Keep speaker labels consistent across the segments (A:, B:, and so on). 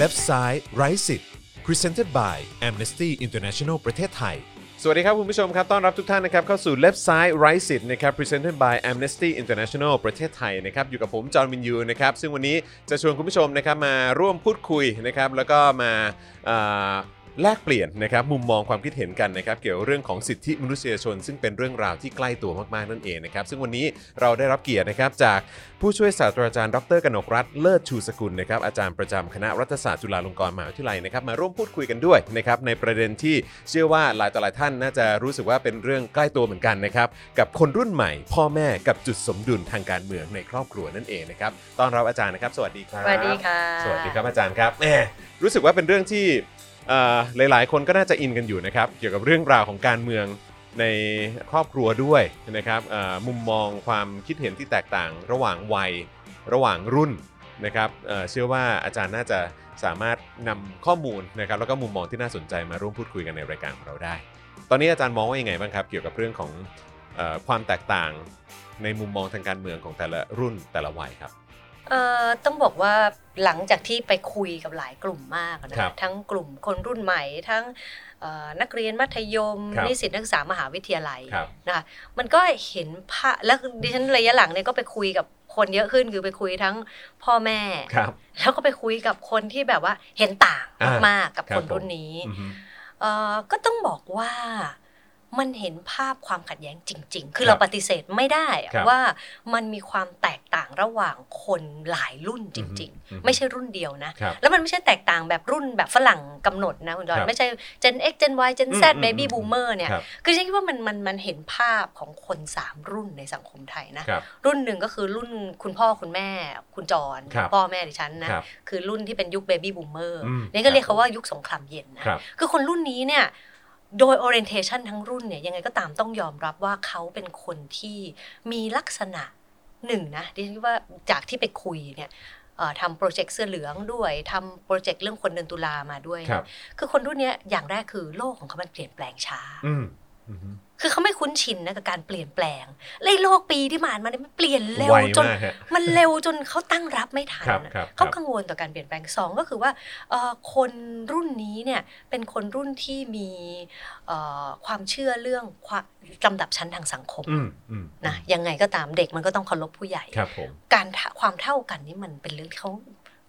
A: Left Side Right 10 Presented by Amnesty International ประเทศไทย สวัสดีครับคุณผู้ชมครับ ต้อนรับทุกท่านนะครับ เข้าสู่ Left Side Right 10นะครับ Presented by Amnesty International ประเทศไทยนะครับ อยู่กับผม จอห์นวินยูนะครับ ซึ่งวันนี้จะชวนคุณผู้ชมนะครับมาร่วมพูดคุยนะครับ แล้วก็มาเอ่อ แลกเปลี่ยนนะครับมุมมองความคิดเห็นกันนะครับเกี่ยวเรื่องของสิทธิมนุษยชน ซึ่งเป็นเรื่องราวที่ใกล้ตัวมากๆนั่นเองนะครับซึ่งวันนี้เราได้รับเกียรตินะครับจากผู้ช่วยศาสตราจารย์ดรกนกรัฐเลิศชูสกุลนะครับอาจารย์ประจำคณะรัฐศาสตร์จุฬาลงกรณ์มหาวิทยาลัยนะครับมาร่วมพูดคุยกันด้วยนะครับในประเด็นที่เชื่อว่าหลายต่อหลายท่านน่าจะรู้สึกว่าเป็นเรื่องใกล้ตัวเหมือนกันนะครับกับคนรุ่นใหม่ พ่อแม่กับจุดสมดุลทางการเมืองในครอบครัวนั่นเองนะครับต้อนรับอาจารย์นะครับ สวัสดีครับ
B: สวัสดีค่ะ
A: สวัสดีครับอาจารย์ครับแหมรู้สึกว่าเป็นเรื่องที่เอ่อหลาย ๆ คนก็น่าจะอินกันอยู่นะครับ เกี่ยวกับเรื่องราวของการเมืองในครอบครัวด้วยนะครับเอ่อมุมมองความคิดเห็นที่แตกต่าง ระหว่างวัยระหว่างรุ่นนะครับเอ่อเชื่อว่าอาจารย์น่าจะสามารถนำข้อมูลนะครับแล้วก็มุมมองที่น่าสนใจมาร่วมพูดคุยกันในรายการของเราได้ ตอนนี้อาจารย์มองว่ายังไงบ้างครับ เกี่ยวกับเรื่องของเออความแตกต่างในมุมมองทางการเมืองของแต่ละรุ่นแต่ละวัยครับ
B: เอ่อต้องบอกว่าหลังจากที่ไปคุยกับหลายกลุ่มมากนะครับ ทั้งกลุ่มคนรุ่นใหม่ ทั้งเอ่อนักเรียนมัธยม
A: ครับ
B: นิสิตนักศึกษามหาวิทยาลัย
A: ครับ
B: นะคะมันก็เห็นภาพแล้วดิฉันระยะหลังเนี่ยก็ไปคุยกับคนเยอะขึ้น คือไปคุยทั้งพ่อแม่
A: ครับ
B: แล้วก็ไปคุยกับคนที่แบบว่าเห็นต่าง
A: อ่าม
B: มากๆกับ
A: ครับ
B: คน
A: ผม
B: รุ่นนี้
A: อือฮึ
B: เอ่อก็ต้องบอกว่ามันเห็นภาพความขัดแย้งจริง ๆ คื
A: ค
B: อ
A: รั
B: เรา
A: บ
B: ปฏิเสธไม่ได้อะ
A: ครับ
B: ว่ามันมีความแตกต่างระหว่างคนหลายรุ่นจริง ๆ
A: อือฮึ
B: ไม่ใช่รุ่นเดียวนะ
A: ครับ
B: แล้วมันไม่ใช่แตกต่างแบบรุ่นแบบฝรั่งกำหนดนะคุณจอ
A: ครั
B: น
A: บ
B: ไม่ใช่ Gen X Gen Y Gen
A: อืม
B: Z Baby
A: อืม
B: Boomer เนี่ย
A: ครับ
B: คือฉันคิดว่ามันมันมันเห็นภาพของคนสามรุ่นในสังคมไทยนะ
A: ครับ
B: รุ่นหนึ่งก็คือรุ่นคุณพ่อคุณแม่ คุณจร
A: ครับ
B: พ่อแม่ดิฉันนะ
A: ครับ
B: คือรุ่นที่เป็นยุค Baby Boomer
A: อืม
B: เนี่ยก็เรียก
A: ครับ
B: เขาว่ายุคสงครามเย็นนะ
A: ครับ
B: คือคนรุ่นนี้เนี่ยโดย orientation ทั้งรุ่นเนี่ยยังไงก็ตามต้องยอมรับว่าเขาเป็นคนที่มีลักษณะหนึ่งนะดิฉันคิดว่าจากที่ไปคุยเนี่ยเอ่อทำโปรเจกต์เสื้อเหลืองด้วยทำโปรเจกต์เรื่องคนเดือนตุลามาด้วย
A: ครับ
B: คือคนรุ่นเนี้ยอย่างแรกคือโลกของเขามันเปลี่ยนแปลงช้า
A: อืมอือฮึ
B: คือเขาไม่คุ้นชินนะกับการเปลี่ยนแปลงและไอ้โลกปีที่ผ่านมาเนี่ยมันเปลี่ยนเร็ว
A: ไว
B: จน
A: มากฮะ
B: มันเร็วจนเขาตั้งรับไม่ทัน
A: ครับ
B: นะครับ
A: ค
B: เขา
A: รับ
B: กังวลต่อการเปลี่ยนแปลงสองก็คือว่าเอ่อคนรุ่นนี้เนี่ยเป็นคนรุ่นที่มีเอ่อความเชื่อเรื่องความลำดับชั้นทางสังคม
A: อืมอืม
B: นะยังไงก็ตามเด็กมันก็ต้องเคารพผู้ใหญ่
A: ครับผม
B: การเท่าความเท่ากันนี่มันเป็นเรื่องที่เขา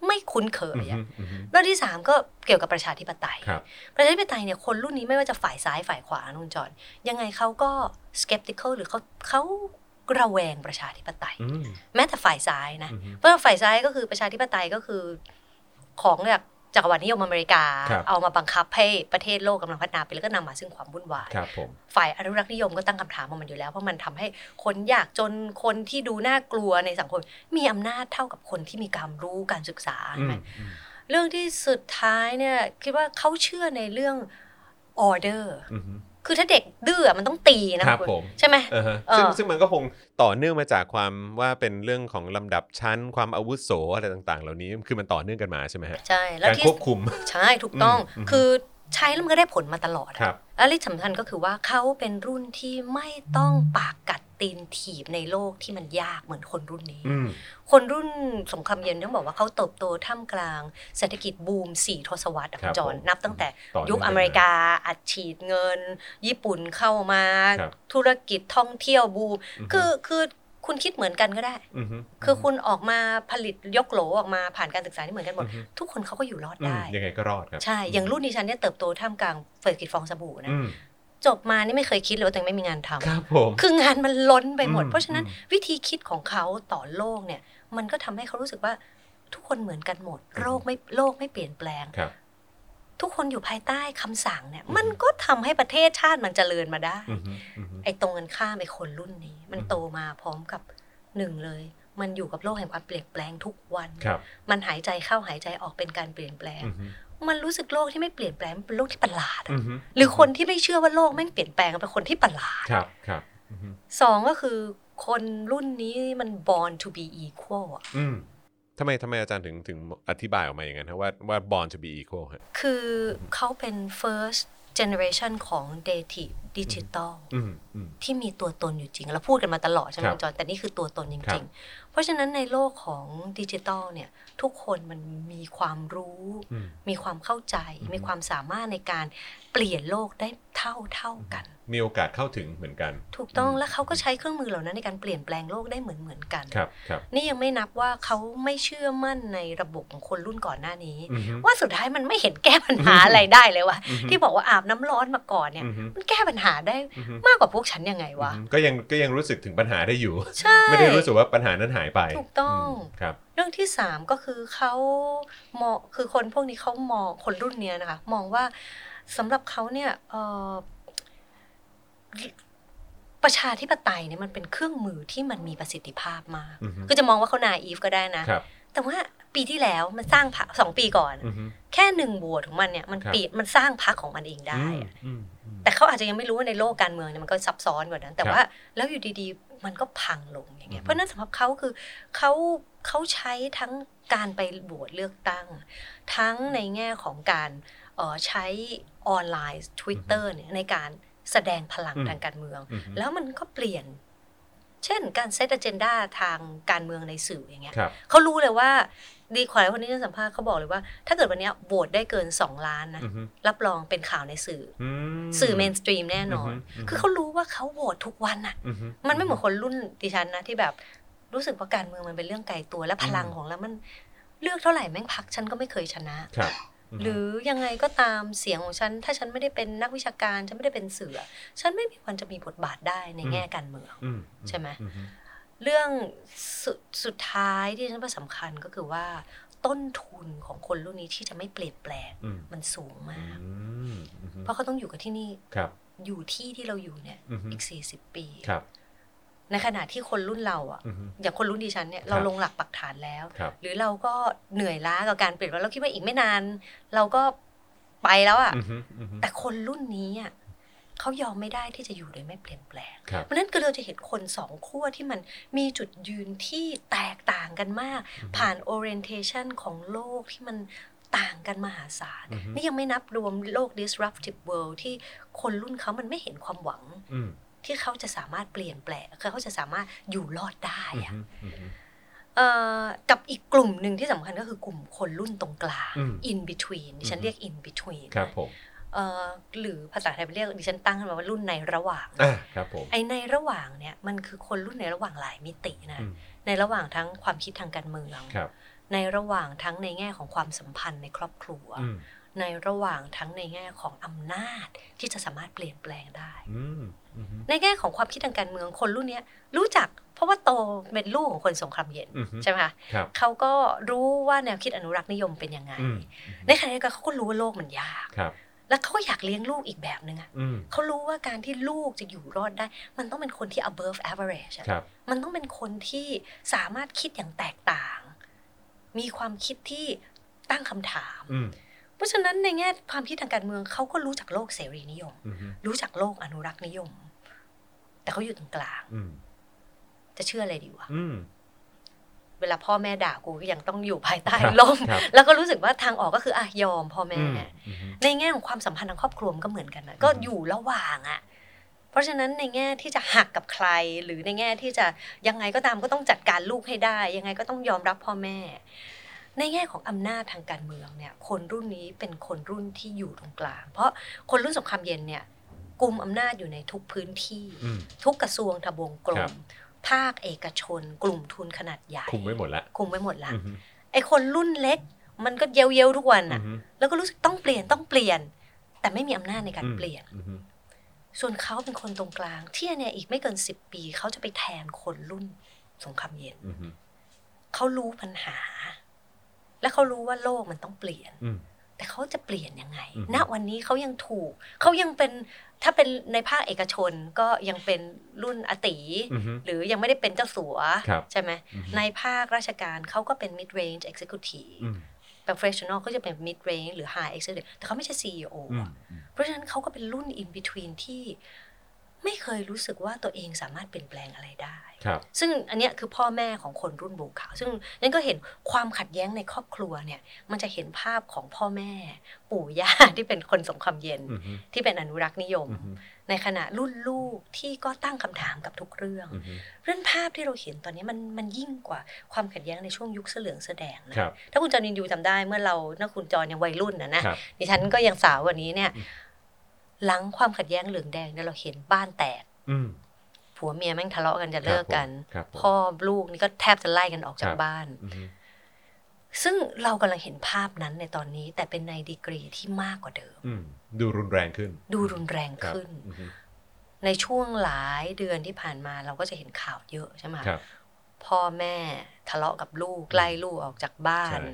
B: ไม่คุ้นเคย
A: อือฮึ
B: อะ
A: อือฮึ
B: เรื่องที่สามก็เกี่ยวกับประชาธิปไตย
A: ครับ
B: ประชาธิปไตยเนี่ยคนรุ่นนี้ไม่ว่าจะฝ่ายซ้ายฝ่ายขวานุ่นจอนยังไงเขาก็ skeptical หรือเขาเขาระแวงประชาธิปไตย
A: อืม
B: แม้แต่ฝ่ายซ้ายนะ
A: อือฮึ
B: เพื่อฝ่ายซ้ายก็คือประชาธิปไตยก็คือของจากจักรวรรดินิยมอเมริกา
A: ครับ
B: เอามาบังคับให้ประเทศโลกกำลังพัฒนาไปแล้วก็นำมาซึ่งความวุ่นวาย
A: ครับผม
B: ฝ่ายอนุรักษ์นิยมก็ตั้งคำถามมามันอยู่แล้วเพราะมันทำให้คนยากจนคนที่ดูน่ากลัวในสังคม มีอำนาจเท่ากับคนที่มีความรู้การศึกษา
A: อื
B: ใช่ไหม
A: มอืม
B: เรื่องที่สุดท้ายเนี่ยคิดว่าเขาเชื่อในเรื่องออเดอร์
A: อือฮึ
B: คือถ้าเด็กดื้อมันต้องตีนะครับ คุณ
A: ผม
B: ใช่ไหม
A: เออฮะ
B: เออ
A: ซึ่งซึ่งมันก็คงต่อเนื่องมาจากความว่าเป็นเรื่องของลำดับชั้น ความอาวุโสอะไรต่างๆ เหล่านี้คือมันต่อเนื่องกันมาใช่ไหมฮะ
B: ใช่แล้ว
A: การ
B: ที่
A: ควบคุม
B: ใช่ถูกต้อง
A: อืม
B: คือใช้แล้วมันก็ได้ผลมาตลอด
A: ครับ
B: และที่สำคัญก็คือว่าเขาเป็นรุ่นที่ไม่ต้องปากกัดตีนถีบในโลกที่มันยากเหมือนคนรุ่นนี้
A: อืม
B: คนรุ่นสงครามเย็นต้องบอกว่าเขาเติบโตท่ามกลางเศรษฐกิจบูม4ทศวรรษอะ
A: ค
B: คุ
A: รับ
B: ณจอน
A: ผม
B: นับตั้งแต่
A: ต่นื่ง
B: ยุคน อเมริกาอัดฉีดเงิน ญี่ปุ่นเข้ามา
A: ครับ
B: ธุรกิจท่องเที่ยวบูม
A: ฮึ
B: คือคือคุณคิดเหมือนกันก็ได้
A: อือฮึ
B: คือคุณออกมาผลิตยกโหลออกมาผ่านการศึกษาที่เหมือนกันหมด
A: อือฮึ
B: ทุกคนเขาก็อยู่รอด
A: อืม
B: ได้
A: ยังไงก็รอดครับ
B: ใช่ อย่างรุ่นดิฉันเนี่ยเติบโตท่ามกลางเศรษฐกิจฟองสบู่นะ
A: อืม
B: จบมานี่ไม่เคยคิดเลยว่าตัวเองไม่มีงานทำ
A: ครับผม
B: คืองานมันล้นไปหมด
A: อืม
B: เพราะฉะนั้น
A: อืม
B: วิธีคิดของเขาต่อโลกเนี่ย มันก็ทำให้เขารู้สึกว่าทุกคนเหมือนกันหมด
A: อืม
B: โลกไม่โลกไม่เปลี่ยนแปลง
A: ครับ
B: ทุกคนอยู่ภายใต้คำสั่งเนี่ย
A: อืม
B: มันก็ทำให้ประเทศชาติมันเจริญมาได้
A: อือฮึอือฮึ
B: ไอ้ตรงกันข้ามไอ้คนรุ่นนี้ มัน
A: อืม
B: โตมาพร้อมกับหนึ่งเลย มันอยู่กับโลกแห่งความเปลี่ยนแปลงทุกวัน
A: ครับ
B: มันหายใจเข้าหายใจออกเป็นการเปลี่ยนแปลง
A: อือฮึ
B: มันรู้สึกโลกที่ไม่เปลี่ยนแปลงมันเป็นโลกที่ประหลาดอะ
A: อือฮึ
B: หรือคนที่ไม่เชื่อว่าโลกแม่งเปลี่ยนแปลงเป็นคนที่ประหลาด
A: ครับครับอือฮึ
B: สองก็คือคนรุ่นนี้มัน born to be equal อะ
A: อืมทำไมทำไมอาจารย์ถึงถึงอธิบายออกมาอย่างนั้นฮะว่าว่า born to be equal ฮะ
B: คือเขาเป็น first generation ของ native digital
A: อืมอืม
B: ที่มีตัวตนอยู่จริง เราพูดกันมาตลอดใช่ไหม
A: ครับ
B: คุณจอห์นแต่นี่คือตัวตน
A: ค
B: จ
A: รั
B: ริ
A: บ
B: ง ๆ เพราะฉะนั้นในโลกของดิจิทัลเนี่ยทุกคนมันมีความรู้
A: อืม
B: มีความเข้าใจ
A: อืม
B: มีความสามารถในการเปลี่ยนโลกได้เท่าเท่ากัน
A: มีโอกาสเข้าถึงเหมือนกัน
B: ถูกต้อง
A: อืม
B: และเขาก็ใช้เครื่องมือเหล่านั้นในการเปลี่ยนแปลงโลกได้เหมือนเหมือนๆกัน
A: ครับครับ
B: นี่ยังไม่นับว่าเขาไม่เชื่อมั่นในระบบของคนรุ่นก่อนหน้านี้
A: อือฮึ
B: ว่าสุดท้ายมันไม่เห็นแก้ปัญหาอะไรได้เลยว่ะ
A: อือฮึ
B: ที่บอกว่าอาบน้ำร้อนมาก่อนเนี่ย
A: อือฮึ
B: มันแก้ปัญหาได้
A: อือฮึ
B: มากกว่าพวกฉันยังไงวะ
A: อือฮึก็ยังก็ยังรู้สึกถึงปัญหาได้อยู่
B: ใช่
A: ไม่ได้รู้สึกว่าปัญหานั้นหายไป
B: ถูกต้อง
A: มครับ
B: เรื่องที่สามก็คือเขามองคือคนพวกนี้เขามองคนรุ่นเนี้ยนะคะ มองว่าสำหรับเขาเนี่ยเอ่อประชาธิปไตยเนี่ยมันเป็นเครื่องมือที่มันมีประสิทธิภาพมาก
A: อือฮึ
B: ก็จะมองว่าเขานาอีฟก็ได้นะ
A: ครับ
B: แต่ว่าปีที่แล้วมันสร้างพรรคสองปีก่อน
A: อือฮึ
B: แค่หนึ่งบวตของมันเนี่ยมัน
A: ครับ
B: เปลี่ยนมันสร้างพรรคของมันเองได้อะ
A: อืมอืม
B: แต่เขาอาจจะยังไม่รู้ว่าในโลกการเมืองเนี่ยมันก็ซับซ้อนกว่านั้น แต่
A: ครับ
B: ว่าแล้วอยู่ดีๆ มันก็พังลงอย่างเงี้
A: อื
B: ย
A: ม
B: เพราะฉะนั้นสำหรับเขาคือเขาเขาใช้ทั้งการไปบวตเลือกตั้ง ทั้งในแง่ของการเอ่อใช้ออนไลน์ Twitter เนี่ยในการแสดงพลังทางการเมือง
A: อือฮึ
B: แล้วมันก็เปลี่ยน เช่นการเซตอเจนดาทางการเมืองในสื่ออย่างเงี้ย
A: ครับ
B: เขารู้เลยว่าดีควายคนที่ฉันสัมภาษณ์เขาบอกเลยว่า ถ้าเกิดวันเนี้ยโหวตได้เกิน 2 ล้านนะ
A: อือฮึ
B: รับรองเป็นข่าวในสื่อ
A: อื
B: อสื่อเมนสตรีมแน่นอน
A: ฮึ
B: คือเขารู้ว่าเขาโหวตทุกวันน่ะ
A: อือฮึ
B: มันไม่เหมือนคนรุ่นดิฉันนะที่แบบรู้สึกว่าการเมืองมันเป็นเรื่องไกลตัวและพลังของแล้วมันเลือกเท่าไหร่แม่งพักฉันก็ไม่เคยชนะ
A: ครับม
B: หรือยังไงก็ตามเสียงของฉัน ถ้าฉันไม่ได้เป็นนักวิชาการฉันไม่ได้เป็นสื่ออะฉันไม่มีวันจะมีบทบาทได้ในแง่การเมือง
A: อืม
B: ใช่ไหม
A: อือฮึ
B: เรื่องสุดสุดท้ายที่ฉันว่าสำคัญก็คือว่า ต้นทุนของคนรุ่นนี้ที่จะไม่เปลี่ยนแปลง
A: อืม
B: มันสูง
A: อื
B: มาก
A: มอือฮึ
B: เพราะเขาต้องอยู่กับที่นี่
A: ครับ
B: อยู่ที่ที่เราอยู่เนี่ย
A: อือฮึ
B: อีก 40 ปี
A: ครับ
B: ในขณะที่คนรุ่นเราอะ
A: อือฮึ
B: อย่างคนรุ่นดิฉันเนี่ย
A: ครับ
B: เราลงหลักปักฐานแล้ว
A: ครับ
B: หรือเราก็เหนื่อยล้ากับการเปลี่ยนแปลงเราคิดว่าอีกไม่นาน เราก็ไปแล้วอะ
A: อือฮึอือฮึ
B: แต่คนรุ่นนี้อะเขายอมไม่ได้ที่จะอยู่โดยไม่เปลี่ยนแปลง
A: ครับ
B: เพราะฉะนั้นก็เราจะเห็นคนสองขั้วที่มันมีจุดยืนที่แตกต่างกันมาก
A: อือฮึ
B: ผ่าน orientation ของโลกที่มันต่างกันมหาศาล
A: อือฮึ
B: นี่ยังไม่นับรวมโลก disruptive world ที่คนรุ่นเขามันไม่เห็นความหวัง
A: อืม
B: ที่เขาจะสามารถเปลี่ยนแปลงคือเขาจะสามารถอยู่รอดได้
A: อือ
B: อะ
A: ฮึอือฮึ
B: เอ่อกับอีกกลุ่มหนึ่งที่สำคัญก็คือกลุ่มคนรุ่นตรงกลาง
A: อืม
B: in between ดิฉันเรียก in between
A: ครับผม
B: เอ่อหรือภาษาไทยเรียกดิฉันตั้งขึ้นมาว่ารุ่นในระหว่าง
A: อ่ะครับผม
B: ไอ้ในระหว่างเนี่ยมันคือคนรุ่นในระหว่างหลายมิตินะ
A: อืม
B: ในระหว่างทั้งความคิดทางการเมือง
A: ครับ
B: ในระหว่างทั้งในแง่ของความสัมพันธ์ในครอบครัว
A: อืม
B: ในระหว่างทั้งในแง่ของอำนาจที่จะสามารถเปลี่ยนแปลงได้
A: อืมอือฮึ
B: ในแง่ของความคิดทางการเมืองคนรุ่นเนี้ยรู้จักเพราะว่าโตเป็นลูกของคนสงครามเย็น
A: อือฮึ
B: ใช่ไหมคะ
A: ครับ
B: เขาก็รู้ว่าแนวคิดอนุรักษ์นิยมเป็นยังไง
A: อืม
B: ในขณะเดียวกันเขาก็รู้ว่าโลกมันยาก
A: ครับ
B: แล้วเขาก็อยากเลี้ยงลูกอีกแบบหนึ่งอะ
A: อืม
B: เขารู้ว่าการที่ลูกจะอยู่รอดได้ มันต้องเป็นคนที่ above average อะ
A: ครับ
B: มันต้องเป็นคนที่สามารถคิดอย่างแตกต่าง มีความคิดที่ตั้งคำถาม
A: อืม
B: เพราะฉะนั้นในแง่ความคิดทางการเมืองเขาก็รู้จักโลกเสรีนิยม
A: อือฮึ
B: รู้จักโลกอนุรักษ์นิยม แต่เขาอยู่ตรงกลาง
A: อืม
B: จะเชื่ออะไรดีวะ
A: อืม
B: เวลาพ่อแม่ด่ากูก็ยังต้องอยู่ภายใต้
A: ครับ
B: ล่ม
A: ครับ
B: แล้วก็รู้สึกว่าทางออกก็คืออ่ะยอมพ่อ
A: อื
B: แม่
A: มอือฮึ
B: ในแง่ของความสัมพันธ์ทางครอบครัวมันก็เหมือนกันนะก็
A: อืม
B: อยู่ระหว่างอะเพราะฉะนั้นในแง่ที่จะหักกับใคร หรือในแง่ที่จะยังไงก็ตามก็ต้องจัดการลูกให้ได้ ยังไงก็ต้องยอมรับพ่อแม่ ในแง่ของอำนาจทางการเมืองเนี่ยคนรุ่นนี้เป็นคนรุ่นที่อยู่ตรงกลาง เพราะคนรุ่นสงครามเย็นเนี่ยกลุ่มอำนาจอยู่ในทุกพื้นที่
A: อืม
B: ทุกกระทรวงทบวงกล
A: ครั
B: ม
A: บ
B: ภาคเอกชน กลุ่มทุนขนาดใหญ่
A: คุมไว้หมดละ
B: คุมไว้หมดละ
A: อือฮึ
B: ไอคนรุ่นเล็ก มันก็เยวเยวๆทุกวัน
A: อื
B: อะ
A: อฮึ
B: แล้วก็รู้สึกต้องเปลี่ยนต้องเปลี่ยน แต่ไม่มีอำนาจในการเปลี่ยน
A: อืมอืม
B: ส่วนเขาเป็นคนตรงกลาง ที่เนี่ยอีกไม่เกินสิบปีเขาจะไปแทนคนรุ่นสงครามเย็น
A: อืม
B: เขารู้ปัญหา และเขารู้ว่าโลกมันต้องเปลี่ยน
A: อืม
B: แต่เขาจะเปลี่ยนยังไง
A: อือฮึ
B: ณวันนี้เขายังถูกเขายังเป็นถ้าเป็นในภาคเอกชนก็ยังเป็นรุ่นอติ
A: อืม
B: หรือยังไม่ได้เป็นเจ้าสัว
A: ครับ
B: ใช่ไหม
A: อือฮึ
B: ในภาคราชการเขาก็เป็น mid range executive
A: อืม
B: professional ก็จะเป็น mid range หรือ high executive แต่เขาไม่ใช่ CEO
A: อืม
B: อะ เพราะฉะนั้นเขาก็เป็นรุ่น in between ที่ ไม่เคยรู้สึกว่าตัวเองสามารถเปลี่ยนแปลงอะไรได้
A: ครับ
B: ซึ่งอันเนี้ยคือพ่อแม่ของคนรุ่นบุกขาว ซึ่งนั่นก็เห็นความขัดแย้งในครอบครัวเนี่ย มันจะเห็นภาพของพ่อแม่ ปู่ย่า ที่เป็นคนสงความเย็น
A: อือฮึ
B: ที่เป็นอนุรักษ์นิยม
A: อือฮึ
B: ในขณะรุ่นลูกที่ก็ตั้งคำถามกับทุกเรื่อง
A: อือฮึ
B: เรื่องภาพที่เราเห็นตอนนี้มันมันยิ่งกว่าความขัดแย้งในช่วงยุคเสลืองเสอแดงนะ
A: ครับ
B: ถ้าคุณจอนินยูจำได้เมื่อเราเมื่อคุณจอนยังวัยรุ่นนะนะครับ ดิฉันก็ยังสาวกวันนี้เนี่ย
A: อืม
B: หลังความขัดแย้งเหลืองแดงเนี่ยเราเห็นบ้านแตก
A: อืม
B: ผัวเมียแม่งทะเลาะกันจะเลิกกัน
A: ครับผม
B: พ่อลูกนี่ก็แทบจะไล่กันออกจา
A: ค
B: ก
A: รับ
B: บ้าน
A: อือฮึ
B: ซึ่งเรากำลังเห็นภาพนั้นในตอนนี้ แต่เป็นในดีกรีที่มากกว่าเดิม
A: อืมดูรุนแรงขึ้น
B: ดูรุนแรง
A: ครับ
B: ขึ้น
A: อือฮึ
B: ในช่วงหลายเดือนที่ผ่านมาเราก็จะเห็นข่าวเยอะใช่ไหม
A: ครับ
B: พ่อแม่ทะเลาะกับลูกไล่ลูกออกจากบ้า
A: ใช่
B: น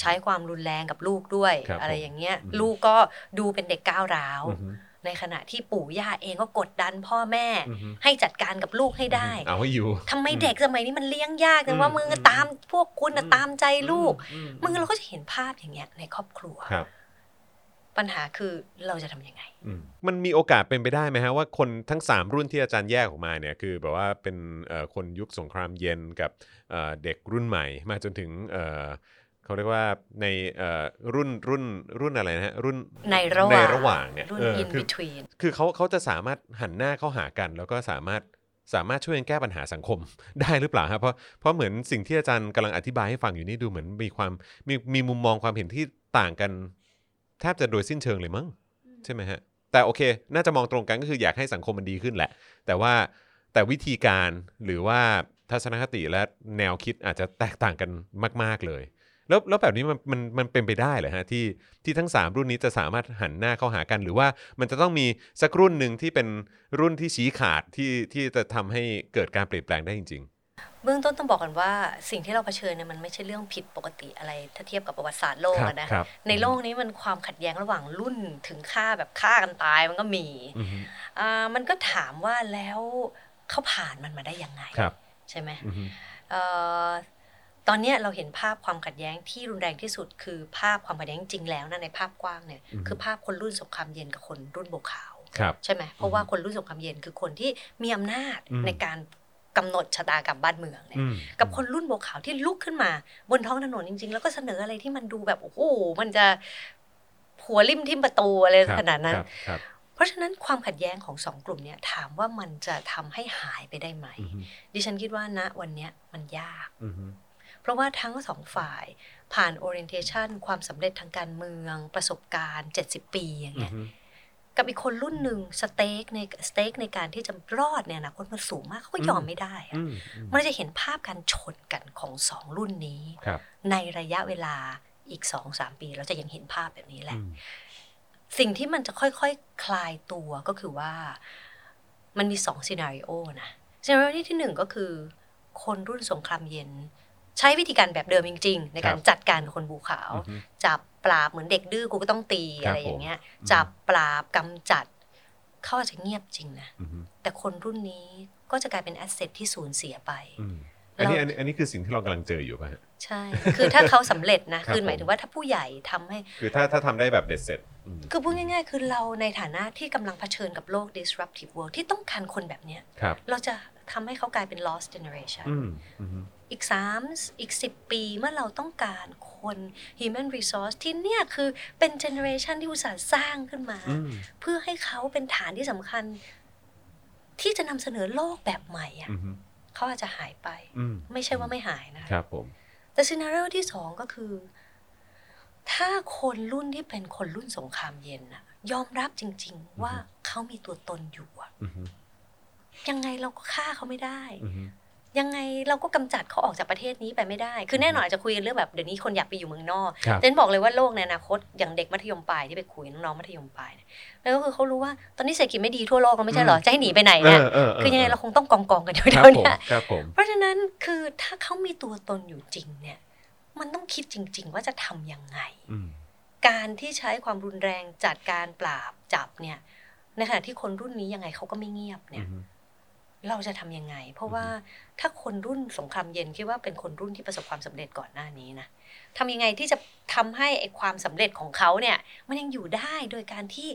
B: ใช้ความรุนแรงกับลูกด้วย
A: ครับ
B: อะไร
A: ผม
B: อย่างเงี้ย
A: อืม
B: ลูกก็ดูเป็นเด็กก้าวร้าว
A: อือฮึ
B: ในขณะที่ปู่ย่าเองก็กดดันพ่อแม่
A: อือฮึ
B: ให้จัดการกับลูกให้ได้
A: เอาให้อยู่
B: ทำไมเด็กสมัยนี้มันเลี้ยงยากจั
A: อื
B: ง
A: ม
B: ว่ามึงอะ
A: อืม
B: ตามพวกคุณนะ
A: อืม
B: ตามใจลูก
A: อื
B: มึงเราก็จะเห็นภาพอย่างเงี้ยในครอบครัว
A: ครับ
B: ปัญหาคือเราจะทำยังไง
A: มันมีโอกาสเป็นไปได้ไหมฮะว่าคนทั้ง 3 รุ่นที่อาจารย์แยกออกมาเนี่ยคือแบบว่าเป็นเอ่อคนยุคสงครามเย็นกับเอ่อเด็กรุ่นใหม่ มาจนถึงเอ่อเขาเรียกว่าในเอ่อรุ่นรุ่นรุ่นอะไรนะฮะรุ่น
B: ในระหว่าง
A: ในระหว่างเนี่ย
B: รุ่น
A: เออ
B: in
A: คือ
B: between
A: คือเขาเขาจะสามารถหันหน้าเข้าหากัน แล้วก็สามารถสามารถช่วยกันแก้ปัญหาสังคม ได้หรือเปล่าครับเพราะเพราะเหมือนสิ่งที่อาจารย์กำลังอธิบายให้ฟังอยู่นี่ดูเหมือนมีความมีมีมุมมองความเห็นที่ต่างกันแทบจะโดยสิ้นเชิงเลยมั้ง ใช่ไหมฮะ แต่โอเค น่าจะมองตรงกันก็คืออยากให้สังคมมันดีขึ้นแหละ แต่ว่าแต่วิธีการหรือว่าทัศนคติและแนวคิดอาจจะแตกต่างกันมาก ๆเลย แล้วแล้วแบบนี้มันมันมันเป็นไปได้เหรอฮะที่ที่ทั้ง 3 รุ่นนี้จะสามารถหันหน้าเข้าหากัน หรือว่ามันจะต้องมีสักรุ่นหนึ่งที่เป็นรุ่นที่ชี้ขาดที่ที่จะทำให้เกิดการเปลี่ยนแปลงได้จริง
B: เบื้องต้นต้องบอกก่อนว่าสิ่งที่เราเผชิญเนี่ยมันไม่ใช่เรื่องผิดปกติอะไร ถ้าเทียบกับประวัติศาสตร์โล
A: ๆ
B: กอะนะ
A: ครั
B: ในโลกนี้มันความขัดแย้งระหว่างรุ่นถึงฆ่าแบบฆ่ากันตายมันก็มี
A: อือฮึ
B: อ่ามันก็ถามว่าแล้วเขาผ่านมันมาได้ยังไง
A: ครับ
B: ใช่ไหม
A: อือฮึ
B: เอ่อตอนเนี้ยเราเห็นภาพความขัดแย้งที่รุนแรงที่สุด คือภาพความขัดแย้งจริงแล้วนะในภาพกว้างเนี่ยคือภาพคนรุ่นสงครามเย็นกับคนรุ่นโบวขาว
A: ครับ
B: ใช่ไหมเพราะว่าคนรุ่นสงครามเย็นคือคนที่มีอำนาจ
A: อืม
B: ในการกำหนดชะตากรรมบ้านเมืองเนี่ย
A: อืม
B: กับคนรุ่นโบวขาวที่ลุกขึ้นมาบนท้องถนนจริง ๆ แล้วก็เสนออะไรที่มันดูแบบโอ้โหมันจะหัวริมทิ่มประตูอะไร
A: ครับ
B: ขนาดนั้น
A: ครับครับ
B: เพราะฉะนั้นความขัดแย้งของสองกลุ่มเนี่ยถามว่ามันจะทำให้หายไปได้ไหม
A: อือฮึ
B: ดิฉันคิดว่าณวันเนี้ยมันยาก
A: อือฮึ
B: เพราะว่าทั้งสองฝ่ายผ่าน orientation ความสำเร็จทางการเมืองประสบการณ์ 70 ปีอย่างเงี้ยกับอีกคนรุ่นหนึ่งสเต็กในสเต็กในการที่จะรอดเนี่ยนะคนมันสูงมากเขาก็
A: อืม
B: ยอมไม่ได้อะ
A: อืม
B: มันจะเห็นภาพการชนกันของสองรุ่นนี้
A: ครับ
B: ในระยะเวลาอีก 2-3 ปี เราจะยังเห็นภาพแบบนี้แห
A: อื
B: ละ
A: ม
B: สิ่งที่มันจะค่อยๆ คลายตัวก็คือว่ามันมีสองซีนารีโอนะซีนารีโอที่หนึ่งก็คือ คนรุ่นสงครามเย็น ใช้วิธีการแบบเดิมจริง ๆ ในการ
A: ครับ
B: จัดการกับคนบูขาว
A: อือฮึ
B: จับปราบเหมือนเด็กดื้อกูก็ต้องตี
A: ครับ
B: อะไรอย่างเงี้ย
A: ผม
B: จับปราบกำจัด เขาอาจจะเงียบจริงนะ
A: อือฮึ
B: แต่คนรุ่นนี้ก็จะกลายเป็นแอสเซทที่สูญเสียไป
A: อืม
B: เรา
A: อันนี้อันนี้อันนี้คือสิ่งที่เรากำลังเจออยู่ป่ะฮะ
B: ใช่ คือถ้าเขาสำเร็จนะ
A: ครับ
B: คือหมาย
A: ผม
B: ถึงว่าถ้าผู้ใหญ่ทำให้
A: คือถ้าถ้าทำได้แบบเด็ดเสร็จอืม
B: คือพูดง่ายๆ คือเราในฐานะที่กำลังเผชิญกับโลก disruptive world ที่ต้องการคนแบบเนี้ย
A: ครับ
B: เราจะทำให้เขากลายเป็น lost generation
A: อืมอืม
B: อีก 3 อีก 10 ปีเมื่อเราต้องการคน human resource ที่เนี่ยคือเป็น generation ที่อุตสาห์สร้างขึ้นมา
A: อืม
B: เพื่อให้เขาเป็นฐานที่สำคัญ ที่จะนำเสนอโลกแบบใหม่อะ
A: อืม
B: เขาอาจจะหายไป
A: อืม
B: ไม่ใช่ว่าไม่หายนะ
A: ครับผม
B: แต่ซีนารีโอที่สองก็คือ ถ้าคนรุ่นที่เป็นคนรุ่นสงครามเย็นน่ะ ยอมรับจริง ๆ ว่าเขามีตัวตนอยู่อะ
A: อืมอืม
B: ยังไงเราก็ฆ่าเขาไม่ได้
A: อืม
B: ยังไงเราก็กำจัดเขาออกจากประเทศนี้ไปไม่ได้ คือแน่นอนอาจจะคุยกันเรื่องแบบเดี๋ยวนี้คนอยากไปอยู่เมืองนอก
A: ครับ
B: เจนบอกเลยว่าโลกในอนาคตอย่างเด็กมัธยมปลายที่ไปคุยน้องๆมัธยมปลายเนี่ยแล้วก็คือเขารู้ว่าตอนนี้เศรษฐกิจไม่ดีทั่วโลกแล้วไม่ใช่เหรอจะให้หนีไปไหน
A: เอ
B: เนี่ย
A: อเออ
B: คือยังไงเราคงต้องกองกองๆกันอยู่
A: ค
B: เดี๋
A: รับผม
B: ยวเนี้ย
A: ครับผม
B: เพราะฉะนั้นคือถ้าเขามีตัวตนอยู่จริงเนี่ย มันต้องคิดจริง ๆ ว่าจะทำยังไง
A: อืม
B: การที่ใช้ความรุนแรงจัดการปราบจับเนี่ยในขณะที่คนรุ่นนี้ยังไงเขาก็ไม่เงียบ
A: อื
B: เนี่ย
A: ม
B: เราจะทำยังไง เพราะว่าถ้าคนรุ่นสงครามเย็นคิดว่าเป็นคนรุ่นที่ประสบความสำเร็จก่อนหน้านี้นะทำยังไงที่จะทำให้ไอความสำเร็จของเขาเนี่ย มันยังอยู่ได้โดยการที่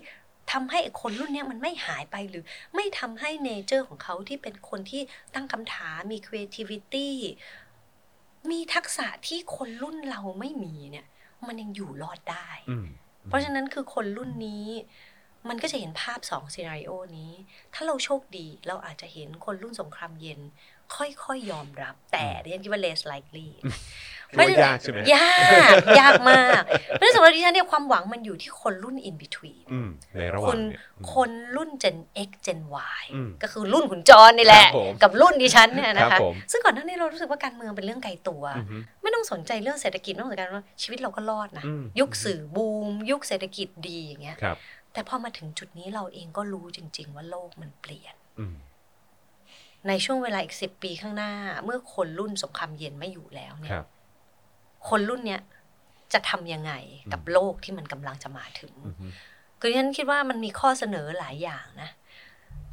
B: ทำให้คนรุ่นเนี้ยมันไม่หายไปหรือไม่ทำให้เนเจอร์ของเขาที่เป็นคนที่ตั้งคำถามมี creativity มีทักษะที่คนรุ่นเราไม่มีเนี่ย มันยังอยู่รอดได้
A: อืม
B: เพราะฉะนั้นคือคนรุ่นนี้ มันก็จะเห็นภาพสองซีนารีโอนี้ ถ้าเราโชคดีเราอาจจะเห็นคนรุ่นสงครามเย็น ค่อยๆยอมรับ แต่เรียนคิดว่า less likely
A: เพราะฉะนั้นยากใช่ไหม
B: ยากยากมาก เพราะฉะนั้นสำหรับดิฉันเนี่ยความหวังมันอยู่ที่คนรุ่น in between
A: อืมในระห
B: ค
A: ว่าง
B: น
A: เนี่ย
B: คนรุ่น Gen X Gen Y
A: อืม
B: ก็คือรุ่นขุนจรนี่แหละ
A: ครับผม
B: กับรุ่นดิฉันเนี่ยนะ
A: ครั
B: คะ
A: บผม
B: ซึ่งก่อนหน้านี้เรารู้สึกว่าการเมืองเป็นเรื่องไกลตัว
A: อืมอืม
B: ไม่ต้องสนใจเรื่องเศรษฐกิจไม่ต้องสนใจว่าชีวิตเราก็รอดนะ
A: อืม
B: ยุคสื่อบูม ยุคเศรษฐกิจดีอย่างเงี้ย
A: ครับ
B: แต่พอมาถึงจุดนี้เราเองก็รู้จริง ๆ ว่าโลกมันเปลี่ยน
A: อืม
B: ในช่วงเวลาอีกสิปีข้างหน้า เมื่อคนรุ่นสงครามเย็นไม่อยู่แล้วเนี่
A: ค
B: ย
A: รับ
B: คนรุ่นเนี้ยจะทำยังไงกับ
A: อืม
B: โลกที่มันกำลังจะมาถึง
A: อืมอืม
B: คือฉันคิดว่ามันมีข้อเสนอหลายอย่างนะ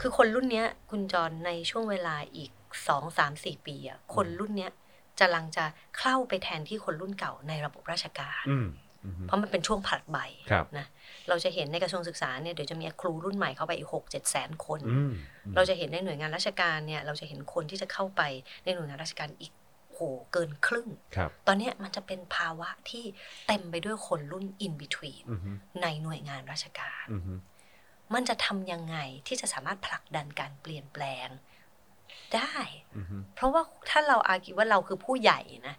B: คือคนรุ่นเนี้ย คุณจรในช่วงเวลาอีกสองสามสี่ปีอะคนรุ่นเนี้ยจะลังจะเข้าไปแทนที่คนรุ่นเก่าในระบบราชการ
A: อืมอืม
B: เพราะมันเป็นช่วงผลัดใบ
A: ครับ
B: นะ เราจะเห็นในกระทรวงศึกษาเนี่ยเดี๋ยวจะมีครูรุ่นใหม่เข้าไปอีกหกเจ็ดแสนคน
A: อืม
B: เราจะเห็นในหน่วยงานราชการเนี่ย เราจะเห็นคนที่จะเข้าไปในหน่วยงานราชการอีกโหเกินครึ่ง
A: ครับ
B: ตอนเนี้ยมันจะเป็นภาวะที่เต็มไปด้วยคนรุ่น in between
A: อืมอืม
B: ในหน่วยงานราชการ
A: อืมอืม
B: มันจะทำยังไงที่จะสามารถผลักดันการเปลี่ยนแปลง ได้
A: อืมอืม
B: เพราะว่าถ้าเราอากิว่าเราคือผู้ใหญ่นะ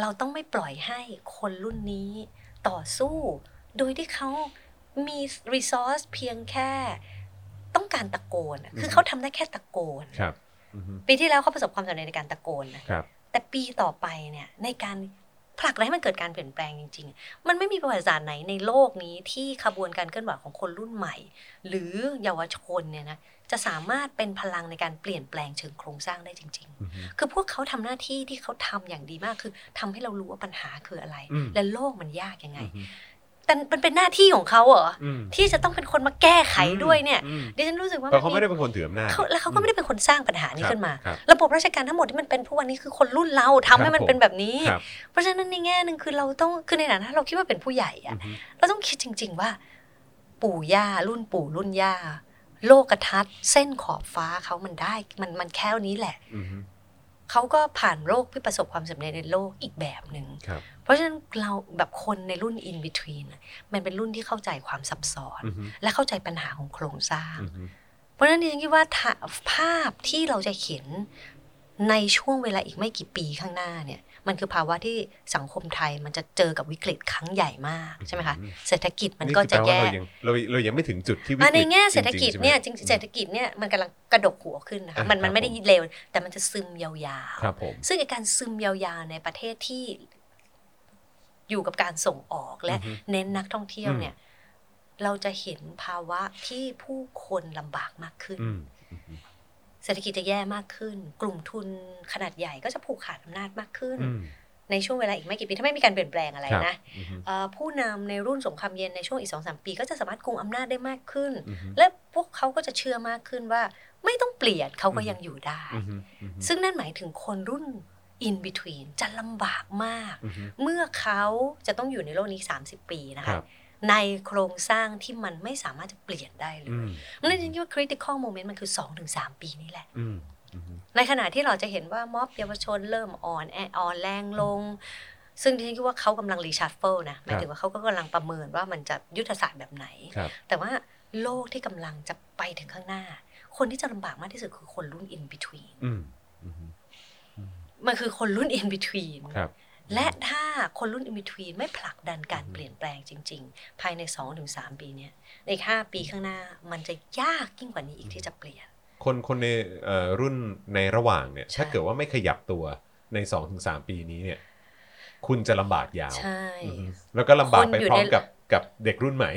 B: เราต้องไม่ปล่อยให้คนรุ่นนี้ต่อสู้ โดยที่เขามีรีซอสเพียงแค่ต้องการตะโกนอะคือเขาทำได้แค่ตะโกน
A: ครับอืมอืม
B: ปีที่แล้วเขาประสบความสำเร็จในการตะโกนนะ
A: ครับ
B: แต่ปีต่อไปเนี่ยในการผลักดันให้มันเกิดการเปลี่ยนแปลงจริงๆ มันไม่มีประวัติศาสตร์ไหนในโลกนี้ที่ขบวนการเคลื่อนไหวของคนรุ่นใหม่ หรือเยาวชนเนี่ยนะจะสามารถเป็นพลังในการเปลี่ยนแปลงเชิงโครงสร้างได้จริง
A: อืมอืม
B: ๆ คือพวกเขาทำหน้าที่ที่เขาทำอย่างดีมากคือทำให้เรารู้ว่าปัญหาคืออะไร
A: อืม
B: และโลกมันยากยังไง
A: อืม
B: แต่มันเป็นหน้าที่ของเขาเหรอ
A: อืม
B: ที่จะต้องเป็นคนมาแก้ไขด้วยเนี่ย
A: อืม
B: ดิฉันรู้สึกว่า
A: เพราะเขา
B: น
A: ไม่ได้เป็นคนถืออำนาจ
B: เขาแล้วเขาก็ไม่ได้เป็นคนสร้างปัญหานี้
A: ครับ
B: ขึ้นมา
A: ครับ
B: ระบบราชการทั้งหมดที่มันเป็นทุกวันนี้คือคนรุ่นเราทำให้มั
A: ค
B: น
A: รับผม
B: เป็นแบบนี้
A: ครับ
B: เพราะฉะนั้นในแง่หนึ่งคือเราต้องคือในฐานะเราคิดว่าเป็นผู้ใหญ่
A: อื
B: อะ
A: มอืม
B: เราต้องคิดจริง ๆ ว่า ปู่ย่ารุ่นปู่รุ่นย่า โลกทัศน์ เส้นขอบฟ้าเขามันได้ มันมันแค่นี้แหละ
A: อืมอืม
B: เขาก็ผ่านโลกที่ประสบความสำเร็จในโลกอีกแบบหนึ่ง
A: ครับ
B: เพราะฉะนั้นเราแบบคนในรุ่น in between อะมันเป็นรุ่นที่เข้าใจความซับซ้อน
A: อืมอืม
B: และเข้าใจปัญหาของโครงสร้าง
A: อืมอืม
B: เพราะฉะนั้นดิฉันคิดว่าถ้าภาพที่เราจะเห็นในช่วงเวลาอีกไม่กี่ปีข้างหน้าเนี่ย มันคือภาวะที่สังคมไทยมันจะเจอกับวิกฤตครั้งใหญ่มากใช่ไหมคะ
A: อืม
B: เศรษฐกิจมันก็จะ
A: คือปล
B: แย่
A: ว่าเรายังเราเรายังไม่ถึงจุดที่วิกฤ
B: อ่ะ
A: ต
B: ในแง่เศรษฐกิจเนี่ยจ
A: ริงๆ
B: ริง
A: ใช่ไหม
B: ๆเศรษฐกิจเนี่ยมันกำลังกระดกหัวขึ้นนะคะ
A: อ่ะ
B: มันมันไม่
A: ครับผม
B: ได้เร็ว แต่มันจะซึมยาว
A: ครับผม
B: ๆ ซึ่งไอ้การซึมยาวๆในประเทศที่อยู่กับการส่งออกและ
A: อือฮึ
B: เน้นนักท่องเที่ยว
A: อืม
B: เนี่ย เราจะเห็นภาวะที่ผู้คนลำบากมากขึ้น
A: อืม
B: เศรษฐกิจจะแย่มากขึ้น กลุ่มทุนขนาดใหญ่ก็จะผูกขาดอำนาจมากขึ้น
A: อืม
B: ในช่วงเวลาอีกไม่กี่ปีถ้าไม่มีการเปลี่ยนแปลงอะไร
A: ครับ
B: นะ
A: อืมอืม
B: เอ่อผู้นำในรุ่นสงครามเย็นในช่วงอีกสองสามปี ก็จะสามารถกุมอำนาจได้มากขึ้น
A: อืมอืม
B: และพวกเขาก็จะเชื่อมากขึ้นว่า ไม่ต้องเปลี่ยนเขาก็ยังอยู่ได้
A: อืมอืม
B: ซึ่งนั่นหมายถึงคนรุ่น in between จะลำบากมาก
A: อืม
B: เมื่อเขาจะต้องอยู่ในโลกนี้ 30 ปีนะ
A: ค
B: คะ
A: รับ
B: ในโครงสร้างที่มันไม่สามารถจะเปลี่ยนได้เล
A: อื
B: ย
A: ม
B: มันเลยคิดว่า critical moment มันคือ 2-3 ปีนี่แหละ
A: อืมอืม
B: ในขณะที่เราจะเห็นว่าม็อบเยาวชนเริ่มอ่อนแออ่อนแรงลง ซึ่งที่ฉันคิดว่าเขากำลังรีชาร์เฟิลนะหมายถึงว่าเขาก็กำลังประเมินว่ามันจะยุทธศาสตร์แบบไหน
A: ครับ
B: แต่ว่าโลกที่กำลังจะไปถึงข้างหน้า คนที่จะลำบากมากที่สุดคือคนรุ่น in between
A: อืมอืม
B: มันคือคนรุ่น in between
A: ครับ
B: และถ้าคนรุ่น in between ไม่ผลักดันการเปลี่ยนแปลงจริง ๆ ภายใน 2-3 ปีเนี่ยในอีก5ปีข้างหน้ามันจะยากยิ่งกว่านี้อีกที่จะเปลี่ยน
A: คนคนในเอ่อรุ่นในระหว่างเนี่ย
B: ใช่
A: ถ้าเกิดว่าไม่ขยับตัวใน 2-3 ปีนี้เนี่ย คุณจะลำบากยาว
B: ใช่
A: อืมแล้วก็ลำบากไป
B: คนอยู่
A: พร้อม
B: ใน
A: กับกับเด็กรุ่นใหม่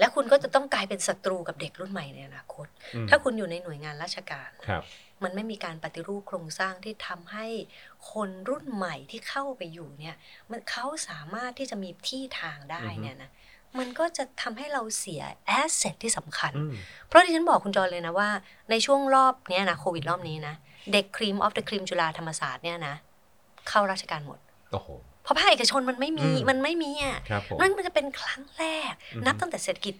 B: และคุณก็จะต้องกลายเป็นศัตรูกับเด็กรุ่นใหม่ในอนาคต
A: อืม
B: ถ้าคุณอยู่ในหน่วยงานราชการ
A: ครับ
B: มันไม่มีการปฏิรูปโครงสร้างที่ทำให้คนรุ่นใหม่ที่เข้าไปอยู่เนี่ยมันเขาสามารถที่จะมีที่ทางได้
A: อือฮึ
B: เนี่ยนะมันก็จะทำให้เราเสียแอสเซทที่สำคัญ
A: อืม
B: เพราะที่ฉันบอกคุณจรเลยนะว่า ในช่วงรอบเนี้ยนะโควิดรอบนี้นะ เด็กครีมออฟเดอะครีมจุฬาธรรมศาสตร์เนี่ยนะเข้าราชการหมด
A: โอ้โห
B: เพราะภาคเอกชนมันไม่มี
A: อืม
B: มันไม่มีอ่ะ
A: ครับผม
B: นั่นมันจะเป็นครั้งแรก
A: อือฮึ
B: นับตั้งแต่เศรษฐกิจ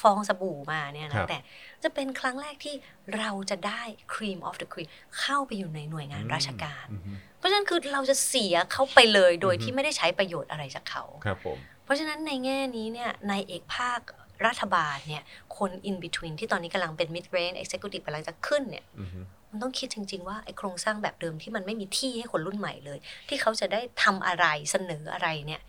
B: ฟองสบู่มาเนี่ย
A: ครั
B: นะ
A: บ
B: แต่จะเป็นครั้งแรกที่เราจะได้ Cream of the Cream เข้าไปอยู่ในหน่วยงานราชการ
A: อืม
B: เพราะฉะนั้นคือเราจะเสียเขาไปเลยโดย
A: อือฮึ
B: ที่ไม่ได้ใช้ประโยชน์อะไรจากเขา
A: ครับผม
B: เพราะฉะนั้นในแง่นี้เนี่ยในเอกภาครัฐบาลเนี่ยคน in between ที่ตอนนี้กำลังเป็น mid range executive กำลังจะขึ้นเนี่ย
A: อืม
B: มันต้องคิดจริง ๆ ว่าไอโครงสร้างแบบเดิมที่มันไม่มีที่ให้คนรุ่นใหม่เลย ที่เขาจะได้ทำอะไรเสนออะไรเนี่ย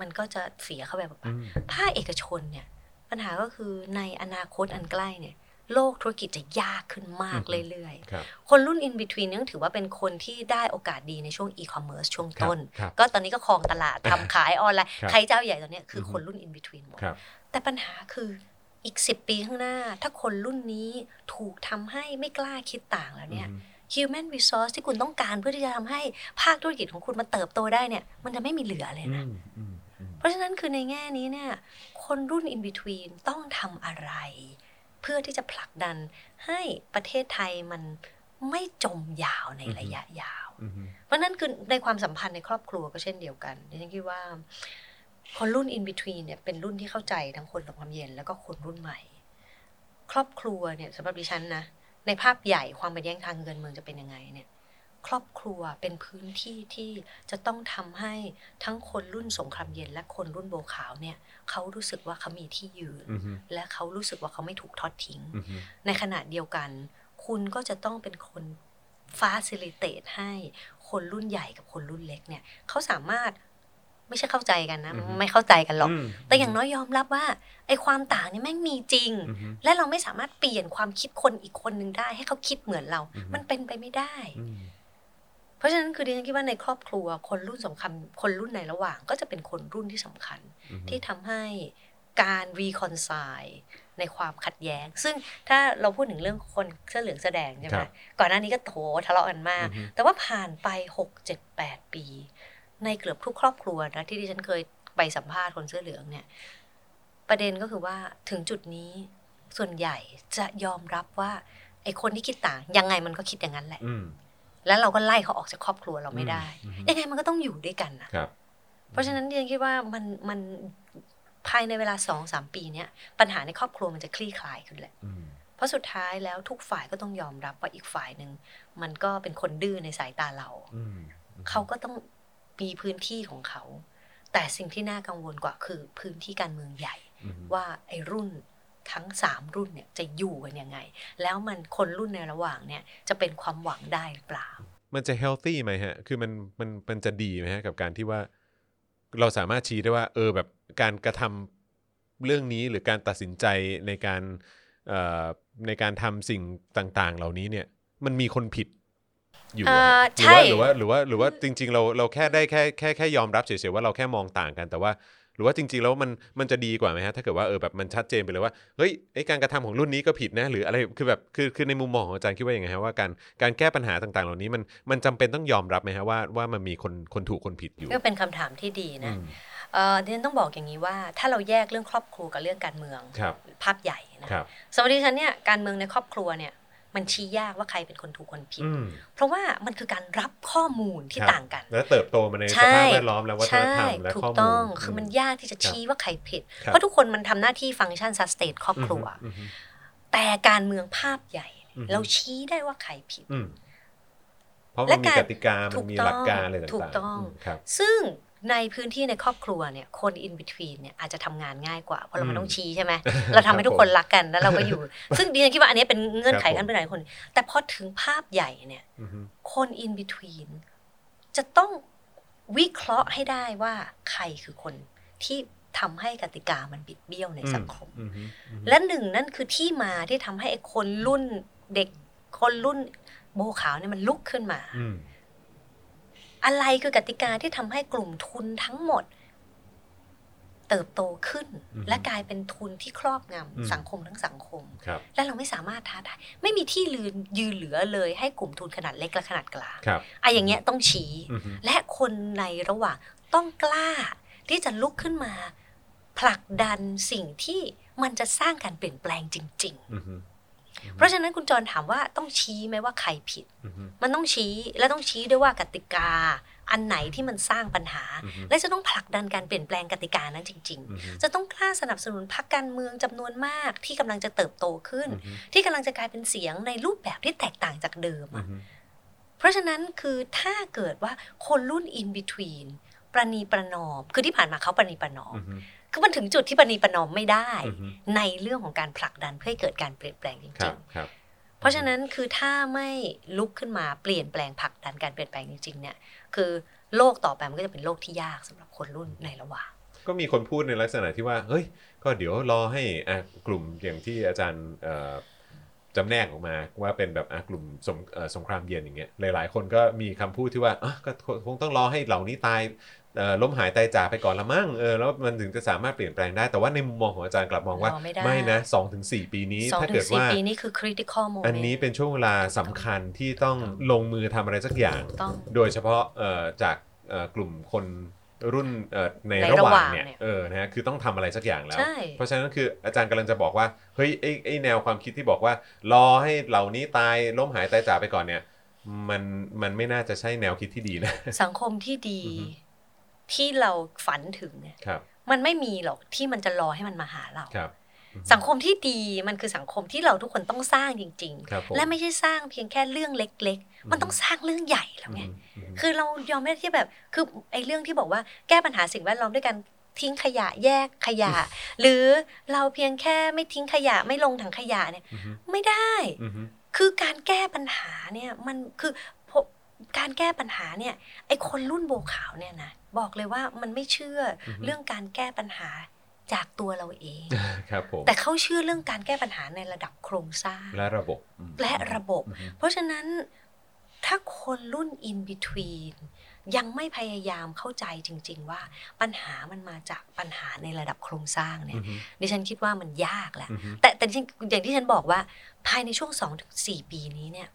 B: มันก็จะเสียเข้าไปแบบ
A: อืม
B: ภาคเอกชนเนี่ยปัญหาก็คือในอนาคตอันใกล้เนี่ยโลกธุรกิจจะยากขึ้นมากเรื่อยๆ
A: ครับ
B: คนรุ่น in between เนี่ยถือว่าเป็นคนที่ได้โอกาสดีในช่วง e-commerce ช่วง
A: ครับ
B: ต้น
A: ครับ
B: ก็ตอนนี้ก็ครองต ลาด ทำขายออนไลน์
A: ครับ
B: ใครเจ้าใหญ่ตอนเนี้ยคืออ
A: อฮึ
B: คนรุ่น in between หมด
A: ครับ
B: แต่ปัญหาคืออีก 10 ปีข้างหน้า ถ้าคนรุ่นนี้ถูกทำให้ไม่กล้าคิดต่างแล้วเนี่ย
A: อืม
B: human resource ที่คุณต้องการเพื่อที่จะทำให้ภาคธุรกิจของคุณมันเติบโตได้เนี่ย มันจะไม่มีเหลือเลย
A: อื
B: นะ
A: มอืมอืม
B: เพราะฉะนั้นคือในแง่นี้เนี่ยคนรุ่น in between ต้องทำอะไร เพื่อที่จะผลักดันให้ประเทศไทยมันไม่จมยาวในระยะยาว
A: อืม
B: เพราะฉะนั้นคือในความสัมพันธ์ในครอบครัวก็เช่นเดียวกันดิฉันคิดว่าคนรุ่น in between เนี่ยเป็นรุ่นที่เข้าใจทั้งคนกับความเย็นแล้วก็คนรุ่นใหม่ ครอบครัวเนี่ยสำหรับดิฉันนะในภาพใหญ่ความขัดแย้งทางการเมืองจะเป็นยังไงเนี่ย ครอบครัวเป็นพื้นที่ที่จะต้องทำให้ทั้งคนรุ่นสงครามเย็น และคนรุ่นโบวขาวเนี่ยเขารู้สึกว่าเขามีที่ยืน
A: อืมอืม
B: และเขารู้สึกว่าเขาไม่ถูกทอดทิ้ง
A: อืม
B: ในขณะเดียวกัน คุณก็จะต้องเป็นคนฟาซิลิเตตให้คนรุ่นใหญ่กับคนรุ่นเล็กเนี่ยเขาสามารถไม่ใช่เข้าใจกันนะ
A: อือฮึ
B: ไม่เข้าใจกันหรอก
A: ม
B: แต่อย่างน้อยยอมรับว่าไอ้ความต่างเนี่ยแม่งมีจริง
A: อืมอืม
B: และเราไม่สามารถเปลี่ยนความคิดคนอีกคนหนึ่งได้ ให้เขาคิดเหมือนเรา
A: อือฮึ
B: มันเป็นไปไม่ได้
A: อืม
B: เพราะฉะนั้นคือดิฉันคิดว่าในครอบครัวคนรุ่นสำคัญคนรุ่นในระหว่างก็จะเป็นคนรุ่นที่สำคัญ ที่ทำให้การรีคอนไซล์ในความขัดแย้ง ซึ่งถ้าเราพูดถึงเรื่องคนเสื้อเหลืองเสื้อแดงใช่ไหม
A: ครับ
B: ก่อนหน้านี้ก็โถทะเลาะกันมาก
A: อืม
B: แต่ว่าผ่านไป 6 7 8 ปี ในเกือบทุกครอบครัวนะที่ดิฉันเคยไปสัมภาษณ์คนเสื้อเหลืองเนี่ย ประเด็นก็คือว่าถึงจุดนี้ส่วนใหญ่จะยอมรับว่าไอ้คนที่คิดต่าง ยังไงมันก็คิดอย่างนั้นแหละ
A: อืม
B: แล้วเราก็ไล่เขาออกจากครอบครัวเราไม่ได้
A: อืม
B: ยังไงมันก็ต้องอยู่ด้วยกันนะ
A: ครับ
B: เพราะฉะนั้นดิฉันคิดว่ามันมันภายในเวลาสองสามปีเนี้ยปัญหาในครอบครัวมันจะคลี่คลายขึ้นแหละ
A: อืม
B: เพราะสุดท้ายแล้วทุกฝ่ายก็ต้องยอมรับว่าอีกฝ่ายหนึ่งมันก็เป็นคนดื้อในสายตาเรา
A: อืม
B: เขาก็ต้องมีพื้นที่ของเขา แต่สิ่งที่น่ากังวลกว่าคือพื้นที่การเมืองใหญ่
A: อืม
B: ว่าไอ้รุ่นทั้งสามรุ่นเนี่ยจะอยู่กันยังไง แล้วมันคนรุ่นในระหว่างเนี่ยจะเป็นความหวังได้หรือเปล่า
A: มันจะ healthy ไหมฮะ คือมันมันมันจะดีไหมฮะกับการที่ว่าเราสามารถชี้ได้ว่า เออแบบการกระทำเรื่องนี้หรือการตัดสินใจในการเอ่อในการทำสิ่งต่างๆ เหล่านี้เนี่ย มันมีคนผิดอยู่อะ
B: อ่า
A: หรือว่า
B: ใช่
A: หรือว่าหรือว่าหรือว่าจริง ๆ เราเราแค่ได้แค่แค่แค่ยอมรับเฉยๆว่าเราแค่มองต่างกันแต่ว่า หรือว่าจริงๆแล้วมันมันจะดีกว่าไหมฮะถ้าเกิดว่าเออแบบมันชัดเจนไปเลยว่าเฮ้ยไอการกระทำของรุ่นนี้ก็ผิดนะหรืออะไรคือแบบคือคือในมุมมองของอาจารย์คิดว่าอย่างไงฮะว่าการการแก้ปัญหาต่างๆ เหล่านี้มันมันจำเป็นต้องยอมรับไหมฮะว่าว่ามันมีคนคนถูกคนผิดอยู่
B: ก็เป็นคำถามที่ดี
A: อื
B: นะ
A: ม
B: เอ่อดิฉันต้องบอกอย่างนี้ว่าถ้าเราแยกเรื่องครอบครัวกับเรื่องการเมือง
A: ครับ
B: ภาพใหญ่นะครับ สำหรับดิฉันเนี่ยการเมืองในครอบครัวเนี่ยมันชี้ยากว่าใครเป็นคนถูกคนผิด
A: อืม
B: เพราะว่ามันคือการรับข้อมูลที่ต่างกัน
A: แล้วเติบโตมาใน
B: ใช่
A: สภาพแวดล้อมและวัฒน
B: ใช่
A: ธรรมและ
B: ถู
A: ข้
B: ก
A: อมูล
B: ต้องคือมันยากที่จะชี้ว่าใครผิด
A: ครับ
B: เพราะทุกคนมันทำหน้าที่ฟังก์ชันซัสเตทครอบครัว
A: อืมอืม
B: แต่การเมืองภาพใหญ่
A: อืม
B: เราชี้ได้ว่าใครผิด
A: อืมเพราะมั
B: และ
A: นมี
B: การ
A: กติกามั
B: ถู
A: น
B: ก
A: มี
B: ต้อง
A: หลักการอะไรต่างๆ
B: ถูกต้อง
A: มครับ
B: ซึ่งในพื้นที่ในครอบครัวเนี่ยคน in between เนี่ยอาจจะทำงานง่ายกว่า เพราะเรา
A: อื
B: ไม่
A: ม
B: ต้องชี้ใช่ไหม เราทำให้ทุกคนรักกันแล้วเราก็อยู่ ซึ่งดิฉันคิดว่าอันนี้เป็นเงื่อนไข
A: ครับผม
B: ขั้นพื้นฐานคน แต่พอถึงภาพใหญ่เนี่ย
A: อืมอืม
B: คน in between จะต้องวิเคราะห์ให้ได้ว่าใครคือคนที่ทำให้กติกามันบิดเบี้ยวในสังคม
A: อืมอืมอืม
B: และหนึ่งนั่นคือที่มาที่ทำให้ไอ้คนรุ่นเด็กคนรุ่นโบขาวเนี่ยมันลุกขึ้นมา
A: อืม
B: อะไรคือกติกาที่ทำให้กลุ่มทุนทั้งหมด เติบโตขึ้น
A: อือฮึ
B: และกลายเป็นทุนที่ครอบง
A: อืม
B: ำสังคมทั้งสังคม
A: ครับ
B: และเราไม่สามารถท้าทายไม่มีที่ลืนยืนเหลือเลยให้กลุ่มทุนขนาดเล็กและขนาดกลาง
A: ครับ
B: อะอย่างเงี้ยต้องชี้
A: อืมอืม
B: และคนในระหว่างต้องกล้า ที่จะลุกขึ้นมา ผลักดันสิ่งที่มันจะสร้างการเปลี่ยนแปลงจริง
A: อืมฮึ
B: ๆ เพราะฉะนั้นคุณจรถามว่าต้องชี้ไหมว่าใครผิด
A: อืมฮึ
B: มันต้องชี้และต้องชี้ด้วยว่ากติกา อันไหนที่มันสร้างปัญหา
A: อือฮึ
B: และจะต้องผลักดันการเปลี่ยนแปลงกติกานั้นจริง
A: อืม
B: ๆ จะต้องกล้าสนับสนุนพรรคการเมืองจำนวนมากที่กำลังจะเติบโตขึ้น
A: อืม
B: ที่กำลังจะกลายเป็นเสียงในรูปแบบที่แตกต่างจากเดิม
A: อื
B: อะ
A: ม
B: เพราะฉะนั้นคือถ้าเกิดว่าคนรุ่น in between ประนีประนอม คือที่ผ่านมาเขาประนีประนอม
A: อืม
B: คือมันถึงจุดที่ประนีประนอมไม่ได้
A: อืม
B: ในเรื่องของการผลักดันเพื่อให้เกิดการเปลี่ยนแปลงจ
A: ครั
B: ริ
A: บ
B: ง
A: ครับ
B: ๆ เพราะฉะนั้นคือถ้าไม่ลุกขึ้นมาเปลี่ยนแปลงผลักดันการเปลี่ยนแปลงจริงๆเนี่ย คือโลกต่อไปมันก็จะเป็นโลกที่ยากสำหรับคนรุ่นในระหว่าง
A: ก็มีคนพูดในลักษณะที่ว่าเฮ้ยก็เดี๋ยวรอให้อ่ะกลุ่มอย่างที่อาจารย์เอ่อจำแนกออกมาว่าเป็นแบบอ่ะกลุ่มสงเอ่อสงครามเย็นอย่างเงี้ยหลายๆ คนก็มีคำพูดที่ว่าอ่ะก็คงต้องรอให้เหล่านี้ตายเอ่อล้มหายตายจากไปก่อนละมั้งเออแล้วมันถึงจะสามารถเปลี่ยนแปลงได้แต่ว่าในมุมมองของอาจารย์กลับมองว่าร
B: อไม่ได้
A: ไม่นะสองถึงสี่ปีนี้
B: สอง
A: ถ้า
B: ถึ
A: เกิ
B: ง
A: ด
B: สี่
A: ว่า
B: ปีนี่คือ critical moment
A: อันนี้เป็นช่วงเวลาสำคัญที่ต้องลงมือทำอะไรสักอย่าง
B: ต้อง
A: โดยเฉพาะเอ่อจากเอ่อกลุ่มคนรุ่นเอ่อใน
B: ใน
A: ระห
B: ระห
A: ว่า
B: ว่าง ง
A: เนี่ย
B: เนี่ย
A: เออนะฮะคือต้องทำอะไรสักอย่างแล้ว
B: ใช่
A: เพราะฉะนั้นคืออาจารย์กำลังจะบอกว่าเฮ้ยไอ้ไอ้แนวความคิดที่บอกว่า รอให้เหล่านี้ตายล้มหายตายจากไปก่อนเนี่ย มันมันไม่น่าจะใช่แนวคิดที่ดีนะ
B: สังคมที่ดี
A: อือฮึ
B: ที่เราฝันถึงเนี่ย
A: ครับ
B: มันไม่มีหรอกที่มันจะรอให้มันมาหาเรา
A: ครับ
B: สังคมที่ดีมันคือสังคมที่เราทุกคนต้องสร้างจริง
A: ครับผม
B: ๆ และไม่ใช่สร้างเพียงแค่เรื่องเล็ก ๆ มันต้องสร้างเรื่องใหญ่แล้วไง
A: อืม
B: คือเรายอมไม่ได้ที่แบบคือไอ้เรื่องที่บอกว่าแก้ปัญหาสิ่งแวดล้อมด้วยการทิ้งขยะแยกขยะ หรือเราเพียงแค่ไม่ทิ้งขยะไม่ลงถังขยะเนี่ย
A: อือฮึ
B: ไม่ได้
A: อืมอืม
B: คือการแก้ปัญหาเนี่ยมันคือพบการแก้ปัญหาเนี่ยไอ้คนรุ่นโบวขาวเนี่ยนะบอกเลยว่ามันไม่เชื่ออเรื่องการแก้ปัญหาจากตัวเราเอง
A: ครับผม
B: แต่เขาเชื่อเรื่องการแก้ปัญหาในระดับโครงสร้าง
A: และระบบอืม
B: และระบบ
A: อืม
B: เพราะฉะนั้นถ้าคนรุ่น in between ยังไม่พยายามเข้าใจจริง ๆ ว่าปัญหามันมาจากปัญหาในระดับโครงสร้างเนี่
A: อื
B: ย
A: อฮึ
B: ดิฉันคิดว่ามันยากแหละ
A: อืมอืม
B: แต่แต่ที่อย่างที่ฉันบอกว่าภายในช่วง2อถึงสปีนี้เนี่ย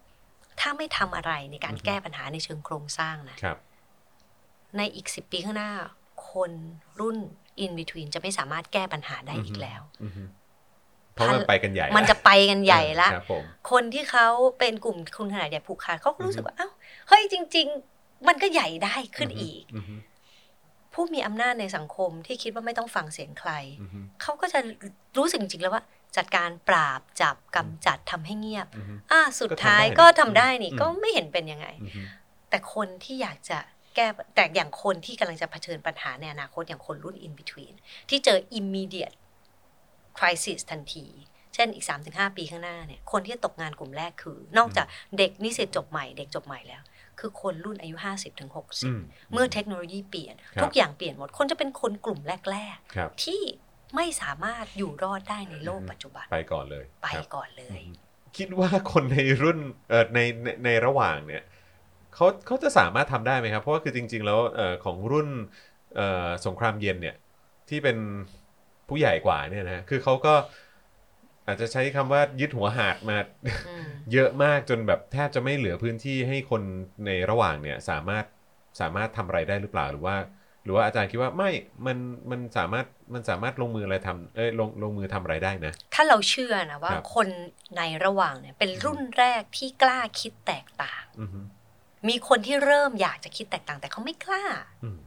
B: ถ้าไม่ทำอะไรในการแก้ปัญหาในเชิงโครงสร้างนะครับ ในอีก 10 ปีข้างหน้า คนรุ่น in between จะไม่สามารถแก้ปัญหาได้อีกแล้ว
A: อืมอืมเพราะมันไปกันใหญ่
B: มันจะไปกันใหญ่ละ
A: ครับผม
B: คนที่เขาเป็นกลุ่มทุนขนาดใหญ่ผูกขาดเขาก็รู้สึกว่าเอ้าเฮ้ยจริง ๆ มันก็ใหญ่ได้ขึ้นอีก
A: อืมฮึ
B: ผู้มีอำนาจในสังคมที่คิดว่าไม่ต้องฟังเสียงใคร
A: อืมฮึ
B: เขาก็จะรู้สึกจริงๆแล้วว่า จัดการปราบจับกำจัดทำให้เงียบ
A: อืมฮึ
B: อ่าสุดท้าย
A: ก็
B: ก็
A: ทำ
B: ทำ
A: ได้
B: ได้
A: นี่
B: นี่
A: อืม
B: ก็ไม่เห็นเป็นยังไง
A: อืมฮึ
B: แต่คนที่อยากจะแก้แต่อย่างคนที่กำลังจะเผชิญปัญหาในอนาคตอย่างคนรุ่น in between ที่เจอ immediate crisis ทันที เช่นอีก 3-5 ปีข้างหน้าเนี่ยคนที่จะตกงานกลุ่มแรกคือ นอกจากเด็กนิสิตจบใหม่เด็กจบใหม่แล้ว คือคนรุ่นอายุ
A: อืม
B: 50-60 เมื่อเทคโนโลยีเปลี่ยน
A: ครับ
B: ทุกอย่างเปลี่ยนหมด คนจะเป็นคนกลุ่มแรก
A: ครับ
B: ๆ ที่ไม่สามารถอยู่รอดได้ในโลกปัจจุบัน
A: ไปก่อนเลย
B: ไป
A: ครับ
B: ก่อนเลย
A: คิดว่าคนในรุ่นเอ่อในในในระหว่างเนี่ยเขาเขาจะสามารถทำได้ไหมครับ เพราะว่าคือจริง ๆ แล้วเอ่อของรุ่นเอ่อสงครามเย็นเนี่ยที่เป็นผู้ใหญ่กว่าเนี่ยนะคือเขาก็อาจจะใช้คำว่ายึดหัวหาดมา
B: อืม
A: เยอะมากจนแบบแทบจะไม่เหลือพื้นที่ให้คนในระหว่างเนี่ยสามารถสามารถทำอะไรได้หรือเปล่าหรือว่า หรือว่าอาจารย์คิดว่าไม่มันมันสามารถมันสามารถลงมืออะไรทำเอ้ยลงลงมือทำอะไรได้นะ
B: ถ้าเราเชื่อนะว่า
A: ครับ
B: คนในระหว่างเนี่ยเป็นรุ่นแรกที่กล้าคิดแตกต่าง
A: อือฮึ
B: มีคนที่เริ่มอยากจะคิดแตกต่าง แต่เขาไม่กล้า
A: อืม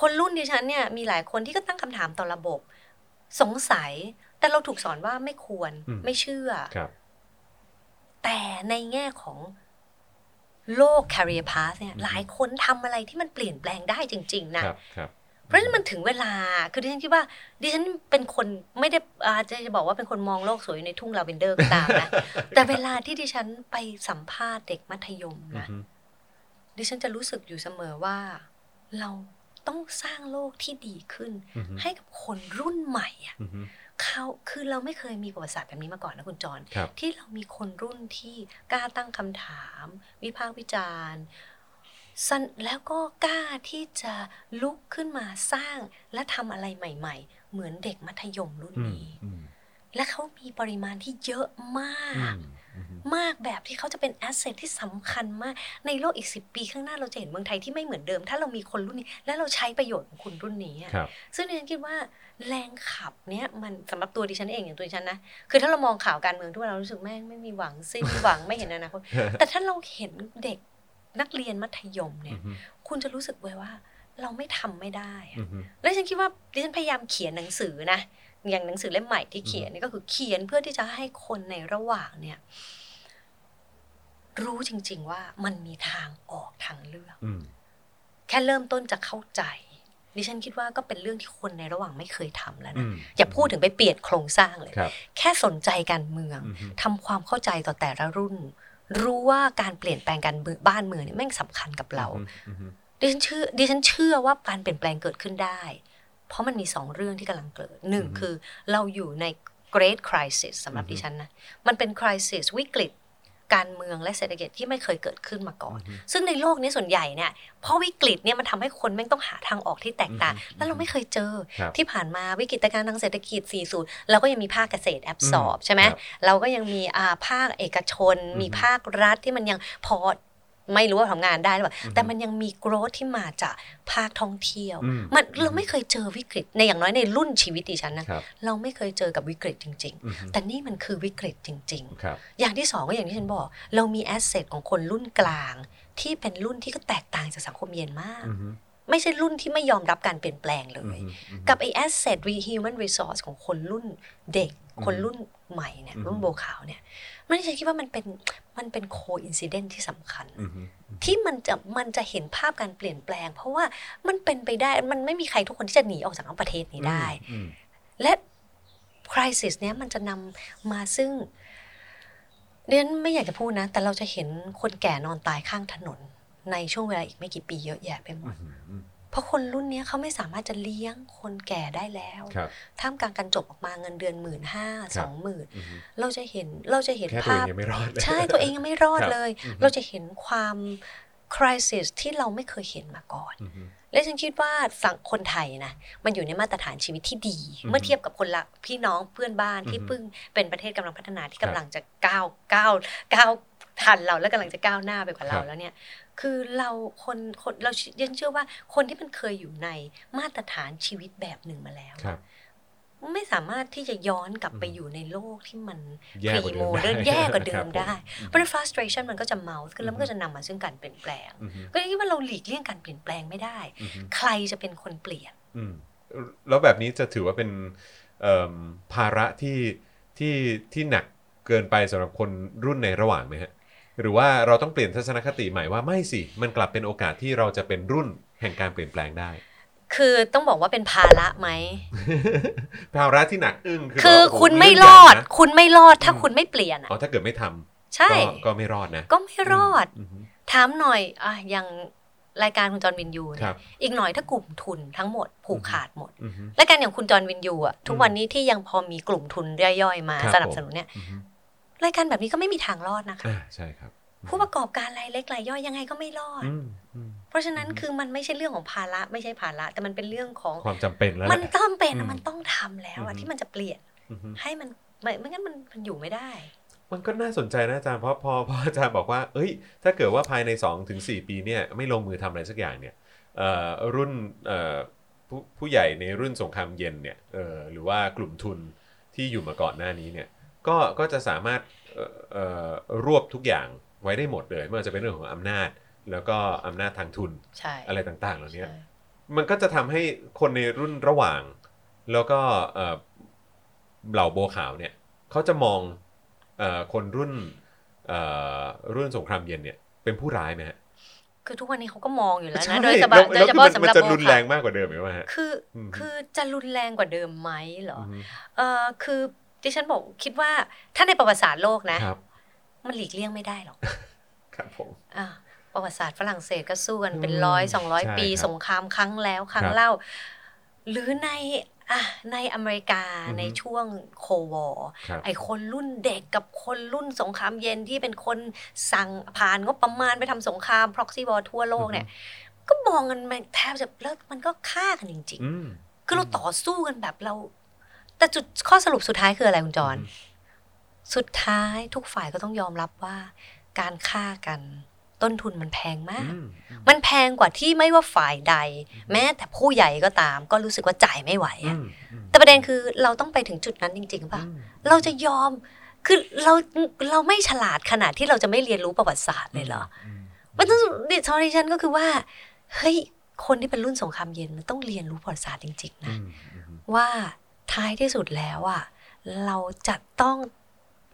B: คนรุ่นดิฉันเนี่ยมีหลายคนที่ก็ตั้งคำถามต่อระบบ สงสัย แต่เราถูกสอนว่าไม่ควรไม่เชื่อ
A: ครับ
B: แต่ในแง่ของโลก career path เนี่ยหลายคนทำอะไรที่มันเปลี่ยนแปลงได้จริง ๆ นะ
A: ครับครับ
B: เพราะฉะนั้นมันถึงเวลา คือดิฉันคิดว่า ดิฉันเป็นคนไม่ได้อาจจะบอกว่าเป็นคนมองโลกสวยอยู่ในทุ่งลาเวนเดอร์ก็ตามนะ แต่เวลาที่ดิฉันไปสัมภาษณ์เด็กมัธยม
A: อือ
B: นะ
A: ฮึ
B: ดิฉันจะรู้สึกอยู่เสมอว่า เราต้องสร้างโลกที่ดีขึ้น
A: อือฮึ
B: ให้กับคนรุ่นใหม่อะ
A: อือฮึ
B: เขาคือเราไม่เคยมีประวัติศาสตร์แบบนี้มาก่อนนะคุณจร
A: ครับ
B: ที่เรามีคนรุ่นที่กล้าตั้งคำถาม วิพากษ์วิจารณ์สันแล้วก็กล้าที่จะลุกขึ้นมาสร้างและทำอะไรใหม่ ๆ เหมือนเด็กมัธยมรุ่น
A: อืม
B: นี้
A: อืม
B: และเขามีปริมาณที่เยอะมาก
A: อืมอืม
B: มากแบบที่เขาจะเป็นแอสเซทที่สำคัญมาก ในโลกอีก 10 ปีข้างหน้าเราจะเห็นเมืองไทยที่ไม่เหมือนเดิม ถ้าเรามีคนรุ่นนี้ และเราใช้ประโยชน์ของคนรุ่นนี้อะ
A: ครับ
B: ซึ่งดิฉันคิดว่าแรงขับเนี้ยมันสำหรับตัวดิฉันเองอย่างตัวดิฉันนะคือถ้าเรามอง ข่าวการเมืองทุกวันเรารู้สึกแม่งไม่มีหวังสิ้นหวังไม่เห็นอนาคตแต่ถ้าเราเห็นเด็ก นักเรียนมัธยมเนี่
A: อื
B: ย
A: อฮึ
B: คุณจะรู้สึกเลยว่า เราไม่ทำไม่ได้อะ
A: อือฮึ
B: แล้วฉันคิดว่าดิฉันพยายามเขียนหนังสือนะ อย่างหนังสือเล่มใหม่ที่เขียนนี่ก็คือเขียนเพื่อที่จะให้คนในระหว่างเนี่ย รู้จริง ๆ ว่ามันมีทางออกทางเลือก
A: อืม
B: แค่เริ่มต้นจะเข้าใจ ดิฉันคิดว่าก็เป็นเรื่องที่คนในระหว่างไม่เคยทำแล้ว
A: อื
B: นะ
A: ม
B: อย่าพูดถึงไปเปลี่ยนโครงสร้างเลย
A: ครับ
B: แค่สนใจการเมือง
A: อือฮึ
B: ทำความเข้าใจต่อแต่ละรุ่น รู้ว่าการเปลี่ยนแปลงการเมืองบ้านเมืองเนี่ยแม่งสำคัญกับเรา
A: อือฮึ
B: ดิฉันเชื่อดิฉันเชื่อว่าการเปลี่ยนแปลงเกิดขึ้นได้ เพราะมันมีสองเรื่องที่กำลังเกิดหนึ่งคือเราอยู่ใน great crisis สำหรับดิฉันนะ มันเป็น crisis วิกฤต การเมืองและเศรษฐกิจที่ไม่เคยเกิดขึ้นมาก่อน ซึ่งในโลกนี้ส่วนใหญ่เนี่ยเพราะวิกฤตเนี่ยมันทำให้คนแม่งต้องหาทางออกที่แตกต่าง แล้วเราไม่เคยเจอ
A: ครับ
B: ที่ผ่านมาวิกฤตการณ์ทางเศรษฐกิจ 40 เราก็ยังมีภาคเกษตรแอบสอบใช่ไหม
A: ครับ
B: เราก็ยังมีอ่าภาคเอกชน
A: อืม
B: มีภาครัฐที่มันยังพอไม่รู้ว่าทำงานได้หรือเปล่า
A: อืม
B: แต่มันยังมีโกรธที่มาจากภาคท่องเที่ยว
A: อืม
B: มันเราไม่เคยเจอวิกฤตในอย่างน้อยในรุ่นชีวิตดิฉันนะครับ เราไม่เคยเจอกับวิกฤตจริง
A: อือฮึ
B: ๆ แต่นี่มันคือวิกฤตจริง ๆ
A: ครับ
B: อย่างที่สองก็อย่างที่ฉันบอก เรามีแอสเซทของคนรุ่นกลาง ที่เป็นรุ่นที่ก็แตกต่างจากสังคมเมียนมาก
A: อือฮึ
B: ไม่ใช่รุ่นที่ไม่ยอมรับการเปลี่ยนแปลงเล
A: อือย ฮึอือฮึ
B: กับไอแอสเซทวีฮิวแมนรีซอสของคนรุ่นเด็ก
A: อืม
B: คนรุ่นใหม่เนี่ย
A: อืม
B: รุ่นโบวขาวเนี่ยมันฉันคิดว่ามันเป็นมันเป็นโคอินซิเดนที่สำคัญ
A: อือฮึ
B: ที่มันจะมันจะเห็นภาพการเปลี่ยนแปลง เพราะว่ามันเป็นไปได้มันไม่มีใครทุกคนที่จะหนีออกจากประเทศนี้ได้
A: อืม
B: และคริสิสเนี้ยมันจะนำมาซึ่งเรียนไม่อยากจะพูดนะ แต่เราจะเห็นคนแก่นอนตายข้างถนน ในช่วงเวลาอีกไม่กี่ปีเยอะแยะไปหม
A: อื
B: ด
A: อฮึอืม
B: เพราะคนรุ่นเนี้ยเขาไม่สามารถจะเลี้ยงคนแก่ได้แล้ว
A: ครับ
B: ท่ามกลางการจบออกมาเงินเดือนหมื่นห้า
A: ครั
B: ส
A: บ
B: องหมื่น
A: อือฮึ
B: เราจะเห็นเราจะเห็น
A: แค่ตัวเอ
B: ภาพ
A: งยังไม่รอดเลย
B: ใช่ตัวเองยังไม่รอด
A: ครับ
B: เลย
A: อือฮึ
B: เราจะเห็นความคริสิสที่เราไม่เคยเห็นมาก่อน
A: อือฮึ
B: และฉันคิดว่าสังคนไทยนะมันอยู่ในมาตรฐานชีวิตที่ดี
A: อืม
B: เมื่อเทียบกับคนละพี่น้องเพื่อนบ้านที่
A: อืม
B: เพิ่งเป็นประเทศกำลังพัฒนาที่
A: ครั
B: กำ
A: บ
B: ลังจะก้าวก้าวก้าวทันเราและกำลังจะก้าวหน้าไปกว่า
A: ค
B: เรา
A: รับ
B: แล้วเนี่ยคือเราคนคนเรายังเชื่อว่าคนที่มันเคยอยู่ในมาตรฐานชีวิตแบบหนึ่งมาแล้ว
A: ครับ
B: ไม่สามารถที่จะย้อนกลับไป
A: อืม
B: อยู่ในโลกที่มัน
A: แย่กว่าเดิม
B: primo
A: ได้
B: แย่กว่าเดิมได้
A: ครับผ
B: เพ
A: ม
B: ราะฉะนั้น frustration มันก็จะเมาส์ขึ้นแล้วมันก็จะนำมาซึ่งการเปลี่ยนแปลง
A: อือฮึ
B: ก็คิดว่าเราหลีกเลี่ยงการเปลี่ยนแปลงไม่ได้
A: อือฮึ
B: ใครจะเป็นคนเปลี่ยน
A: อืมแล้วแบบนี้จะถือว่าเป็นเอิ่มภาระที่ที่ที่หนักเกินไปสำหรับคนรุ่นในระหว่างไหมฮะ หรือว่าเราต้องเปลี่ยนทัศนคติใหม่ว่าไม่สิ มันกลับเป็นโอกาสที่เราจะเป็นรุ่นแห่งการเปลี่ยนแปลงได้
B: คือต้องบอกว่าเป็นภาระ ไหม
A: ภาระที่หนักอึ้งคือ
B: คือ
A: แบบโโห
B: คุณไม่
A: เงให
B: ร
A: ญ่
B: อด
A: นะ
B: คุณไม่รอดถ้า
A: อืม
B: คุณไม่เปลี่ยนอ่ะ
A: อ๋อถ้าเกิดไม่ทำ
B: ใช่
A: ก็ก็ไม่รอดนะ
B: ก็ไม่รอด
A: ฮึ
B: ถามหน่อยอ่ะอย่างรายการคุณจอร์นวินยู
A: ค
B: เนี่ย
A: รับ
B: อีกหน่อยถ้ากลุ่มทุนทั้งหมดผูก
A: อืม
B: ขาดหมด
A: อือฮึ
B: และการอย่างคุณจอร์นวินยูอ่ะทุ
A: อื
B: ก
A: ม
B: วันนี้ที่ยังพอมีกลุ่มทุนย่อยๆมา
A: ครับ
B: สนับ
A: ผม
B: สนุนเนี่ย
A: อือฮึ
B: รายการแบบนี้ก็ไม่มีทางรอดนะคะ
A: อ่าใช่ครับ
B: ผู้ประกอบการรายเล็กรายย่อยยังไงก็ไม่รอด
A: อืมอืม
B: เพราะฉะนั้น
A: อืม
B: คือมันไม่ใช่เรื่องของภาระไม่ใช่ภาระแต่มันเป็นเรื่องของ
A: ความจำเป็นแล้วแห
B: มั
A: ละ
B: นต้องเป็น
A: อืม
B: อะมันต้องทำแล้ว
A: อื
B: อะ
A: ม
B: ที่มันจะเปลี่ยน
A: อือฮึ
B: ให้มันไม่ไม่งั้นมันมันอยู่ไม่ได้
A: มันก็น่าสนใจนะอาจารย์เพราะพ อพออาจารย์บอกว่า เอ้ย ถ้าเกิดว่าภายใน 2-4ถึง4ปีเนี่ยไม่ลงมือทำอะไรสักอย่างเนี่ยเอ่อรุ่นเอ่อผู้ผู้ใหญ่ในรุ่นสงครามเย็นเนี่ยเอ่อหรือว่ากลุ่มทุนที่อยู่มาก่อนหน้านี้เนี่ยก็ก็จะสามารถเอ่อเอ่อรวบทุกอย่างไว้ได้หมดเลยไม่ว่าจะเป็นเรื่องของอำนาจ แล้วก็อำนาจทางทุน
B: ใช่
A: อะไรต่างๆเหล่านี้
B: ใช่
A: มันก็จะทำให้คนในรุ่นระหว่าง แล้วก็เอ่อเหล่าโบวขาวเนี่ยเขาจะมองเออคนรุ่นเอ่อรุ่นสงครามเย็นเนี่ยเป็นผู้ร้ายไหมฮะ
B: คือทุกวันนี้เขาก็มองอยู่แล้ว
A: ใช่
B: นะโดยเฉพาะ
A: แล้
B: โด
A: วย
B: เฉ
A: คือ
B: พาะ
A: มัน
B: สำ
A: มั
B: ห
A: น
B: รับ
A: จะ
B: โบ
A: รุนแรง
B: ค่ะ
A: มากกว่าเดิมไหมวะฮะ
B: คืออ
A: ม
B: คือจะรุนแรงกว่าเดิมไหมเหรอ
A: ม
B: เออคือดิฉันบอกคิดว่าถ้าในประวัติศาสตร์โลกนะ
A: ครับ
B: มันหลีกเลี่ยงไม่ได้หรอก
A: ครับผม
B: อ่ะประวัติศาสตร์ฝรั่งเศสก็สู้กันเป็น
A: อืม
B: ร้อยสองร้อย
A: ใช่
B: ปี
A: ครับ
B: สงครามครั้งแล้วครั้
A: ค
B: ง
A: รับ
B: เล่า หรือในอ่ะในอเมริกา
A: อือฮึ
B: ในช่วงโควอร์
A: ครับ
B: ไอคนรุ่นเด็กกับคนรุ่นสงครามเย็นที่เป็นคนสั่งผ่านงบประมาณไปทำสงคราม proxy war ทั่วโลกเนี่ย ก็มองกันมาแทบจะแล้วมันก็ฆ่ากันจริง
A: อืม
B: ๆ คือเราต่อสู้กันแบบเรา แต่จุดข้อสรุปสุดท้ายคืออะไรคุณจร
A: อือฮึ
B: สุดท้ายทุกฝ่ายก็ต้องยอมรับว่า การฆ่ากันต้นทุนมันแพงมา
A: อื
B: ก
A: ม
B: มันแพงกว่าที่ไม่ว่าฝ่ายใด แม้แต่ผู้ใหญ่ก็ตาม ก็รู้สึกว่าจ่ายไม่ไหว
A: อื
B: อะ
A: มอืม
B: แต่ประเด็นคือเราต้องไปถึงจุดนั้นจริงๆป่ะ
A: อืม
B: เราจะยอม คือเรา เราไม่ฉลาดขนาดที่เราจะไม่เรียนรู้ประวัติศาสตร์เลยเหรอ
A: ม
B: มันต้องดิทอริชันก็คือว่า เฮ้ย คนที่เป็นรุ่นสงครามเย็นมันต้องเรียนรู้ประวัติศาสตร์จริงๆนะ
A: อืมอืม
B: ว่าท้ายที่สุดแล้วอ่ะเราจะต้อง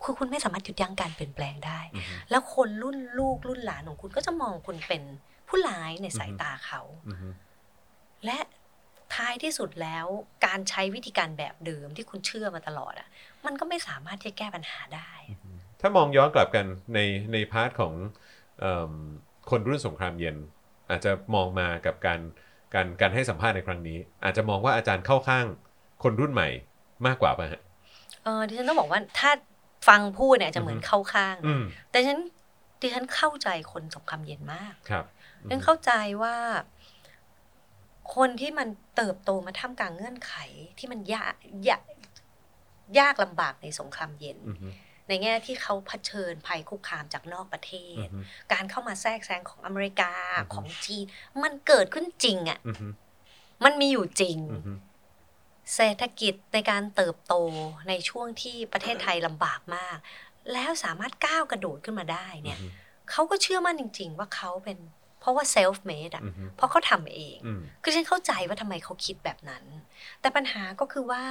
B: คือคุณไม่สามารถหยุดยั้งการเปลี่ยนแปลงได้
A: อืม
B: แล้วคนรุ่นลูกรุ่นหลานของคุณก็จะมองคุณเป็นผู้ร้ายในสาย
A: อือฮึ
B: ตาเขา
A: อืม
B: และท้ายที่สุดแล้วการใช้วิธีการแบบเดิมที่คุณเชื่อมาตลอดอ่ะ มันก็ไม่สามารถที่จะแก้ปัญหาได้
A: ถ้ามองย้อนกลับกันในในพาร์ทของเอิ่มคนรุ่นสงครามเย็น อาจจะมองมากับการการการให้สัมภาษณ์ในครั้งนี้ อาจจะมองว่าอาจารย์เข้าข้างคนรุ่นใหม่มากกว่าป่ะฮะ
B: เออดิฉันต้องบอกว่าถ้าฟังพูดเนี่ยจะเหมือน
A: อือฮึ
B: เข้าข้างนะ
A: อืม
B: แต่ฉันดิฉันเข้าใจคนสงครามเย็นมาก
A: ครับอืม
B: ยังเข้าใจว่า คนที่มันเติบโตมาท่ามกลางเงื่อนไขที่มันยากยากยากลำบากในสงครามเย็น
A: อือฮึ
B: ในแง่ที่เขาเผชิญภัยคุกคามจากนอกประเท
A: อื
B: ศ
A: อฮึ
B: การเข้ามาแทรกแซงของอเมริกา
A: อือฮึ
B: ของจีนมันเกิดขึ้นจริงอะ่ะ
A: อือฮึ
B: มันมีอยู่จริง
A: อือฮึ
B: เศรษฐกิจในการเติบโตในช่วงที่ประเทศไทยลำบากมาก แล้วสามารถก้าวกระโดดขึ้นมาได้เนี่ยเขาก็เชื่อมั่นจริง ๆ ว่าเขาเป็นเพราะว่า self made อ่ะ
A: อือฮึ
B: เพราะเขาทำเอง
A: อืม
B: คือฉันเข้าใจว่าทำไมเขาคิดแบบนั้น แต่ปัญหาก็คือว่า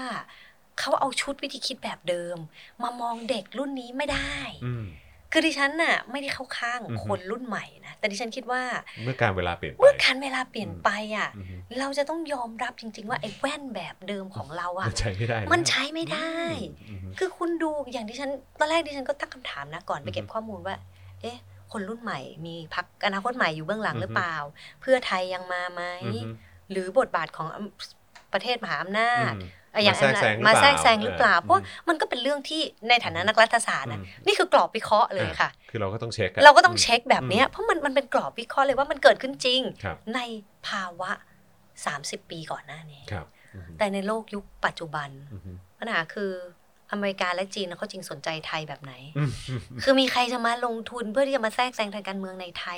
B: เขาเอาชุดวิธีคิดแบบเดิม มามองเด็กรุ่นนี้ไม่ได้
A: อืม
B: คือดิฉันน่ะไม่ได้เข้าข้าง
A: อือฮึ
B: คนรุ่นใหม่นะ แต่ดิฉันคิดว่า
A: เมื่อการเวลาเปลี่ยนไป
B: เมื่อการเวลาเปลี่ยนไปอ่ะ
A: อือฮึ
B: เราจะต้องยอมรับจริง ๆ ว่าไอ้แว่นแบบเดิมของเราอ่ะ
A: มันใช้ไม่ได้แล้ว
B: มันใช้ไม่ได้
A: อือฮึ
B: คือคุณดูอย่างที่ฉันตอนแรกดิฉันก็ตั้งคำถามนะก่อนไปเก็บ
A: อือฮึ
B: ข้อมูลว่า เอ๊ะ คนรุ่นใหม่ มีพักอนาคตใหม่อยู่เบื้องหลัง
A: อือฮึ
B: หรือเปล่า เพื่อไทยยังมาไหม
A: อือฮึ
B: หรือบทบาทของประเทศมหาอำนาจ
A: อืม
B: เอ่ออย่าง
A: มาแทรกแซงหรือ
B: มา
A: เปล่า
B: แทรกแซงหรือเปล่า
A: เออ
B: เพราะว่ามันก็เป็นเรื่องที่ในฐานะนักรัฐศาสตร์นะ
A: อืม
B: นี่คือกรอบวิเคราะห์เลยค่ะ
A: คือเราก็ต้องเช็คะ
B: เราก็ต้อง
A: ม
B: เช็คแบบเนี้ยเพราะมันมันเป็นกรอบวิเคราะห์เลยว่ามันเกิดขึ้นจริง
A: ครับ
B: ในภาวะ 30 ปีก่อนหน้านี้
A: ครับอือฮึ
B: แต่ในโลกยุคปัจจุบัน
A: อือฮึ
B: ปัญหาคืออเมริกาและจีนเขาจริงสนใจไทยแบบไหน
A: อืม
B: คือมีใครจะมาลงทุนเพื่อที่จะมาแทรกแซงทางการเมืองในไทย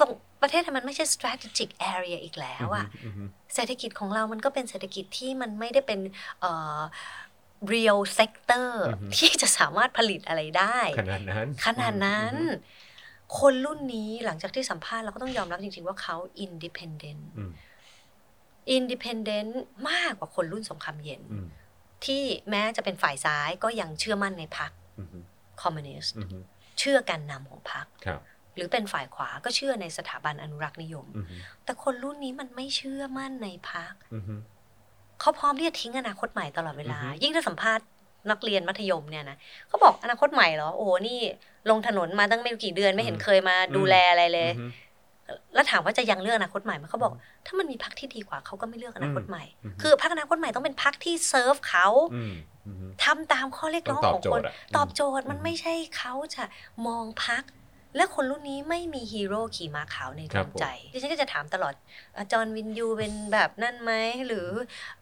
B: ส่งประเทศไทยมันไม่ใช่ strategic area อีกแล้วอะ
A: อือฮึ
B: เศรษฐกิจของเรามันก็เป็นเศรษฐกิจที่มันไม่ได้เป็นเอ่อ real sector ที่จะสามารถผลิตอะไรได้
A: ขนาดนั้น
B: ขนาดนั้น
A: อือฮึ
B: คนรุ่นนี้หลังจากที่สัมภาษณ์เราก็ต้องยอมรับจริงๆว่าเขา independent
A: อืม
B: independent มากกว่าคนรุ่นสงครามเย็น
A: อืม
B: ที่แม้จะเป็นฝ่ายซ้ายก็ยังเชื่อมั่นในพรรค
A: อือฮึ
B: คอมมิวนิสต์
A: อือฮึ
B: เชื่อการนำของพรรค
A: ครับ
B: หรือเป็นฝ่ายขวาก็เชื่อในสถาบันอนุรักษ์นิยม
A: อือฮึ
B: แต่คนรุ่นนี้มันไม่เชื่อมั่นในพรรค
A: อือฮึ
B: เขาพร้อมที่จะทิ้งอนาคตใหม่ตลอดเวลา
A: อือฮึ
B: ยิ่งถ้าสัมภาษณ์นักเรียนมัธยมเนี่ยนะเขาบอกอนาคตใหม่เหรอ โอ้โหนี่ลงถนนมาตั้งไม่กี่เดือนไม่เห็นเคยมาดูแลอะไรเลย
A: อือฮึ
B: แล้วถามว่าจะยังเลือกอนาคตใหม่ไหมเขาบอก ถ้ามันมีพักที่ดีกว่าเขาก็ไม่เลือกอนาคตใหม่
A: อืมอืม
B: คือพักอนาคตใหม่ต้องเป็นพักที่เซิร์ฟเขา
A: อืมอือฮึ
B: ทำตามข้อเรียก
A: ต้อ
B: ร้
A: ง
B: อง
A: ตอบ
B: ของ
A: โจ
B: ค
A: ท
B: น
A: ย์อะ
B: ตอบโจทย์มัน
A: อืม
B: ไม่ใช่เขาจะมองพัก และคนรุ่นนี้ไม่มีฮีโร่ขี่ม้าขาวในดวงใจดิฉันก็จะถามตลอดอาจารย์วินยูเป็นแบบนั่นไหมหรือ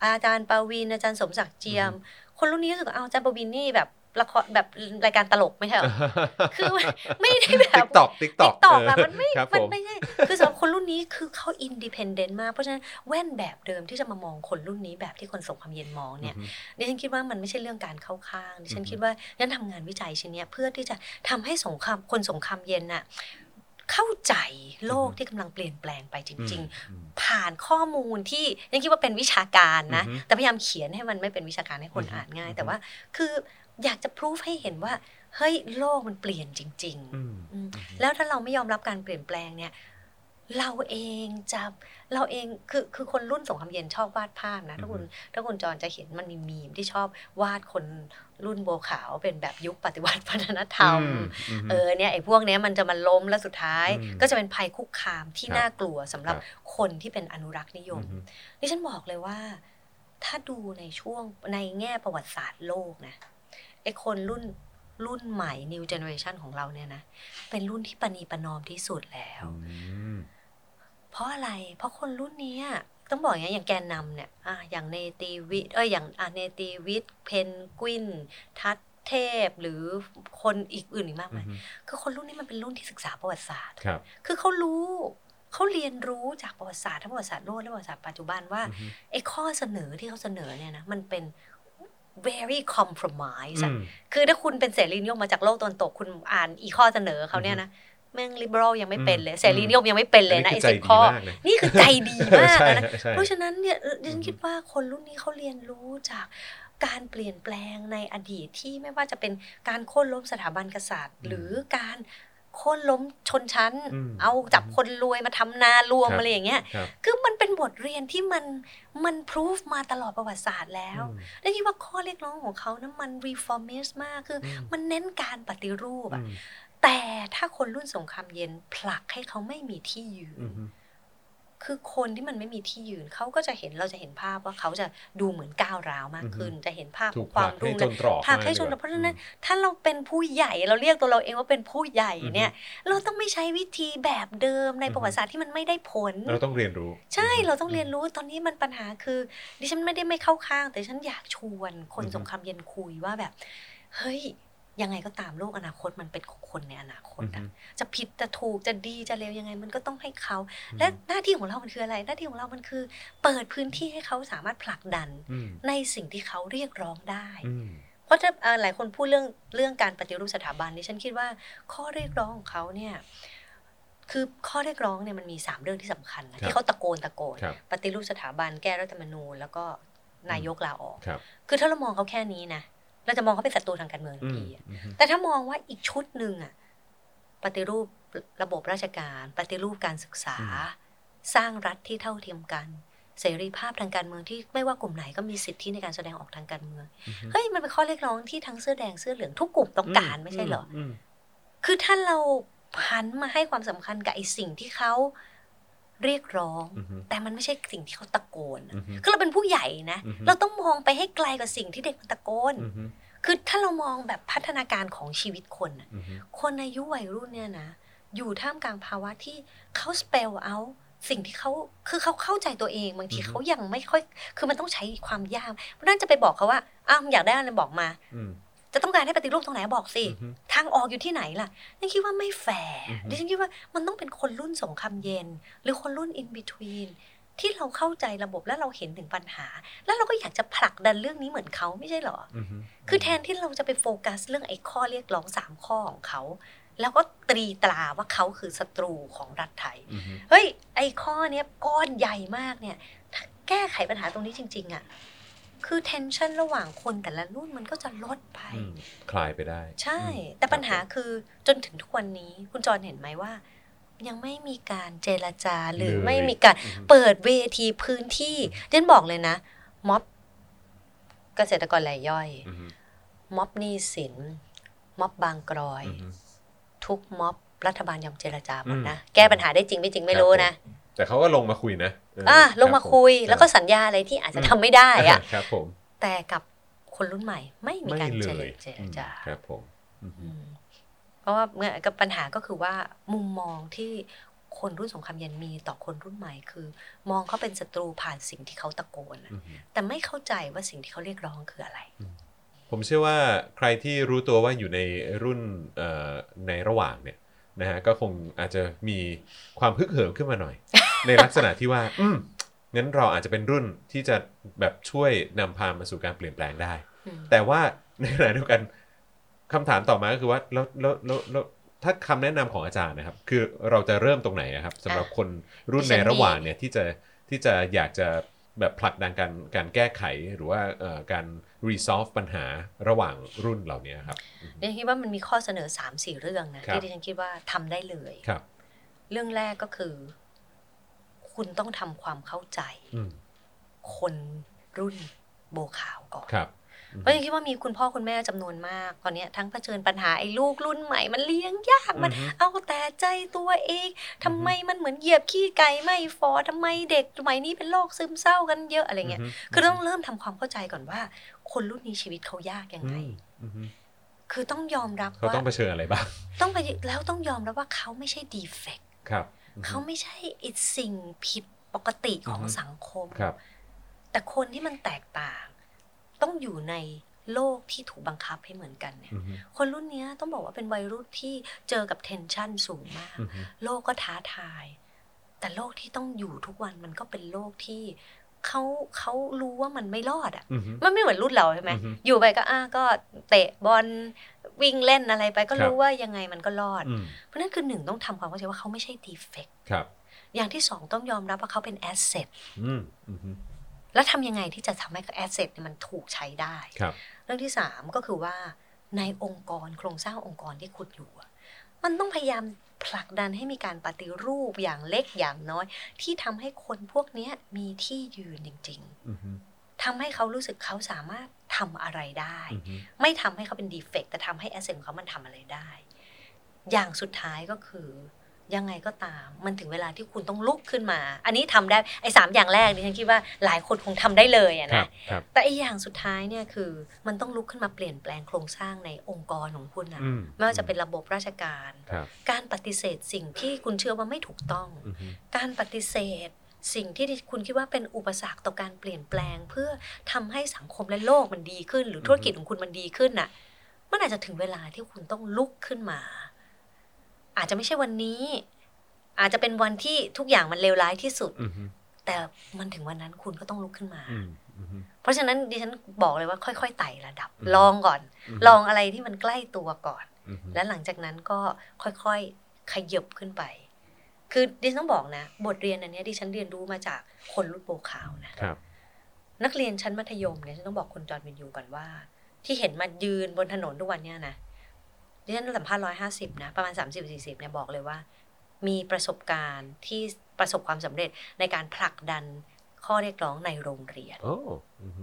B: อาจารย์ปาวินอาจารย์สมศักดิ์เจียม คนรุ่นนี้รู้สึกว่าเอาวอาจารย์ปาวินนี่แบบละครแบบรายการตลกไม่ใช่เหรอคือมันไม่ได้แบ
A: ติ๊
B: บ
A: กตอกติ๊กตอก
B: TikTok อะมันไม่
A: ครับ
B: มัน
A: ผม
B: ไม่ใช่คือสำหรับคนรุ่นนี้คือเขาอินดิเพนเดนต์มาก เพราะฉะนั้นแว่นแบบเดิมที่จะมามองคนรุ่นนี้แบบที่คนส่งความเย็นมองเนี่ย
A: อือฮึ
B: ดิฉันคิดว่ามันไม่ใช่เรื่องการเข้าข้างดิฉั
A: อื
B: น
A: อฮึ
B: คิดว่าฉันทำงานวิจัยชิ้นเนี้ยเพื่อที่จะทำให้สงครามคนสงครามเย็นน่ะเข้าใจโลกที่กำลังเปลี่ยนแปลงไปจริง
A: อืม
B: ๆ ผ่านข้อมูลที่ยังคิดว่าเป็นวิชาการนะ
A: อือฮึ
B: แต่พยายามเขียนให้มันไม่เป็นวิชาการให้คน
A: อือฮึ
B: อ่านง่าย
A: อือฮึ
B: แต่ว่าคืออยากจะพิสูจให้เห็นว่าเฮ้ยโลกมันเปลี่ยนจริง ๆ
A: อืม
B: อืม
A: อือฮึ
B: แล้วถ้าเราไม่ยอมรับการเปลี่ยนแปลงเนี่ย เราเองจะเราเองคือคือคนรุ่นสงครามเย็นชอบวาดภาพนะถ้าคุณถ้าคุณจรจะเห็นมันมีมีมที่ชอบวาดคนรุ่นโบวขาวเป็นแบบยุคปฏิวัติวัฒนธรรม
A: อืม
B: เออเนี่ยไอ้พวกเนี้ยมันจะมาล้มแล้วสุดท้าย
A: อืม
B: ก็จะเป็นภัยคุกคามที่
A: ครับ
B: น่ากลัวสำหรับ
A: ครับ
B: คนที่เป็นอนุรักษ์นิยม
A: อือฮึ
B: ดิฉันบอกเลยว่า ถ้าดูในช่วงในแง่ประวัติศาสตร์โลกนะไอคนรุ่นรุ่นใหม่ new generation ของเราเนี่ยนะ เป็นรุ่นที่ปณีประนอมที่สุดแล้ว
A: อืม
B: เพราะอะไร เพราะคนรุ่นเนี้ยต้องบอกอย่างนี้อย่างแกนนำเนี่ยอ่ะอย่างเนติวิทย์เอยอย่างอ่ะเนติวิทย์เพนกวิน ทัศเทพหรือคนอีกอื่นอีกมากมาย
A: อือฮึ
B: คือคนรุ่นนี้มันเป็นรุ่นที่ศึกษาประวัติศาสตร์
A: ครับ
B: คือเขารู้เขาเรียนรู้จากประวัติศาสตร์ทั้งประวัติศาสตร์โลกและประวัติศาสตร์ปัจจุบันว่า
A: อือฮึ
B: ไอ้ข้อเสนอที่เขาเสนอเนี่ยนะมันเป็น very compromise อะ
A: อืม
B: คือถ้าคุณเป็นเสรีนิยมมาจากโลกตะวันตกคุณอ่านอีข้อเสนอเขาเนี่ยนะ แม่งลิเบอรัลยังไม่เป็นเลย
A: อืม
B: เสรีนิยมยังไม่เป็นเลยนะไอ้สิบข้อ
A: มากเลย
B: นี่คือใจดี
A: เออ
B: มาก
A: ใช่
B: นะ
A: ใช่
B: เพราะฉะนั้นเนี่ยเอ่อดิ
A: อื
B: ฉั
A: ม
B: นคิดว่าคนรุ่นนี้เขาเรียนรู้จากการเปลี่ยนแปลงในอดีตที่ไม่ว่าจะเป็นการโค่นล้มสถาบันกษัตริย์
A: อืม
B: หรือการโค่นล้มชนชั้น
A: อืม
B: เอาจับคนรวยมาทำนารวม
A: ครับ
B: อะไรอย่างเงี้ย
A: ครับ
B: คือมันเป็นบทเรียนที่มันมันพิสูจมาตลอดประวัติศาสตร์แล้ว
A: อืม
B: และคิดว่าข้อเรียกร้องของเขานะมัน reformist มากคือ
A: อืม
B: มันเน้นการปฏิรูป
A: อื
B: อะ
A: ม
B: แต่ถ้าคนรุ่นสงครามเย็นผลักให้เขาไม่มีที่ยืน
A: อืม
B: คือคนที่มันไม่มีที่ยืนเขาก็จะเห็นเราจะเห็นภาพว่าเขาจะดูเหมือนก้าวร้าวมากขึ้น จะเห็นภาพ
A: ถูก
B: ความ
A: ผลักให้
B: รุ่ง
A: จ
B: เรื
A: น
B: ง
A: ตรอก
B: ผลักให้
A: มาก
B: จน
A: ดีกว่า
B: เพราะฉะนั้น ถ้าเราเป็นผู้ใหญ่เราเรียกตัวเราเองว่าเป็นผู้ใหญ่เนี่ย เราต้องไม่ใช้วิธีแบบเดิมใน
A: อือฮึ
B: ประวัติศาสตร์ที่มันไม่ได้ผล
A: เราต้องเรียนรู้
B: ใช่เราต้องเรียนรู้ตอนนี้มันปัญหาคือ ดิฉันไม่ได้ไม่เข้าข้าง แต่ฉันอยากชวนคน
A: อือฮึ
B: สงครามเย็นคุยว่าแบบ เฮ้ย ยังไงก็ตามโลกอนาคตมันเป็นของคนในอนาคต
A: อืม
B: อะจะผิดจะถูกจะดีจะเลวยังไงมันก็ต้องให้เขา และหน้าที่ของเรามันคืออะไร หน้าที่ของเรามันคือ เปิดพื้นที่ให้เขาสามารถผลักดัน
A: อืม
B: ในสิ่งที่เขาเรียกร้องได้
A: อืม
B: เพราะถ้าเอ่อหลายคนพูดเรื่องเรื่องการปฏิรูปสถาบันนี่ฉันคิดว่าข้อเรียกร้องของเขาเนี่ยคือข้อเรียกร้องเนี่ยมันมีสามเรื่องที่สำคัญนะครับ ที่เขาตะโกนตะโกน
A: ครับ
B: ปฏิรูปสถาบันแก้รัฐธรรมนูญ แล้วก็นายกลาออก
A: ครับ
B: คือถ้าเรามองเขาแค่นี้นะเราจะมองเขาเป็นศัตรูทางการเมืองทั
A: อื
B: น
A: ม
B: ทีอะ
A: อืม
B: แต่ถ้ามองว่าอีกชุดหนึ่งอะปฏิรูประบบราชการ ปฏิรูปการศึกษา
A: อืม
B: สร้างรัฐที่เท่าเทียมกัน เสรีภาพทางการเมืองที่ไม่ว่ากลุ่มไหนก็มีสิทธิในการแสดงออกทางการเมือง
A: อืม
B: เฮ้ยมันเป็นข้อเรียกร้องที่ทั้งเสื้อแดงเสื้อเหลืองทุกกลุ่มต้องการไม่ใช่เหรออ
A: ม
B: คือถ้าเราหันมาให้ความสำคัญกับไอ้สิ่งที่เขาเรียกร้อง
A: อืมอืม
B: แต่มันไม่ใช่สิ่งที่เขาตะโกนอะ
A: อือฮึ
B: คือเราเป็นผู้ใหญ่นะ
A: อือฮึ
B: เราต้องมองไปให้ไกลกว่าสิ่งที่เด็กมันตะโกน
A: อืมอืม
B: คือถ้าเรามองแบบพัฒนาการของชีวิตคนอะ
A: อืมอืม
B: คนอายุวัยรุ่นเนี่ยนะ อยู่ท่ามกลางภาวะที่เขาสเปลเอาสิ่งที่เขาคือเขาเข้าใจตัวเองบางที
A: อือฮึ
B: เขายังไม่ค่อย คือมันต้องใช้ความยากเพราะฉะนั้นจะไปบอกเขาว่าอ้าวอยากได้อะไรบอกมา
A: อืม
B: จะต้องการให้ปฏิรูปตรงไหนบอกสิ
A: อืมอืม
B: ทางออกอยู่ที่ไหนล่ะฉันคิดว่าไม่แฟร์
A: อือฮึ
B: ดิฉันคิดว่ามันต้องเป็นคนรุ่นสงครามเย็น หรือคนรุ่นอินบิทวีนที่เราเข้าใจระบบและเราเห็นถึงปัญหา แล้วเราก็อยากจะผลักดันเรื่องนี้เหมือนเขาไม่ใช่เหรอ
A: อืม
B: คือแทนที่เราจะไปโฟกัสเรื่องไอ้ข้อเรียกร้องสามข้อของเขา แล้วก็ตรีตราว่าเขาคือศัตรูของรัฐไทย
A: อืมอืม
B: เฮ้ย ไอ้ข้อเนี้ยก้อนใหญ่มากเนี่ยถ้าแก้ไขปัญหาตรงนี้จริง ๆอะ่ะคือเทนชันระหว่างคนแต่ละรุ่นมันก็จะลดไป
A: อืมคลายไปได้
B: ใช่
A: อืม
B: แต่ปัญหาคือจนถึงทุกวันนี้คุณจรเห็นไหมว่า ยังไม่มีการเจรจาหรือไม่มีการ
A: อืม
B: เปิดเวทีพื้นที่เดนบอกเลยนะม็อบเกษตรกรรายย่อย
A: อืม
B: ม็อบหนี้สินม็อบบางกรอย
A: อืม
B: ทุกม็อบรัฐบาลยอมเจรจาหมดนะ
A: อืม
B: แก้ปัญหาได้จริงไม่จริงไม่รู้นะ
A: แต่เขาก็ลงมาคุยนะเ
B: อ่ะลงมาคุย
A: รับ
B: แล้วก็สัญญาอะไรที่อาจจะทำไม่ได้
A: ผม
B: อะ
A: ครับผม
B: แต่กับคนรุ่นใหม่ไม่มี
A: ไม่
B: การ
A: เล
B: เจร
A: ย
B: เจรจา
A: ครับผมอืม
B: อืมเพราะว่าเมื่อกับปัญหาก็คือว่ามุมมองที่คนรุ่นสงครามเย็นมีต่อคนรุ่นใหม่คือ มองเขาเป็นศัตรูผ่านสิ่งที่เขาตะโกนอะ
A: อืม
B: แต่ไม่เข้าใจว่าสิ่งที่เขาเรียกร้องคืออะไร
A: ผมเชื่อว่าใครที่รู้ตัวว่าอยู่ในรุ่นเอ่อในระหว่างเนี่ยนะฮะก็คงอาจจะมีความพึกเหิมขึ้นมาหน่อย ในลักษณะที่ว่า อืมงั้นเราอาจจะเป็นรุ่นที่จะแบบช่วยนำพามาสู่การเปลี่ยนแปลงได้
B: อืม
A: แต่ว่าในขณะเดียวกันคำถามต่อมาก็คือว่าแล้วแล้วแล้วแล้วถ้าคำแนะนำของอาจารย์นะครับ คือเราจะเริ่มตรงไหนอะครับสำหรับคนรุ่นในระหว่างเนี่ยที่จะที่จะอยากจะแบบผลักดันการการแก้ไขหรือว่าเอ่อการ resolve ปัญหาระหว่างรุ่นเหล่านี้ครับ
B: ดิฉันคิดว่ามันมีข้อเสนอ3ามสี่เรื่องนะครับ ที่ดิฉันคิดว่าทำได้เลย
A: ครับ
B: เรื่องแรกก็คือ คุณต้องทำความเข้าใจ
A: อืม
B: คนรุ่นโบวขาวก่อน
A: ครับ
B: เพราะยังคิดว่ามีคุณพ่อคุณแม่จำนวนมากตอนเนี้ยทั้งเผชิญปัญหาไอ้ลูกรุ่นใหม่มันเลี้ยงยากมัน
A: อือฮึ
B: เอาแต่ใจตัวเองทำไมมันเหมือนเหยียบขี้ไก่ไม่ฟอทำไมเด็กสมัยนี้เป็นโรคซึมเศร้ากันเยอะอะไรเงี้ยคือต้องเริ่มทำความเข้าใจก่อนว่า คนรุ่นนี้ชีวิตเขายากยังไง
A: อืม อืม
B: คือต้องยอมรับ
A: เขา
B: ว่า
A: ต้องเผชิญอะไรบ้าง
B: ต้องไปแล้วต้องยอมรับว่าเขาไม่ใช่ดีเฟก
A: ครับ
B: เขาไม่ใช่ไอสิ่งผิดปกติของ
A: อือฮึ
B: สังคม
A: ครับ
B: แต่คนที่มันแตกต่าง ต้องอยู่ในโลกที่ถูกบังคับให้เหมือนกันเนี่ย
A: อืมอืม
B: คนรุ่นเนี้ยต้องบอกว่าเป็นวัยรุ่นที่เจอกับเทนชันสูงมาก
A: อืมอืม
B: โลกก็ท้าทาย แต่โลกที่ต้องอยู่ทุกวันมันก็เป็นโลกที่ เขาเขารู้ว่ามันไม่รอดอ่ะ
A: อือฮึ
B: มันไม่เหมือนรุ่นเราใช่ไหม
A: อือฮึ
B: อยู่ไปก็อ่ะก็เตะบอลวิ่งเล่นอะไรไปก็
A: ครับ
B: รู้ว่ายังไงมันก็รอด
A: อืม
B: เพราะฉะนั้นคือหนึ่งต้องทำความเข้าใจว่าเขาไม่ใช่ดีเฟก
A: ครับ
B: อย่างที่สองต้องยอมรับว่าเขาเป็นแอสเซท
A: อืมอือฮึ
B: แล้วทำยังไงที่จะทำให้แอสเซทมันถูกใช้ได้
A: ครับ
B: เรื่องที่สามก็คือว่าในองค์กรโครงสร้างองค์กรที่คุณอยู่อะมันต้องพยายามผลักดันให้มีการปฏิรูปอย่างเล็กอย่างน้อย ที่ทำให้คนพวกเนี้ยมีที่ยืนจริง
A: อือฮึ
B: ๆทำให้เขารู้สึกเขาสามารถทำอะไรได้
A: อือฮึ
B: ไม่ทำให้เขาเป็นดีเฟกแต่ทำให้แอสเซทของเขามันทำอะไรได้ อย่างสุดท้ายก็คือ ยังไงก็ตาม มันถึงเวลาที่คุณต้องลุกขึ้นมา อันนี้ทำได้ไอ้สามอย่างแรกดิฉันคิดว่าหลายคนคงทำได้เลยอะ
A: ครั
B: นะ
A: บครับ
B: แต่ไอ้อย่างสุดท้ายเนี่ยคือมันต้องลุกขึ้นมาเปลี่ยนแปลงโครงสร้างในองค์กรของคุณนะ
A: อืม
B: ไม่ว่าจะเป็นระบบราชการ
A: ครับ
B: การปฏิเสธสิ่งที่คุณเชื่อว่าไม่ถูกต้อง
A: อือฮึ
B: การปฏิเสธ สิ่งที่คุณคิดว่าเป็นอุปสรรคต่อการเปลี่ยนแปลง เพื่อทำให้สังคมและโลกมันดีขึ้น หรือธุรกิจของคุณมันดีขึ้นน่ะมันอาจจะถึงเวลาที่คุณต้องลุกขึ้นมา อาจจะไม่ใช่วันนี้ อาจจะเป็นวันที่ทุกอย่างมันเลวร้ายที่สุด
A: อือฮึ
B: แต่มันถึงวันนั้นคุณก็ต้องลุกขึ้นมา
A: อืมอือฮึ
B: เพราะฉะนั้นดิฉันบอกเลยว่าค่อย ๆไต่ระดับ
A: อืม
B: ลองก่อน
A: ฮึ
B: ลองอะไรที่มันใกล้ตัวก่อน
A: อือฮึ
B: และหลังจากนั้นก็ค่อยๆขยบขึ้นไป คือดิฉันต้องบอกนะ บทเรียนอันเนี้ยดิฉันเรียนรู้มาจากคนรุ่นโปรขาวนะครับ นักเรียนชั้นมัธยมเนี่ยฉันต้องบอกคุณจอร์นวินยูก่อนว่า ที่เห็นมายืนบนถนนทุกวันเนี่ยนะดิฉันสัมภาษณ์ร้อยห้าสิบนะประมาณสามสิบสี่สิบเนี่ยบอกเลยว่า มีประสบการณ์ที่ประสบความสำเร็จในการผลักดันข้อเรียกร้องในโรงเรียน
A: โอ้อือฮึ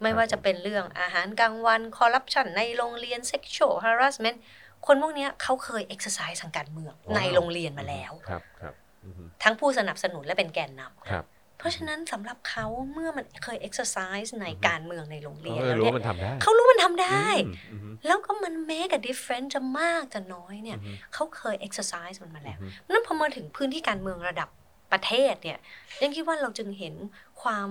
B: ไม่
A: ครับ
B: ว่าจะ
A: ผม
B: เป็นเรื่องอาหารกลางวันคอร์รัปชันในโรงเรียน sexual harassment คนพวกเนี้ยเขาเคย exercise ทางการเมือง
A: ว้าว
B: ในโรงเรียนมาแล้ว
A: ครับครับอือฮึ
B: ทั้งผู้สนับสนุนและเป็นแกนนำ
A: ครับ
B: เพราะฉะนั้นสำหรับเขาเมื่อมันเคย exercise ในการเมืองในโรงเรียน
A: เขาเลยว
B: แล้
A: รู้
B: เนี่ย
A: ว่ามันทำได้
B: เขารู้มันทำได้
A: อืมอือฮึ
B: แล้วก็มัน make a difference จะมากจะน้อยเนี่ย
A: อือฮึ
B: เขาเคย exercise มันมาแล้ว
A: อือฮึ
B: นั้นพอมาถึงพื้นที่การเมืองระดับประเทศเนี่ยยังคิดว่าเราจึงเห็นความ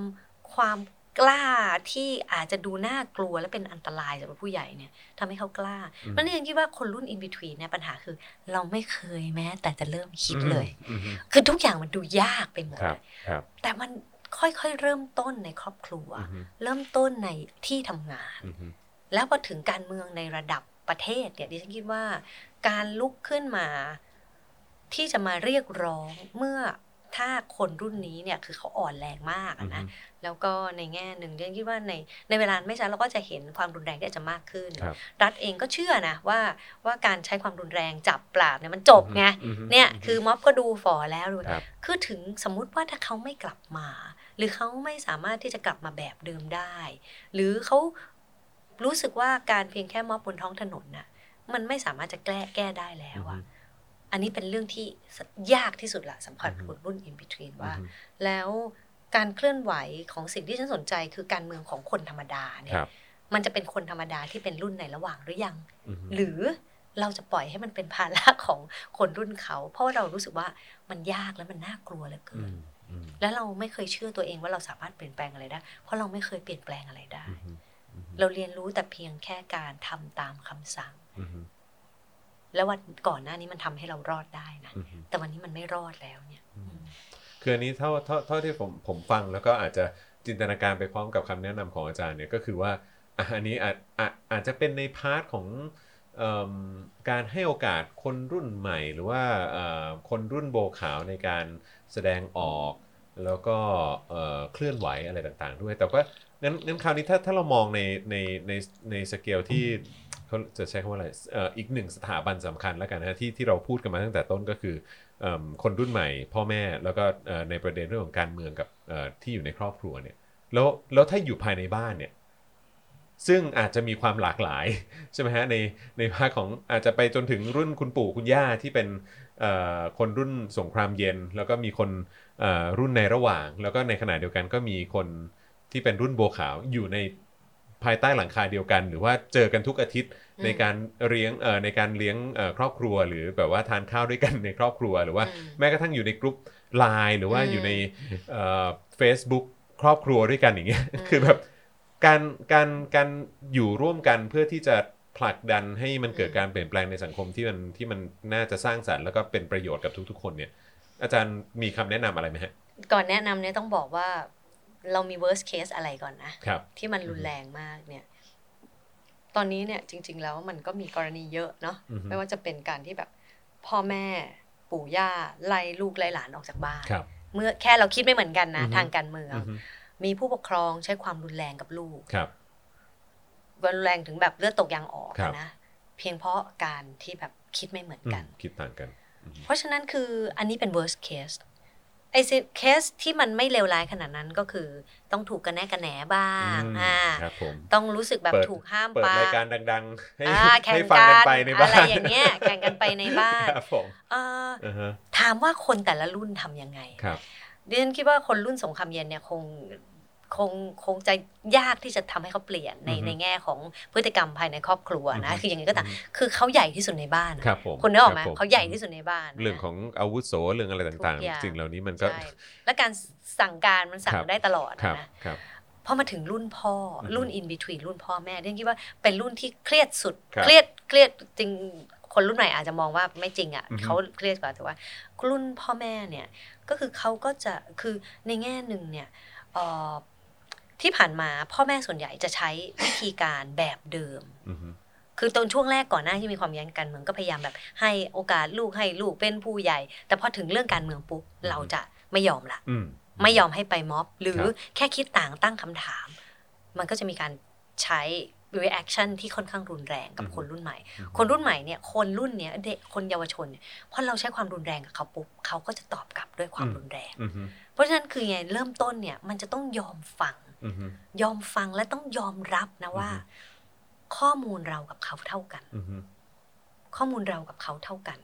B: ความกล้าที่อาจจะดูน่ากลัวและเป็นอันตรายสำหรับผู้ใหญ่เนี่ยทำให้เขากล้า
A: อืม
B: เพราะนี่ยังคิดว่าคนรุ่นอินบิทวีเนี่ยปัญหาคือ เราไม่เคยแม้ แต่จะเริ่มคิดเลย
A: อือฮึ
B: คือทุกอย่างมันดูยากไปหมด
A: ครับครับ
B: แต่มันค่อยๆเริ่มต้นในครอบครัว
A: อือฮึ
B: เริ่มต้นในที่ทำงาน
A: อือฮึ
B: แล้วพอถึงการเมืองในระดับประเทศเนี่ยดิฉันคิดว่า การลุกขึ้นมาที่จะมาเรียกร้องเมื่อถ้าคนรุ่นนี้เนี่ยคือเขาอ่อนแรงมาก
A: อือ
B: อะ
A: ฮึ
B: นะแล้วก็ในแง่หนึ่งดิฉันคิดว่าในในเวลาไม่ช้าเราก็จะเห็นความรุนแรงที่อาจจะมากขึ้น
A: ครับ
B: รัฐเองก็เชื่อนะว่าว่าการใช้ความรุนแรงจับปราบเนี่ยมันจบไง
A: อือฮึ
B: เนี่ยคือม็อบก็ดูฝ่อแล้วดู
A: ครับ
B: คือถึงสมมุติว่าถ้าเขาไม่กลับมา หรือเขาไม่สามารถที่จะกลับมาแบบเดิมได้ หรือเขารู้สึกว่าการเพียงแค่มอบบนท้องถนนน่ะ มันไม่สามารถจะแก้แก้ได้แล้วอะอันนี้เป็นเรื่องที่ยากที่สุดละสำคัญ
A: อือฮึ
B: คนรุ่นอินพิทรีนว่า แล้วการเคลื่อนไหวของสิ่งที่ฉันสนใจคือการเมืองของคนธรรมดาเนี่
A: ค
B: ย
A: รับ
B: มันจะเป็นคนธรรมดาที่เป็นรุ่นในระหว่างหรือยัง
A: อือฮึ
B: หรือเราจะปล่อยให้มันเป็นภาระของคนรุ่นเขา เพราะว่าเรารู้สึกว่ามันยากและมันน่ากลัวเหลือเกิน แล้วเราไม่เคยเชื่อตัวเองว่าเราสามารถเปลี่ยนแปลงอะไรได้ เพราะเราไม่เคยเปลี่ยนแปลงอะไรได้ เราเรียนรู้แต่เพียงแค่การทำตามคำสั่ง แล้ววันก่อนหน้านี้มันทำให้เรารอดได้นะ แต่วันนี้มันไม่รอดแล้วเนี่ย
A: คืออันนี้เท่าเท่าเท่าที่ผมผมฟังแล้วก็อาจจะจินตนาการไปพร้อมกับคำแนะนำของอาจารย์เนี่ยก็คือว่าอ่ะอันนี้อาจอาจอาจจะเป็นในพาร์ทของเอิ่มการให้โอกาสคนรุ่นใหม่ หรือว่าเอ่อคนรุ่นโบขาวในการแสดงออก แล้วก็เอ่อเคลื่อนไหวอะไรต่างๆ ด้วย แต่ว่างั้นงั้นคราวนี้ถ้าถ้าเรามองในในในในสเกลที่เขาจะใช้คำว่าอะไรเอ่ออีกหนึ่งสถาบันสำคัญแล้วกันนะฮะที่ที่เราพูดกันมาตั้งแต่ต้นก็คือ เอิ่มคนรุ่นใหม่ พ่อแม่แล้วก็เอ่อในประเด็นเรื่องของการเมืองกับเอ่อที่อยู่ในครอบครัวเนี่ยแล้วแล้วถ้าอยู่ภายในบ้านเนี่ยซึ่งอาจจะมีความหลากหลาย ใช่ไหมฮะในในภาคของอาจจะไปจนถึงรุ่นคุณปู่คุณย่าที่เป็นเอ่อคนรุ่นสงครามเย็น แล้วก็มีคนเอ่อรุ่นในระหว่าง แล้วก็ในขณะเดียวกันก็มีคนที่เป็นรุ่นโบวขาวอยู่ในภายใต้หลังคาเดียวกัน หรือว่าเจอกันทุกอาทิตย์
B: อืม
A: ในการเลี้ยงเอ่อในการเลี้ยงเอ่อครอบครัว หรือแบบว่าทานข้าวด้วยกันในครอบครัวหรือว่า
B: อืม
A: แม้กระทั่งอยู่ในกลุ่มไลน์หรือว่า
B: อืม
A: อยู่ในเฟซบุ๊กครอบครัวด้วยกันอย่างเงี้ย
B: อืม
A: คือแบบการการการอยู่ร่วมกันเพื่อที่จะผลักดันให้มันเกิดการเปลี่ยนแปลงในสังคมที่มันที่มันน่าจะสร้างสรรค์แล้วก็เป็นประโยชน์กับทุกๆ คนเนี่ย อาจารย์มีคำแนะนำอะไรไหมฮะ
B: ก่อนแนะนำเนี่ยต้องบอกว่า เรามี worst case อะไรก่อนนะ
A: ครับ
B: ที่มันรุนแรงมากเนี่ย ตอนนี้เนี่ยจริง ๆ แล้วมันก็มีกรณีเยอะเนาะ
A: อือฮึ
B: ไม่ว่าจะเป็นการที่แบบพ่อแม่ปู่ย่าไล่ลูกไล่หลานออกจากบ้าน
A: ครับ
B: เมื่อแค่เราคิดไม่เหมือนกันนะ
A: อือฮึ
B: ทางการเมือง
A: อือฮึ
B: มีผู้ปกครองใช้ความรุนแรงกับลูก
A: ครับ
B: รุนแรงถึงแบบเลือดตกยางออก
A: ครับ
B: นะ เพียงเพราะการที่แบบคิดไม่เหมือน
A: อืม
B: กัน
A: คิดต่างกันอือฮึ
B: เพราะฉะนั้นคืออันนี้เป็น worst case ไอ้เคสที่มันไม่เลวร้ายขนาดนั้นก็คือ ต้องถูกกระแนะกระแหนบ้าง
A: อืม
B: อ่า
A: ครับผม
B: ต้องรู้สึกแบบ
A: เปิด
B: ถูกห้าม
A: เปิด
B: ปาร
A: ายการ
B: ม
A: ดัง ๆ ให้
B: อ่าแข่
A: ให้
B: ง
A: ฟัง
B: กั
A: กัน
B: น
A: ไปในบ้าน
B: อะไรอย่างเงี้ยแข่งกันไปในบ้าน
A: ครับผม
B: เอ่อ
A: อ่าฮะ
B: ถามว่าคนแต่ละรุ่นทำยังไง
A: ครับ
B: ดิฉันคิดว่าคนรุ่นสงครามเย็นเนี่ยคงคงคงจะยากที่จะทำให้เขาเปลี่ยนใน
A: อือฮึ
B: ในแง่ของพฤติกรรมภายในครอบครัวนะ
A: อือฮึ
B: คืออย่างนี้ก็ตามคือเขาใหญ่ที่สุดในบ้านนะครับ
A: ผม
B: คุณนึกออกไหม
A: รับผ
B: เขาใหญ่ที่สุดในบ้านนะ
A: เรื่องของอาวุโสเรื่องอะไรต่าง
B: ทุกอย่าง
A: ๆสิ่งเหล่านี้มันก็
B: ใช่และการสั่งการมันสั่
A: ค
B: ง
A: รับ
B: ได้ตลอด
A: ครับ
B: นะ
A: ครับ
B: พอมาถึงรุ่นพ่ออ
A: ม
B: รุ่นอินบิทวีรุ่นพ่อแม่เรื่องคิดว่าเป็นรุ่นที่เครียดสุด
A: ครับ
B: เครียดเครียดจริงคนรุ่นใหม่อาจจะมองว่าไม่จริงอ่ะ
A: อือฮึ
B: เขาเครียดกว่าแต่ว่า รุ่นพ่อแม่เนี่ยก็คือเขาก็จะคือในแง่หนึ่งเนี่ยเอ่อที่ผ่านมาพ่อแม่ส่วนใหญ่จะใช้วิธีการแบบเดิม
A: อือฮึ
B: คือตอนช่วงแรกก่อนหน้าที่มีความแย้งกันเมืองก็พยายามแบบ ให้โอกาสลูกให้ลูกเป็นผู้ใหญ่ แต่พอถึงเรื่องการเมืองปุ๊บเราจะไม่ยอมละ
A: อื
B: ไม่ยอมให้ไปม็อบ หรือ
A: ครับ
B: แค่คิดต่างตั้งคำถาม มันก็จะมีการใช้ reaction ที่ค่อนข้างรุนแรงกับคนรุ่นใหม่ คนรุ่นใหม่เนี่ยคนรุ่นเนี้ยเด็กคนเยาวชนเนี่ยพอเราใช้ความรุนแรงกับเขาปุ๊บเขาก็จะตอบกลับด้วยความรุนแรง
A: อือฮึ
B: เพราะฉะนั้นคือไงเริ่มต้นเนี่ยมันจะต้องยอมฟัง
A: อือฮึ
B: ยอมฟังและต้องยอมรับนะว่า
A: อือฮึ
B: ข้อมูลเรากับเขาเท่ากัน
A: อือฮึ
B: ข้อมูลเรากับเขาเท่ากัน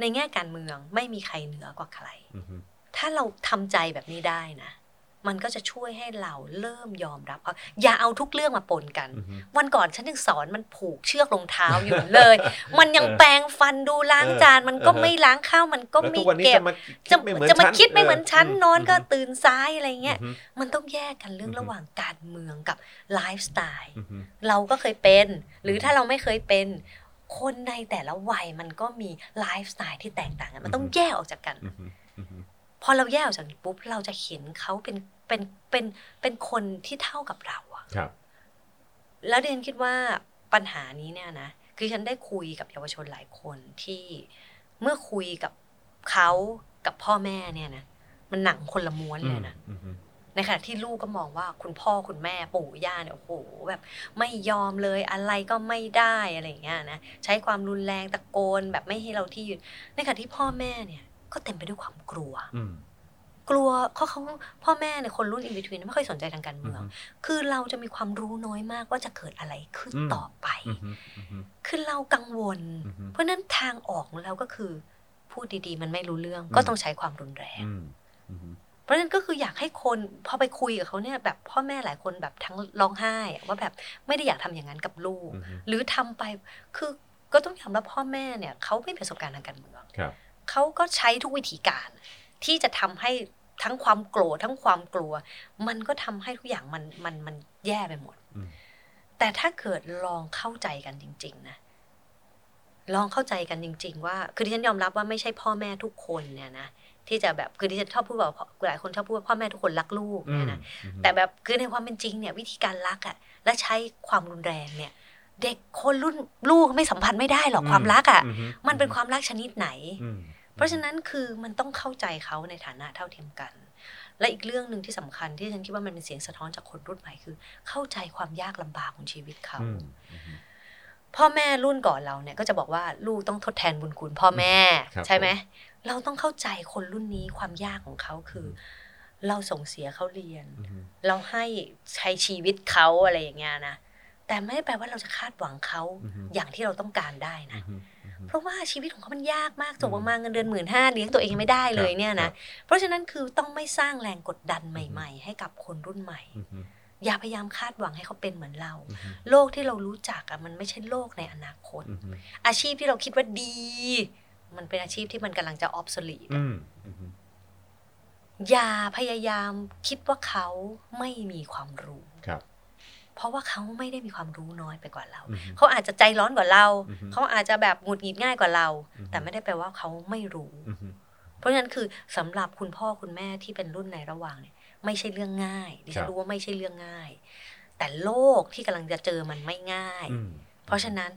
B: ในแง่การเมืองไม่มีใครเหนือกว่าใคร
A: อือฮึ
B: ถ้าเราทำใจแบบนี้ได้นะ มันก็จะช่วยให้เราเริ่มยอมรับเอาอย่าเอาทุกเรื่องมาปนกัน
A: อือฮึ
B: วันก่อนฉันยังสอนมันผูกเชือกรองเท้าอยู่เลย มันยังแปรงฟันดูล้างจาน มันก็
A: เออ
B: ไม่ล้างข้าวมันก็
A: แล้ว
B: ไม่
A: ทุกวันนี้
B: เก็บ
A: จะมา
B: จะ
A: คิดไม่เหมือน
B: จะมา
A: ฉัน
B: คิดไม่เหมือนฉันนอนก็
A: อ
B: ตื่นซ้ายอะไร
A: ือฮึ
B: เงี้ย
A: อือฮึ
B: มันต้องแยกกันเรื่อง
A: อือฮึ
B: ระหว่างการเมืองกับไลฟ์สไตล์
A: อือฮึ
B: เราก็เคยเป็น หรือ
A: ม
B: ถ้าเราไม่เคยเป็น คนในแต่ละวัยมันก็มีไลฟ์สไตล์ที่แตกต่างกันมันต้อง
A: อือฮึ
B: แยกออกจากกัน
A: อือฮึอือฮึ
B: พอเราแยกออกจากกันปุ๊บเราจะเห็นเขาเป็นเป็นเป็นเป็นคนที่เท่ากับเราอะ
A: ครับ
B: แล้วเดนคิดว่าปัญหานี้เนี่ยนะคือฉันได้คุยกับเยาวชนหลายคนที่เมื่อคุยกับเขากับพ่อแม่เนี่ยนะมันหนังคนละม้วนเลยนะ
A: อือฮึ
B: ในขณะที่ลูกก็มองว่าคุณพ่อคุณแม่ปู่ย่าเนี่ยโอ้โหแบบไม่ยอมเลยอะไรก็ไม่ได้อะไรอย่างเงี้ยนะใช้ความรุนแรงตะโกนแบบไม่ให้เราที่ยืนในขณะที่พ่อแม่เนี่ยก็เต็มไปด้วยความกลัว
A: อืม
B: กลัวเขาเขาพ่อแม่เนี่ยคนรุ่นอินวิทวีไม่ค่อยสนใจทางการ
A: อื
B: เมื
A: อ
B: อง
A: ฮึ
B: คือเราจะมีความรู้น้อยมากว่าจะเกิดอะไรขึ้น
A: อืม
B: ต่อไป
A: อือฮึอือฮึ
B: คือเรากังวล
A: อือฮึ
B: เพราะฉะนั้นทางออกของเราก็คือ พูดดีๆ มันไม่รู้เรื่อง
A: อืม
B: ก็ต้องใช้ความรุนแรง
A: อืมอือฮึ
B: เพราะฉะนั้นก็คืออยากให้คนพอไปคุยกับเขาเนี่ยแบบพ่อแม่หลายคนแบบทั้งร้องไห้อะว่าแบบไม่ได้อยากทำอย่างนั้นกับลูก
A: อือฮึ
B: หรือทำไปคือก็ต้องยอมรับพ่อแม่เนี่ยเขาไม่มีประสบการณ์ทางการเมือง
A: ครับ
B: เขาก็ใช้ทุกวิธีการ ที่จะทำให้ทั้งความโกรธทั้งความกลัว มันก็ทำให้ทุกอย่างมันมันมันแย่ไปหมด
A: อืม
B: แต่ถ้าเกิดลองเข้าใจกันจริง ๆ นะ ลองเข้าใจกันจริง ๆ ว่า คือที่ฉันยอมรับว่าไม่ใช่พ่อแม่ทุกคนเนี่ยนะที่จะแบบคือที่ฉันชอบพูดว่าหลายคนชอบพูดว่าพ่อแม่ทุกคนรักลูก
A: อืม
B: เนี่ยนะ
A: อือฮึ
B: แต่แบบคือในความเป็นจริงเนี่ยวิธีการรักอะ่ะและใช้ความรุนแรงเนี่ย เด็กคนรุ่นลูกไม่สัมผัสไม่ได้หรอก
A: อืม
B: ความรักอ่ะ
A: อือฮึ
B: มันเป็นความรักชนิดไหน
A: อืม
B: เพราะฉะนั้นคือมันต้องเข้าใจเขาในฐานะเท่าเทียมกัน และอีกเรื่องหนึ่งที่สำคัญที่ฉันคิดว่ามันเป็นเสียงสะท้อนจากคนรุ่นใหม่คือ เข้าใจความยากลำบากของชีวิตเขา
A: อืมอือฮึ
B: พ่อแม่รุ่นก่อนเราเนี่ยก็จะบอกว่าลูกต้องทดแทนบุญคุณพ่อแม่
A: ครับ
B: ใช่ไหมเราต้องเข้าใจคนรุ่นนี้ความยากของเขาคืออ
A: ม
B: เราส่งเสียเขาเรียน
A: อือฮึ
B: เราให้ใช้ชีวิตเขาอะไรอย่างเงี้ยนะแต่ไม่ได้แปลว่าเราจะคาดหวังเขา
A: อือฮึ
B: อย่างที่เราต้องการได้นะ
A: อือฮึอือฮึ
B: เพราะว่าชีวิตของเขามันยากมากจบ
A: อืม
B: ออกมาเงินเดือนหมื่นห้าเลี้ยงตัวเองยังไม่ได้เลยเนี่ย
A: ครั
B: นะ
A: บ
B: เพราะฉะนั้นคือต้องไม่สร้างแรงกดดันใ
A: อือฮึ
B: หม่ ๆ ให้กับคนรุ่นใหม่
A: อือฮึ
B: อย่าพยายามคาดหวังให้เขาเป็นเหมือนเรา
A: อือฮึ
B: โลกที่เรารู้จักอะมันไม่ใช่โลกในอนาคต
A: อือฮึ
B: อาชีพที่เราคิดว่าดี มันเป็นอาชีพที่มันกำลังจะออฟสลี
A: อืมอือฮึ
B: อย่าพยายามคิดว่าเขาไม่มีความรู้
A: ครับ
B: เพราะว่าเขาไม่ได้มีความรู้น้อยไปกว่าเรา
A: อือฮึ
B: เขาอาจจะใจร้อนกว่าเรา
A: อือฮึ
B: เขาอาจจะแบบหงุดหงิดง่ายกว่าเรา
A: อือฮึ
B: แต่ไม่ได้แปลว่าเขาไม่รู้
A: อือฮึ
B: เพราะฉะนั้นคือสำหรับคุณพ่อคุณแม่ที่เป็นรุ่นในระหว่างเนี่ย ไม่ใช่เรื่องง่ายดิ
A: ค
B: ฉั
A: รั
B: น
A: บ
B: รู้ว่าไม่ใช่เรื่องง่าย แต่โลกที่กำลังจะเจอมันไม่ง่าย
A: อืม
B: เพราะฉะนั้น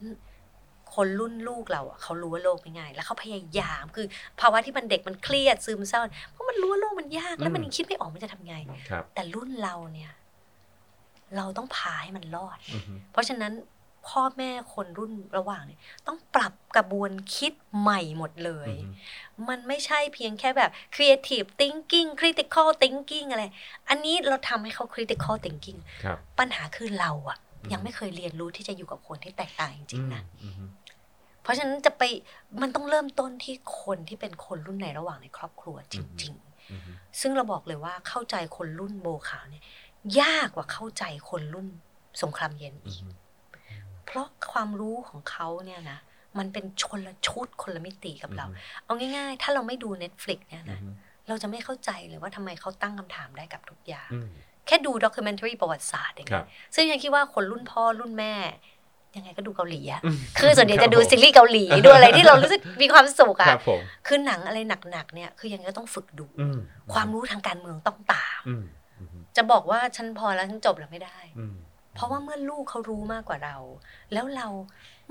B: คนรุ่นลูกเราอะเขารู้ว่าโลกเป็นไง แล้วเขาพยายามคือ ภาวะที่มันเด็กมันเครียดซึมเศร้า เพราะมันรู้ว่าโลกมันยาก แล้วมัน
A: อืม
B: ยังคิดไม่ออกมันจะทำไง
A: ครับ
B: แต่รุ่นเราเนี่ย เราต้องพาให้มันรอด
A: อือฮึ
B: เพราะฉะนั้นพ่อแม่คนรุ่นระหว่างเนี่ยต้องปรับกระบวนคิดใหม่หมดเลย
A: อือฮึ
B: มันไม่ใช่เพียงแค่แบบ creative thinking critical thinking อะไร อันนี้เราทำให้เขา critical thinking
A: ครับ
B: ปัญหาคือเราอะยังไม่เคยเรียนรู้ที่จะอยู่กับคนที่แตกต่างจริงๆนะ
A: อือฮึ
B: เพราะฉะนั้นจะไปมันต้องเริ่มต้นที่คนที่เป็นคนรุ่นในระหว่างในครอบครัวจริง
A: อือฮึ
B: ๆ ซึ่งเราบอกเลยว่าเข้าใจคนรุ่นโบขาวเนี่ย ยากกว่าเข้าใจคนรุ่นสงครามเย็น
A: อื
B: อี
A: อก ฮึ
B: เพราะความรู้ของเขาเนี่ยนะ มันเป็นชนละชุดคนละมิติกับเรา เอาง่ายๆ ถ้าเราไม่ดู Netflix เนี่ย
A: อือ
B: นะ
A: ฮึ
B: เราจะไม่เข้าใจเลยว่าทำไมเขาตั้งคำถามได้กับทุกอย่าง
A: อืม
B: แค่ดูด็อกิเมนทรีประวัติศาสตร์เอง
A: ครับ
B: ซึ่งยังคิดว่าคนรุ่นพ่อรุ่นแม่ ยังไงก็ดูเกาหลีอะ
A: อืม
B: คือส่วนใหญ่จะดูซีรีส์เกาหลีดูอะไรที่เรารู้สึกมีความสุข
A: ค
B: อะ
A: รับผม
B: คือหนังอะไรหนักๆเนี่ยคือยังไงก็ต้องฝึกดู
A: อืม
B: ความรู้ทางการเมืองต้องตาม
A: อืมอือฮึ
B: จะบอกว่าฉันพอแล้วฉันจบแล้วไม่ได้
A: อืม
B: เพราะว่าเมื่อลูกเขารู้มากกว่าเรา แล้วเรา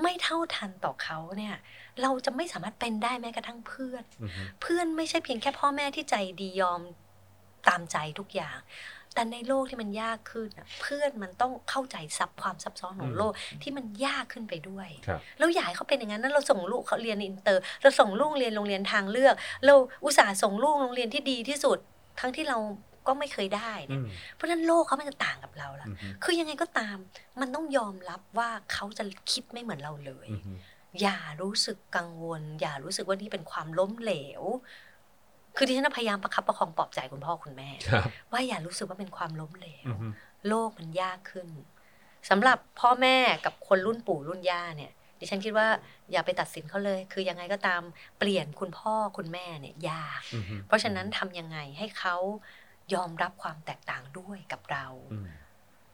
B: ไม่เท่าทันต่อเขาเนี่ย เราจะไม่สามารถเป็นได้แม้กระทั่งเพื่อน
A: อือฮึ
B: เพื่อนไม่ใช่เพียงแค่พ่อแม่ที่ใจดียอมตามใจทุกอย่าง แต่ในโลกที่มันยากขึ้นน่ะเพื่อนมันต้องเข้าใจซับความซับซ้อนของโลกที่มันยากขึ้นไปด้วย
A: ครับ
B: เราอยากให้เขาเป็นอย่างนั้นนั้นเราส่งลูกเขาเรียนอินเตอร์ เราส่งลูกเรียนโรงเรียนทางเลือก เราอุตส่าห์ส่งลูกโรงเรียนที่ดีที่สุด ทั้งที่เราก็ไม่เคยได้
A: อื
B: เนี่ย
A: ม
B: เพราะฉะนั้นโลกเขาไม่จะต่างกับเราละ
A: อือฮึ
B: คือยังไงก็ตาม มันต้องยอมรับว่าเขาจะคิดไม่เหมือนเราเลย
A: อือฮึ
B: อย่ารู้สึกกังวล อย่ารู้สึกว่านี่เป็นความล้มเหลว คือที่ฉันนะพยายามประคับประคองปลอบใจคุณพ่อคุณแม่
A: ครับ
B: ว่าอย่ารู้สึกว่าเป็นความล้มเหลว
A: อือฮึ
B: โลกมันยากขึ้นสำหรับพ่อแม่กับคนรุ่นปู่รุ่นย่าเนี่ย ดิฉันคิดว่าอย่าไปตัดสินเขาเลย คือยังไงก็ตามเปลี่ยนคุณพ่อคุณแม่เนี่ยยาก
A: อือฮึ
B: เพราะฉะนั้นทำยังไงให้เขายอมรับความแตกต่างด้วยกับเรา
A: อืม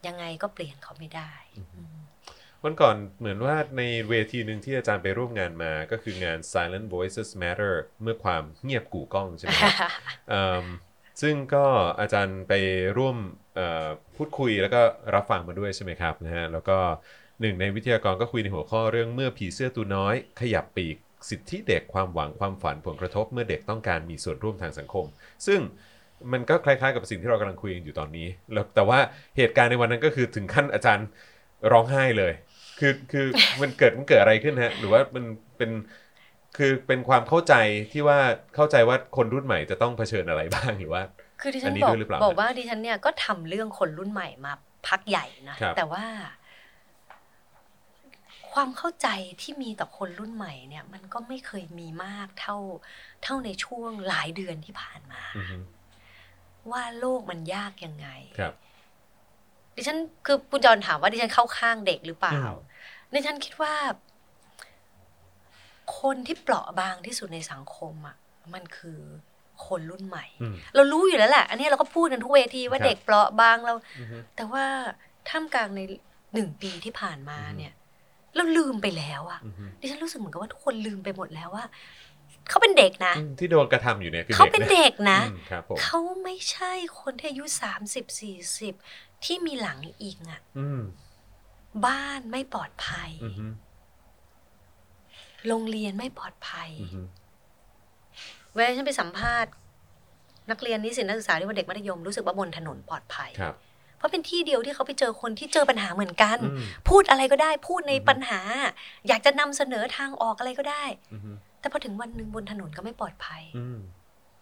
B: ยังไงก็เปลี่ยนเขาไม่ได้
A: อืม
B: อืม
A: วันก่อนเหมือนว่าในเวทีหนึ่งที่อาจารย์ไปร่วมงานมาก็คืองาน Silent Voices Matter เมื่อความเงียบกู่ก้องใช่ไหมครับ เอิ่มซึ่งก็อาจารย์ไปร่วมเอ่อพูดคุยแล้วก็รับฟังมาด้วยใช่ไหมครับนะฮะแล้วก็หนึ่งในวิทยากรก็คุยในหัวข้อเรื่องเมื่อผีเสื้อตัวน้อย ขยับปีกสิทธิเด็กความหวังความฝันผลกระทบเมื่อเด็กต้องการมีส่วนร่วมทางสังคม ซึ่งมันก็คล้ายๆกับสิ่งที่เรากำลังคุยกันอยู่ตอนนี้แล้วแต่ว่าเหตุการณ์ในวันนั้นก็คือถึงขั้นอาจารย์ร้องไห้เลย คือคือ มันเกิดมันเกิดอะไรขึ้นฮะหรือว่ามันเป็นคือเป็นความเข้าใจที่ว่าเข้าใจว่าคนรุ่นใหม่จะต้องเผชิญอะไรบ้างหรือว่า
B: คือดิ
A: อั
B: ฉั
A: น
B: น
A: นี้
B: บอ
A: ด้ว
B: ก
A: ยหรือเปล่า
B: บอกว่าดิฉันเนี่ยก็ทำเรื่องคนรุ่นใหม่มาพักใหญ่นะ
A: ครับ
B: แต่ว่า ความเข้าใจที่มีต่อคนรุ่นใหม่เนี่ย มันก็ไม่เคยมีมากเท่าเท่าในช่วงหลายเดือนที่ผ่านมา
A: อือฮึ
B: ว่าโลกมันยากยังไง
A: ครับ
B: ดิฉันคือคุณจรถามว่าดิฉันเข้าข้างเด็กหรือเปล่า
A: อืม
B: ดิฉันคิดว่า คนที่เปราะบางที่สุดในสังคมอ่ะ มันคือคนรุ่นใหม่
A: อืม
B: เรารู้อยู่แล้วแหละ อันนี้เราก็พูดกันทุกเวทีว่า
A: ครับ
B: เด็กเปราะบางเรา
A: อือฮึ
B: แต่ว่าท่ามกลางในหนึ่งปีที่ผ่านมา
A: อือฮึ
B: เนี่ย เราลืมไปแล้วอะ
A: อือฮึ
B: ดิฉันรู้สึกเหมือนกับว่าทุกคนลืมไปหมดแล้วว่าเขาเป็นเด็กนะ
A: อืมที่โดนกระทำอยู่เนี่ยคือ
B: เขาเป็นเด็กนะ
A: อืมครับผม
B: เขาไม่ใช่คนที่อายุสามสิบสี่สิบที่มีหลังอีกอะ
A: อืม
B: บ้านไม่ปลอดภัย
A: อือฮึ
B: โรงเรียนไม่ปลอดภัย
A: อือฮึ
B: เวลาฉันไปสัมภาษณ์ นักเรียนนิสิตนักศึกษาที่ว่าเด็กมัธยมรู้สึกว่าบนถนนปลอดภัย
A: ครับ
B: เพราะเป็นที่เดียวที่เขาไปเจอคนที่เจอปัญหาเหมือนกัน
A: อืม
B: พูดอะไรก็ได้พูดใน
A: อือฮึ
B: ปัญหา อยากจะนำเสนอทางออกอะไรก็ได้
A: อือฮึ
B: แต่พอถึงวันหนึ่งบนถนนก็ไม่ปลอดภัย
A: อืม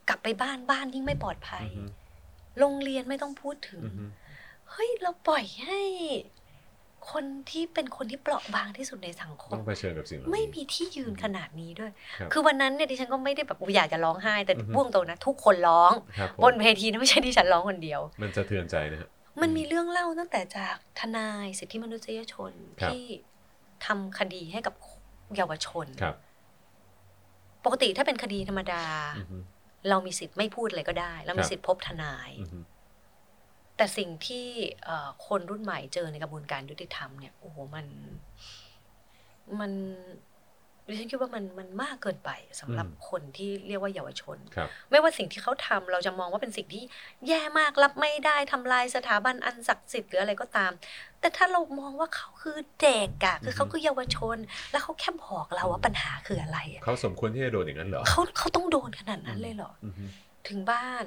B: กลับไปบ้านบ้านยิ่งไม่ปลอดภั
A: อื
B: ย
A: อฮึ
B: โรงเรียนไม่ต้องพูดถึง
A: อือฮึ
B: เฮ้ยเราปล่อยให้ คนที่เป็นคนที่เปราะบางที่สุดในสังค
A: ต้อ
B: ม
A: งเผชิญกับสิ่งเหล่านี้
B: ไม่มีที่ยืนขนาดนี้ด้วย
A: ครับ
B: คือวันนั้นเนี่ยดิฉันก็ไม่ได้แบบอุ๊ยอยากจะร้องไห้ แต่
A: อือฮึ
B: บ่วงตรงนะทุกคนร้อง
A: ครับผม
B: บนเวทีนะไม่ใช่ดิฉันร้องคนเดียว
A: มันสะเทือนใจนะฮะ
B: มันมีเรื่องเล่าตั้งแต่จากทนายสิทธิมนุษยชน
A: ครับ
B: ที่ทำคดีให้กับเยาวชน
A: ครับ
B: ปกติถ้าเป็นคดีธรรมดา
A: อือฮึ
B: เรามีสิทธิ์ไม่พูดอะไรก็ได้ เรามีสิทธิ์พบทนาย
A: อือฮึ
B: แต่สิ่งที่เอ่อคนรุ่นใหม่เจอในกระบวนการยุติธรรมเนี่ยโอ้โหมัน มัน ดิฉันคิดว่ามันมันมากเกินไปสำหรับ
A: อืม
B: คนที่เรียกว่าเยาวชน
A: ครับ
B: ไม่ว่าสิ่งที่เขาทำเราจะมองว่าเป็นสิ่งที่แย่มากรับไม่ได้ทำลายสถาบันอันศักดิ์สิทธิ์หรืออะไรก็ตาม แต่ถ้าเรามองว่าเขาคือเด็กอะคื
A: อื
B: อ
A: อฮึ
B: เขาคือเยาวชน แล้วเขาแค่บอกเราว่าปัญหาคืออะไรอะ
A: เขาสมควรที่จะโดนอย่างนั้นเหรอ
B: เขาเขาต้องโดนขนาดนั้นเลยเหรอ
A: อือฮึ
B: ถึงบ้าน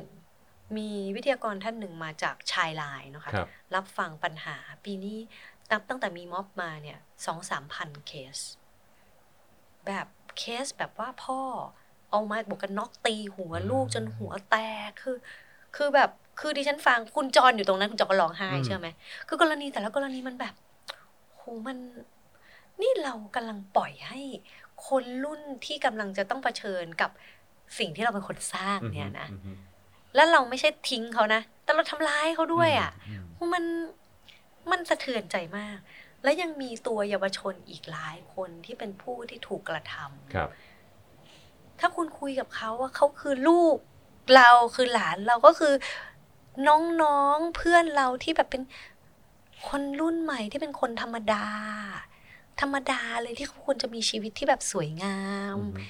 B: มีวิทยากรท่านหนึ่งมาจากชายลายเนอะคะ
A: ครับ
B: รับฟังปัญหาปีนี้นับตั้งแต่มีม็อบมาเนี่ยสองสามพันเคส แบบเคสแบบว่าพ่อเอาไม้บวกกันน็อกตีหัวลูกจนหัวแตกคือ คือแบบคือดิฉันฟังคุณจรอยู่ตรงนั้นคุณจรก็ร้องไห้
A: อืม
B: เชื่อไหมคือกรณีแต่ละกรณีมันแบบโหมัน นี่เรากำลังปล่อยให้ คนรุ่นที่กำลังจะต้องเผชิญกับสิ่งที่เราเป็นคนสร้างเนี่ยนะ
A: อือฮึ
B: แล้วเราไม่ใช่ทิ้งเขานะ แต่เราทำร้ายเขาด้วยอ่ะ
A: ม
B: โหมัน มันสะเทือนใจมาก และยังมีตัวเยาวชนอีกหลายคนที่เป็นผู้ที่ถูกกระทำ
A: ครับ
B: ถ้าคุณคุยกับเขาว่าเขาคือลูกเราคือหลานเราก็คือน้องๆเพื่อนเราที่แบบเป็นคนรุ่นใหม่ที่เป็นคนธรรมดา ธรรมดาเลยที่เขาควรจะมีชีวิตที่แบบสวยงาม
A: อือฮึ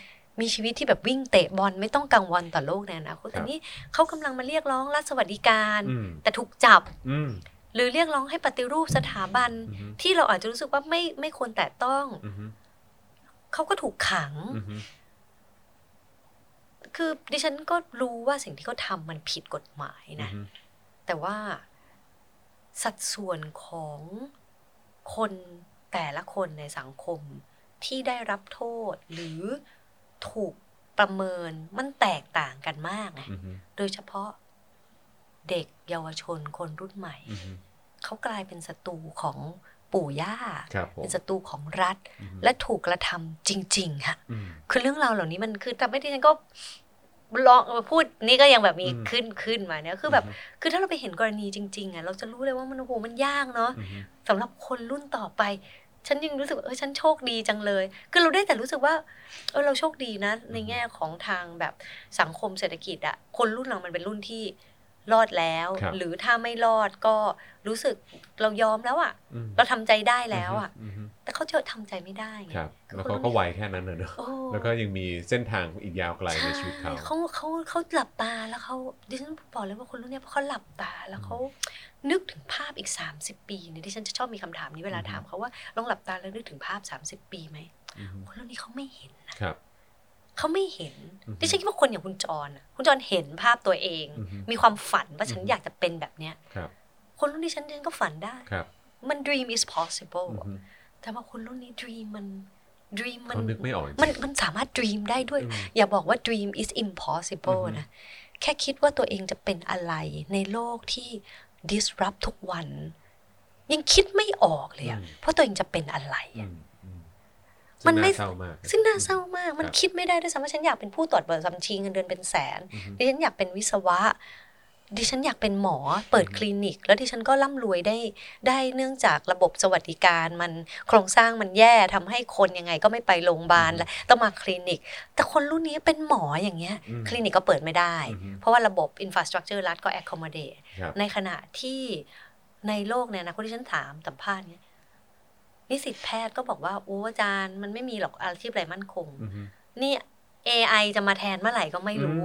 B: มีชีวิตที่แบบวิ่งเตะบอลไม่ต้องกังวลต่อโลกในอนาคต
A: ครั
B: แต่
A: บ
B: นี่เขากำลังมาเรียกร้องรัฐสวัสดิการ
A: อืม
B: แต่ถูกจับ
A: อืม
B: หรือเรียกร้องให้ปฏิรูปสถาบัน
A: อือฮึ
B: ที่เราอาจจะรู้สึกว่าไม่ไม่ควรแตะต้อง
A: อือฮึ
B: เขาก็ถูกขัง
A: อือฮึ
B: คือดิฉันก็รู้ว่าสิ่งที่เขาทำมันผิดกฎหมายนะ แต่ว่าสัดส่วนของคนแต่ละคนในสังคมที่ได้รับโทษหรือถูกประเมินมันแตกต่างกันมากไง
A: อือฮึ
B: โดยเฉพาะเด็กเยาวชนคนรุ่นใหม่
A: อือฮึ
B: เขากลายเป็นศัตรูของปู่ย่า
A: ครับผม
B: เป็นศัตรูของรัฐ
A: อือฮึ
B: และถูกกระทำจริง ๆ ค่ะ
A: อืม
B: คือเรื่องราวเหล่านี้มันคือทำให้ดิฉันก็ลองพูดนี่ก็ยังแบบมี
A: อืม
B: ขึ้นขึ้นมาเนี่ยคือแบบคือถ้าเราไปเห็นกรณีจริงๆอ่ะเราจะรู้เลยว่ามันโอ้โหมันยากเนาะ
A: อือฮึ
B: สำหรับคนรุ่นต่อไป ฉันยังรู้สึกว่าเออฉันโชคดีจังเลย คือเราได้แต่รู้สึกว่าเออเราโชคดีนะ ในแง่ของทางแบบสังคมเศรษฐกิจอ่ะคนรุ่นเรามันเป็นรุ่นที่รอดแล้ว
A: ครับ
B: หรือถ้าไม่รอดก็รู้สึกเรายอมแล้วอ่ะ
A: อืม
B: เราทำใจได้แล้วอ่ะ
A: มฮึ
B: แต่เขาเจอทำใจไม่ได้ไง
A: ครับ
B: คือ
A: แล้ว
B: คน
A: เขา
B: รุ่น
A: ก็ไวแค่นั้นน่ะเนอะ
B: โอ้
A: แล้วก็ยังมีเส้นทางอีกยาวไกลในชีวิตเขา
B: เขาเขาเขาหลับตาแล้วเขาดิฉันบอกเลยว่าคนรุ่นเนี้ยพอเขาหลับตาแล้วเขานึกถึงภาพอีก 30 ปีเนี่ยดิฉันจะชอบมีคำถามนี้เวลา
A: อือฮึ
B: ถามเขาว่าลองหลับตาแล้วนึกถึงภาพ 30 ปีไหม
A: อือฮึ
B: คนรุ่นนี้เขาไม่เห็นนะครับ เขาไม่เห็น
A: อือฮึ
B: ดิฉันคิดว่าคนอย่างคุณจรน่ะคุณจรเห็นภาพตัวเอง
A: อือฮึ
B: มีความฝันว่าฉัน
A: อือฮึ
B: อยากจะเป็นแบบเนี้ย
A: ครับ
B: คนรุ่นที่ฉันดิฉันก็ฝันได้
A: ครับ
B: มัน dream is possible
A: อือฮึ
B: แต่ว่าคนรุ่นนี้ dream มัน dream มัน
A: เขานึกไม่ออกจริง
B: มันมันสามารถ dream ได้ด้วย
A: อืม
B: อย่าบอกว่า dream is impossible
A: อือฮึ
B: นะ แค่คิดว่าตัวเองจะเป็นอะไรในโลกที่ disrupt ทุกวัน ยังคิดไม่ออกเลยอะเพราะตัวเองจะเป็นอะไร
A: อื
B: อะ
A: มอืม
B: มันไม่
A: ซึ่งาเศร้ามาก
B: ซึ่งน่าเศร้ามาก มัน
A: ครับ
B: คิดไม่ได้ด้วยซ้ำว่าฉันอยากเป็นผู้ตรวจเบิร์ซัมชีเงินเดือนเป็นแสน
A: อือฮึ
B: ดิฉันอยากเป็นวิศวะ ดิฉันอยากเป็นหมอเปิดคลินิก แล้วดิฉันก็ร่ำรวยได้ได้เนื่องจากระบบสวัสดิการมันโครงสร้างมันแย่ทำให้คนยังไงก็ไม่ไปโรงพยาบาลและต้องมาคลินิก แต่คนรุ่นนี้เป็นหมออย่างเงี้ย
A: อืม
B: คลินิกก็เปิดไม่ได้
A: อือฮึ
B: เพราะว่าระบบอินฟ a าสตรักเจอร์รัฐก็ accommodate
A: ครับ
B: ในขณะที่ในโลกเนี่ยนะคนที่ฉันถามสัมภาษณ์เนี่ยนิสิตแพทย์ก็บอกว่าโอ้อาจารย์มันไม่มีหรอกอาชีพอะไรมั่นคง
A: อือฮึ
B: นี่ AI จะมาแทนเมื่อไหร่ก็ไม่รู้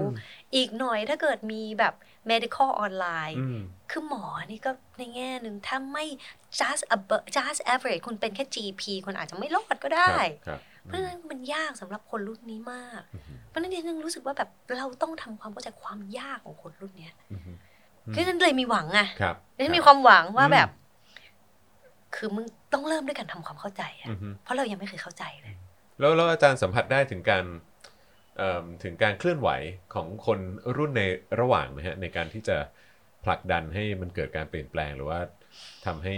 B: อีกหน่อยถ้าเกิดมีแบบ medical online
A: อืม
B: คือหมอนี่ก็ในแง่หนึ่งถ้าไม่ just above just average คุณเป็นแค่ GP คุณอาจจะไม่รอดก็ได้
A: ครับ
B: เพ
A: ค
B: ราะ
A: รับ
B: ฉะนั้นมันยากสำหรับคนรุ่นนี้มาก
A: อือฮึ
B: เพราะฉะนั้นดิฉันยังรู้สึกว่าแบบเราต้องทำความเข้าใจความยากของคนรุ่นเนี้ย
A: อือฮึ
B: คือฉันเลยมีหวังอะ
A: ครับ
B: ดิฉันมีความหวังว่าแบบ คือมึงต้องเริ่มด้วยการทำความเข้าใจอะ
A: อือฮึ
B: เพราะเรายังไม่เคยเข้าใจเลย
A: แล้วแล้วอาจารย์สัมผัสได้ถึงการเอิ่มถึงการเคลื่อนไหวของคนรุ่นในระหว่างนะฮะในการที่จะผลักดันให้มันเกิดการเปลี่ยนแปลงหรือว่าทำให้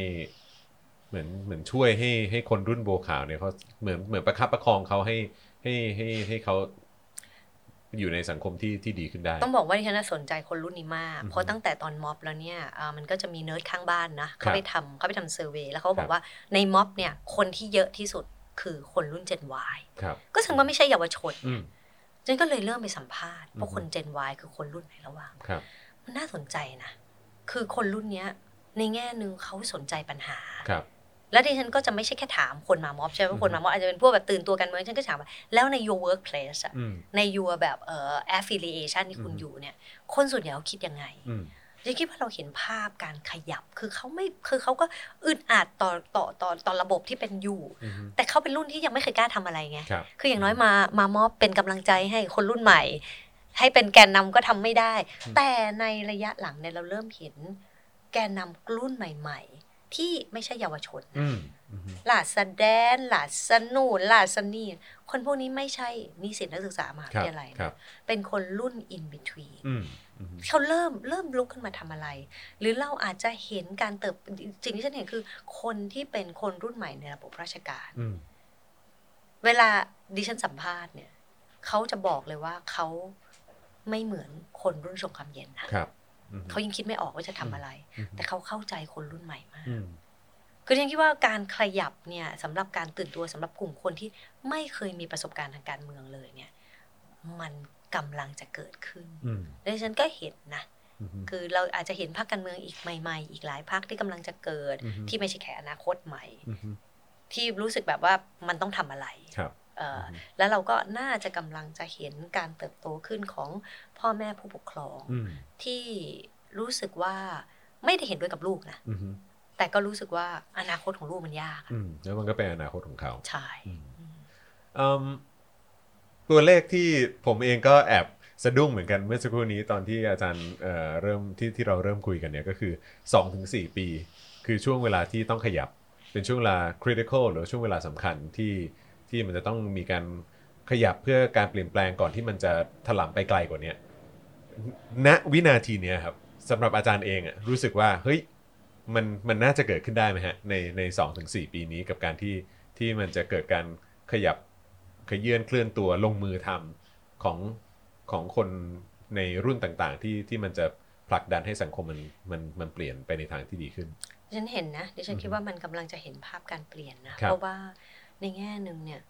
A: เหมือนเหมือนช่วยให้ให้คนรุ่นโบวขาวเนี่ยเขาเหมือนเหมือนประคับประคองเขาให้ให้ให้ให้เขาอยู่ในสังคมที่ที่ดีขึ้นได้
B: ต้องบอกว่าดิฉันนะสนใจคนรุ่นนี้มาก
A: อือฮึ
B: เพราะตั้งแต่ตอนม็อบแล้วเนี่ยเอ่อมันก็จะมีเนิร์ดข้างบ้านนะ
A: ครั
B: เขา
A: บ
B: ไปทำเขาไปทำเซอร์เวยแล้วเขาก็บ
A: ค
B: อ
A: รั
B: ก
A: บ
B: ว่าในม็อบเนี่ยคนที่เยอะที่สุดคือคนรุ่น Gen Y
A: ครับ
B: ก็แสดงว่าไม่ใช่เยาวชน
A: อืม
B: ฉันก็เลยเริ่มไปสัมภาษณ์ว่า
A: อือฮึ
B: คน Gen Y คือคนรุ่นไหนระหว่าง
A: ครับ
B: มันน่าสนใจนะ คือคนรุ่นเนี้ยในแง่หนึ่งเขาสนใจปัญหา
A: ครับ
B: และ แล้วดิฉันก็จะไม่ใช่แค่ถามคนมาม็อบใช่ไหม
A: อืม
B: คนมาม็อบอาจจะเป็นพวกแบบตื่นตัวกันเมืองฉันก็ถามว่าแล้วใน your workplace อะ
A: อืม
B: ใน your แบบเอ่อ affiliation ที่คุณ
A: อืม
B: อยู่เนี่ย คนส่วนใหญ่เขาคิดยังไง
A: อืม
B: จะคิดว่าเราเห็นภาพการขยับ คือเขาไม่ คือเขาก็อึดอัดต่อต่อต่อต่อระบบที่เป็นอยู่
A: อืม
B: แต่เขาเป็นรุ่นที่ยังไม่เคยกล้าทำอะไรไง
A: ครับ
B: คืออย่างน้อยมามามอบเป็นกำลังใจให้คนรุ่นใหม่ ให้เป็นแกนนำก็ทำไม่ได้
A: อืม
B: แต่ในระยะหลังเนี่ยเราเริ่มเห็น แกนนำรุ่นใหม่ ๆ ที่ไม่ใช่เยาวชน
A: อืมอืม
B: หลาสแดนหลาสนูนหลาสนีนคนพวกนี้ไม่ใช่นิสิตนักศึกษามหาวิทยาลัย
A: ครับ
B: เป็นคนรุ่น in between
A: อืมอืม
B: เขาเริ่มเริ่มลุกขึ้นมาทำอะไร หรือเราอาจจะเห็นการเติบสิ่งที่ฉันเห็นคือ คนที่เป็นคนรุ่นใหม่ในระบบราชการ
A: อืม
B: เวลาดิฉันสัมภาษณ์เนี่ยเขาจะบอกเลยว่าเขาไม่เหมือนคนรุ่นสงครามเย็นนะครับ
A: อืม
B: เขายังคิดไม่ออกว่าจะทำอะไร
A: อืม
B: แต่เขาเข้าใจคนรุ่นใหม่มาก
A: อืม
B: คือดิฉันคิดว่าการขยับเนี่ยสำหรับการตื่นตัวสำหรับกลุ่มคนที่ไม่เคยมีประสบการณ์ทางการเมืองเลยเนี่ย มันกำลังจะเกิดขึ้น
A: อืม
B: และดิฉันก็เห็นนะ
A: อืม
B: คือเราอาจจะเห็นพรรคการเมืองอีกใหม่ๆ อีกหลายพรรคที่กำลังจะเกิด
A: อือฮึ
B: ที่ไม่ใช่แค่อนาคตใหม่
A: อืม
B: ที่รู้สึกแบบว่ามันต้องทำอะไร
A: ครับ
B: เอ่ออ
A: อฮึ
B: แล้วเราก็น่าจะกำลังจะเห็นการเติบโตขึ้นของพ่อแม่ผู้ปกครอง
A: อืม
B: ที่รู้สึกว่าไม่ได้เห็นด้วยกับลูกนะ
A: อืม
B: แต่ก็รู้สึกว่าอนาคตของลูกมันยากอะ
A: อืมแล้วมันก็เป็นอนาคตของเขา
B: ใช่
A: อืม
B: อืม
A: อืมตัวเลขที่ผมเองก็แอบสะดุ้งเหมือนกันเมื่อสักครู่นี้ตอนที่อาจารย์เอ่อเริ่มที่ที่เราเริ่มคุยกันเนี่ยก็คือ 2-4 ปี คือช่วงเวลาที่ต้องขยับ เป็นช่วงเวลา critical หรือช่วงเวลาสำคัญที่ที่มันจะต้องมีการขยับเพื่อการเปลี่ยนแปลงก่อนที่มันจะถลำไปไกลกว่าเนี้ยณณวินาทีเนี้ยครับสำหรับอาจารย์เองอะรู้สึกว่าเฮ้ยมันมันน่าจะเกิดขึ้นได้ไหมฮะในในสองถึงสี่ปีนี้กับการที่ที่มันจะเกิดการขยับขยื่นเคลื่อนตัวลงมือทำของของคนในรุ่นต่างๆ ที่ที่มันจะผลักดันให้สังคมมันมันมันเปลี่ยนไปในทางที่ดีขึ้น
B: ดิฉันเห็นนะดิฉันคิด
A: อือฮึ
B: ว่ามันกำลังจะเห็นภาพการเปลี่ยนนะ
A: ครับ
B: เพราะว่าในแง่หนึ่งเนี่ย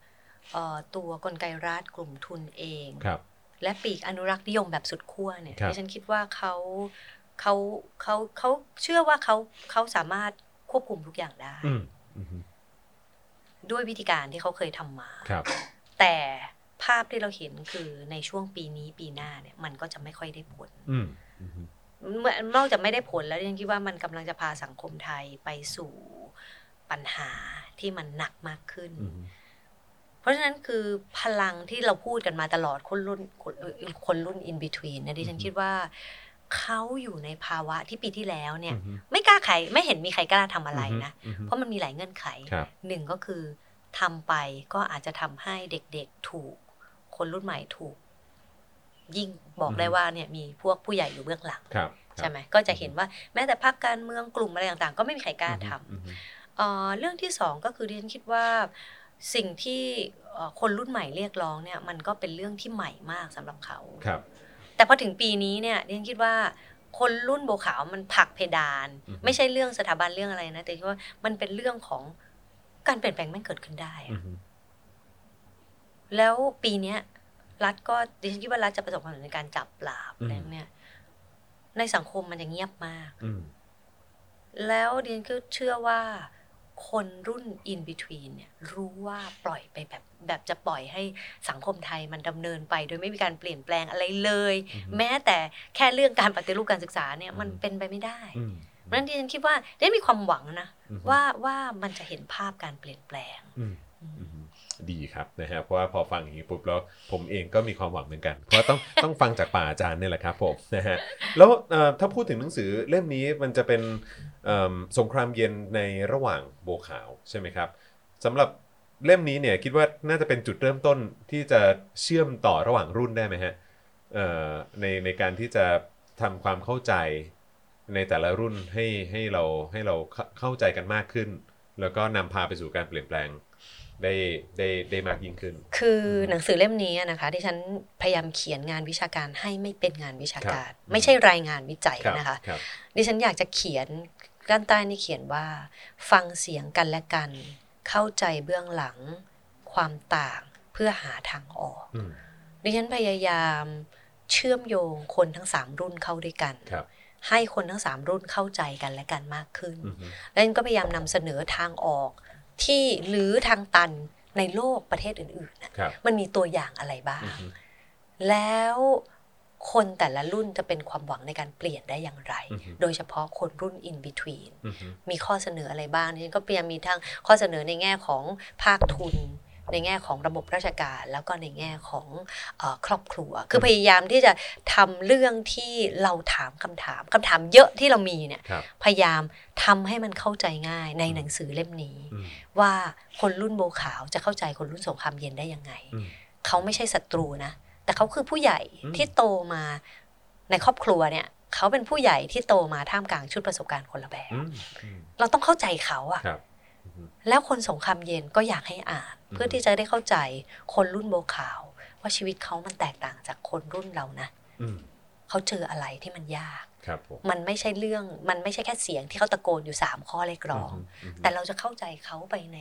B: เอ่อตัวกลไกรัฐกลุ่มทุนเอง
A: ครับ
B: และปีกอนุรักษ์นิยมแบบสุดขั้วเนี่ย
A: ครับ
B: ดิฉันคิดว่าเขาเขาเขาเขาเชื่อว่าเขาเขาสามารถควบคุมทุกอย่างได้
A: ืมอืม
B: ด้วยวิธีการที่เขาเคยทำมา
A: ครับ
B: แต่ภาพที่เราเห็นคือในช่วงปีนี้ปีหน้าเนี่ยมันก็จะไม่ค่อยได้ผล
A: อืมอืม
B: เมื่อนอกจากไม่ได้ผลแล้วดิฉันคิดว่ามันกำลังจะพาสังคมไทยไปสู่ปัญหาที่มันหนักมากขึ้น
A: อืม
B: เพราะฉะนั้นคือพลังที่เราพูดกันมาตลอดคนรุ่นคนเอ่อคนรุ่น in between นะดิฉันคิดว่าเขาอยู่ในภาวะที่ปีที่แล้วเนี่ย
A: อืม
B: ไม่กล้าใครไม่เห็นมีใครกล้าทำอะไรนะ
A: อืม
B: เพราะมันมีหลายเงื่อนไข
A: ครับ
B: หนึ่งก็คือทำไปก็อาจจะทำให้เด็กๆถูก คนรุ่นใหม่ถูก ยิ่งบอก
A: อือฮึ
B: ได้ว่าเนี่ยมีพวกผู้ใหญ่อยู่เบื้องหลัง
A: ครับ
B: ใช่ไหมก็จะเห็นว่าแม้แต่ภาคการเมืองกลุ่มอะไรต่างๆ ก็ไม่มีใครกล้าทำ
A: อืม
B: เอ่อเรื่องที่สองก็คือดิฉันคิดว่าสิ่งที่เอ่อคนรุ่นใหม่เรียกร้องเนี่ยมันก็เป็นเรื่องที่ใหม่มากสำหรับเขา
A: ครับ
B: แต่พอถึงปีนี้เนี่ยดิฉันคิดว่าคนรุ่นโบวขาวมันผลักเพดาน
A: อือฮึ
B: ไม่ใช่เรื่องสถาบันเรื่องอะไรนะ แต่คิดว่ามันเป็นเรื่องของการเปลี่ยนแปลงมันเกิดขึ้นได้
A: อื
B: อะ
A: ม
B: แล้วปีเนี้ยรัฐก็ดิฉันคิดว่ารัฐจะประสบความสำเร็จในการจับปราบอะไรพวกเนี่ยในสังคมมันจะเงียบมาก
A: อืม
B: แล้วเดียนก็เชื่อว่าคนรุ่น in between เนี่ยรู้ว่าปล่อยไปแบบแบบจะปล่อยให้สังคมไทยมันดำเนินไป โดยไม่มีการเปลี่ยนแปลงอะไรเลย
A: อืม
B: แม้แต่แค่เรื่องการปฏิรูปการศึกษาเนี่ย
A: อืม
B: มันเป็นไปไม่ได้
A: อืม
B: เพราะฉะนั้นดิฉันคิดว่าได้มีความหวังนะ
A: อืม
B: ว่าว่ามันจะเห็นภาพการเปลี่ยนแปลง
A: อืมอืมดีครับนะฮะเพราะว่าพอฟังอย่างนี้ปุ๊บแล้วผมเองก็มีความหวังเหมือนกัน เพราะต้อง ต้องฟังจากป่าอาจารย์เนี่ยแหละครับผมนะฮะแล้วเอ่อถ้าพูดถึงหนังสือเล่มนี้มันจะเป็นเอิ่มสงครามเย็นในระหว่างโบวขาวใช่ไหมครับสำหรับเล่มนี้เนี่ยคิดว่าน่าจะเป็นจุดเริ่มต้นที่จะเชื่อมต่อระหว่างรุ่นได้ไหมฮะ เอ่อในในการที่จะทำความเข้าใจในแต่ละรุ่นให้ให้เราให้เราเข้าเข้าใจกันมากขึ้น แล้วก็นำพาไปสู่การเปลี่ยนแปลงได้ได้ได้มากยิ่งขึ้น
B: คืออ
A: ม
B: หนังสือเล่มนี้นะคะที่ฉันพยายามเขียนงานวิชาการให้ไม่เป็นงานวิชาการ
A: ครับ
B: ไม่ใช่รายงานวิจัย
A: ครับ
B: นะคะ
A: ครับ
B: ดิฉันอยากจะเขียนด้านใต้นี่เขียนว่า ฟังเสียงกันและกัน เข้าใจเบื้องหลัง ความต่างเพื่อหาทางออก
A: อืม
B: ดิฉันพยายามเชื่อมโยงคนทั้งสามรุ่นเข้าด้วยกัน
A: ครับ
B: ให้คนทั้งสามรุ่นเข้าใจกันและกันมากขึ้น
A: อือฮึ
B: แล้วฉันก็พยายามนำเสนอทางออก ที่หรือทางตันในโลกประเทศอื่นๆน่ะ
A: ครับ
B: มันมีตัวอย่างอะไรบ้าง
A: อือฮึ
B: แล้วคนแต่ละรุ่นจะเป็นความหวังในการเปลี่ยนได้อย่างไร
A: อือฮึ
B: โดยเฉพาะคนรุ่น in between
A: อือฮึ
B: มีข้อเสนออะไรบ้างดิฉันก็พยายามมีทั้งข้อเสนอในแง่ของภาคทุน ในแง่ของระบบราชการ แล้วก็ในแง่ของเออครอบครัว คือพยายามที่จะทำเรื่องที่เราถามคำถามคำถามเยอะที่เรามีเนี่ย
A: ครับ
B: พยายามทำให้มันเข้าใจง่ายในหนังสือเล่มนี้
A: อืม
B: ว่าคนรุ่นโบขาวจะเข้าใจคนรุ่นสงครามเย็นได้ยังไง
A: อืม
B: เขาไม่ใช่ศัตรูนะ แต่เขาคือผู้ใหญ่
A: อืม
B: ที่โตมาในครอบครัวเนี่ย เขาเป็นผู้ใหญ่ที่โตมาท่ามกลางชุดประสบการณ์คนละแบบ
A: อืมอืม
B: เราต้องเข้าใจเขาอะ
A: ครับ
B: แล้วคนสงครามเย็นก็อยากให้อ่าน
A: อืม
B: เพื่อที่จะได้เข้าใจคนรุ่นโบขาว ว่าชีวิตเขามันแตกต่างจากคนรุ่นเรานะ
A: อืม
B: เขาเจออะไรที่มันยาก
A: ครับผม
B: มันไม่ใช่เรื่อง มันไม่ใช่แค่เสียงที่เขาตะโกนอยู่สามข้อเรียกร้อง
A: อืม
B: แต่เราจะเข้าใจเขาไปใน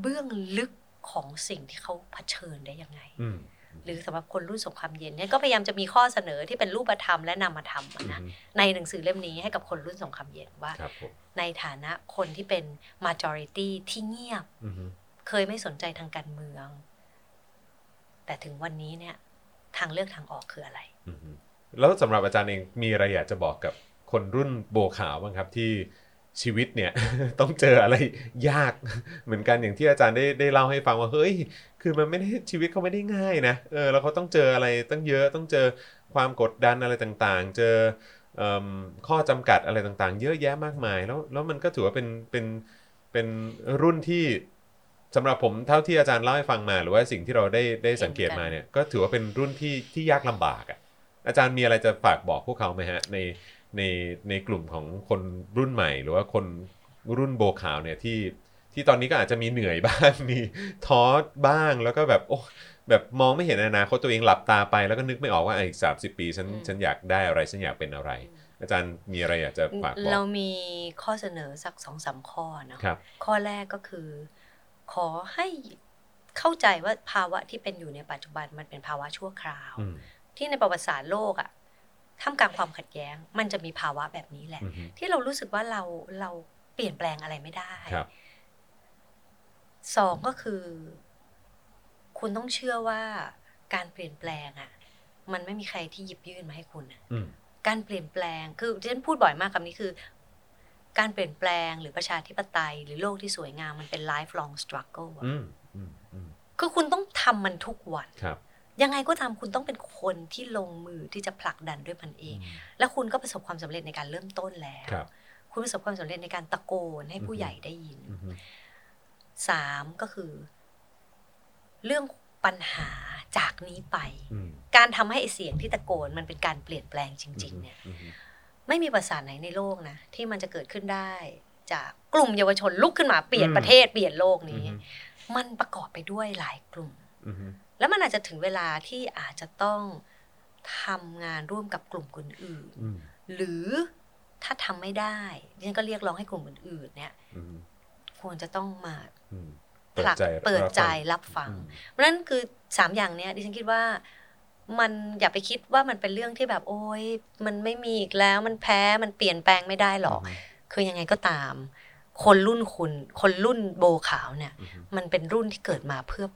B: เบื้องลึกของสิ่งที่เขาเผชิญได้ยังไง
A: อืม
B: หรือสำหรับคนรุ่นสงครามเย็นเนี่ยก็พยายามจะมีข้อเสนอที่เป็นรูปธรรมและนามธรรมอะนะในหนังสือเล่มนี้ให้กับคนรุ่นสงครามเย็นว่า
A: ครับผม
B: ในฐานะคนที่เป็น majority ที่เงียบ
A: อืม
B: เคยไม่สนใจทางการเมือง แต่ถึงวันนี้เนี่ย ทางเลือกทางออกคืออะไร
A: อืมแล้วสำหรับอาจารย์เองมีอะไรอยากจะบอกกับคนรุ่นโบขาวบ้างครับที่ชีวิตเนี่ย ต้องเจออะไรยาก เหมือนกันอย่างที่อาจารย์ได้ได้เล่าให้ฟังว่าเฮ้ย คือมันไม่ได้ชีวิตเขาไม่ได้ง่ายนะเออแล้วเขาต้องเจออะไรตั้งเยอะต้องเจอความกดดันอะไรต่างๆ เจอเอิ่มข้อจำกัดอะไรต่างๆ เยอะแยะมากมาย แล้วแล้วมันก็ถือว่าเป็นเป็นเป็นรุ่นที่สำหรับผมเท่าที่อาจารย์เล่าให้ฟังมา หรือว่าสิ่งที่เราได้ได้สังเกตมาเนี่ยก็ถือว่าเป็นรุ่นที่ที่ยากลำบากอะ่ะอาจารย์มีอะไรจะฝากบอกพวกเขาไหมฮะในในในกลุ่มของคนรุ่นใหม่ หรือว่าคนรุ่นโบขาวเนี่ยที่ ที่ตอนนี้ก็อาจจะมีเหนื่อยบ้าง มีท้อบ้างแล้วก็แบบโอ้แบบมองไม่เห็นอนาคตตัวเองหลับตาไปแล้วก็นึกไม่ออกว่าอ่ะอีก 30 ปีฉัน
B: อืม
A: ฉันอยากได้อะไร ฉันอยากเป็นอะไร อาจารย์มีอะไรอยากจะฝากบอ
B: เรา
A: ก
B: มีข้อเสนอสักสองสามข้อเนาะ
A: ครับ
B: ข้อแรกก็คือ ขอให้เข้าใจว่าภาวะที่เป็นอยู่ในปัจจุบันมันเป็นภาวะชั่วคราว
A: อืม
B: ที่ในประวัติศาสตร์โลกอะท่ามกลางความขัดแย้ง มันจะมีภาวะแบบนี้แหละ
A: อืมฮึ
B: ที่เรารู้สึกว่าเราเราเปลี่ยนแปลงอะไรไม่ได้
A: ครับ
B: สองก็คือ คุณต้องเชื่อว่าการเปลี่ยนแปลงอะมันไม่มีใครที่หยิบยื่นมาให้คุณอะ
A: อืม
B: การเปลี่ยนแปลงคือที่ฉันพูดบ่อยมากคำนี้คือ การเปลี่ยนแปลงหรือประชาธิปไตย หรือโลกที่สวยงามมันเป็น lifelong struggle อะ
A: อืมอืมอืม
B: คือคุณต้องทำมันทุกวัน
A: ครับ
B: ยังไงก็ตามคุณต้องเป็นคนที่ลงมือที่จะผลักดันด้วยมันเอง แล้วคุณก็ประสบความสำเร็จในการเริ่มต้นแล้ว
A: ครับ
B: คุณประสบความสำเร็จในการตะโกนให้ผู้
A: อือฮึ
B: ใหญ่ได้ยิน
A: อืมฮึ
B: สามก็คือ เรื่องปัญหาจากนี้ไป
A: อืม
B: การทำให้ไอ้เสียงที่ตะโกนมันเป็นการเปลี่ยนแปลงจริง ๆ เนี่ย
A: อืมฮึ
B: ไม่มีประสาทไหนในโลกนะ ที่มันจะเกิดขึ้นได้ จากกลุ่มเยาวชนลุกขึ้นมาเปลี่ยนประเทศเปลี่ยนโลก
A: อืม
B: นี้
A: ฮึ
B: มันประกอบไปด้วยหลายกลุ่ม
A: อืมฮึ
B: แล้วมันอาจจะถึงเวลาที่อาจจะต้องทำงานร่วมกับกลุ่มคนอื่น
A: อืม
B: หรือถ้าทำไม่ได้ดิฉันก็เรียกร้องให้กลุ่มอื่นๆเนี่ย
A: อืมฮึ
B: ควรจะต้องมา
A: อืม
B: ผลักเปิดใจรับ
A: ฟั
B: ฟั
A: ง
B: ง เพราะฉะนั้นคือสามอย่างเนี้ยดิฉันคิดว่ามันอย่าไปคิดว่ามันเป็นเรื่องที่แบบโอ้ยมันไม่มีอีกแล้วมันแพ้มันเปลี่ยนแปลงไม่ได้หรอก คือยังไงก็ตาม คนรุ่นคุณ คนรุ่นโบขาวเนี่ย
A: อืมฮึ
B: มันเป็นรุ่นที่เกิดมาเพื่อ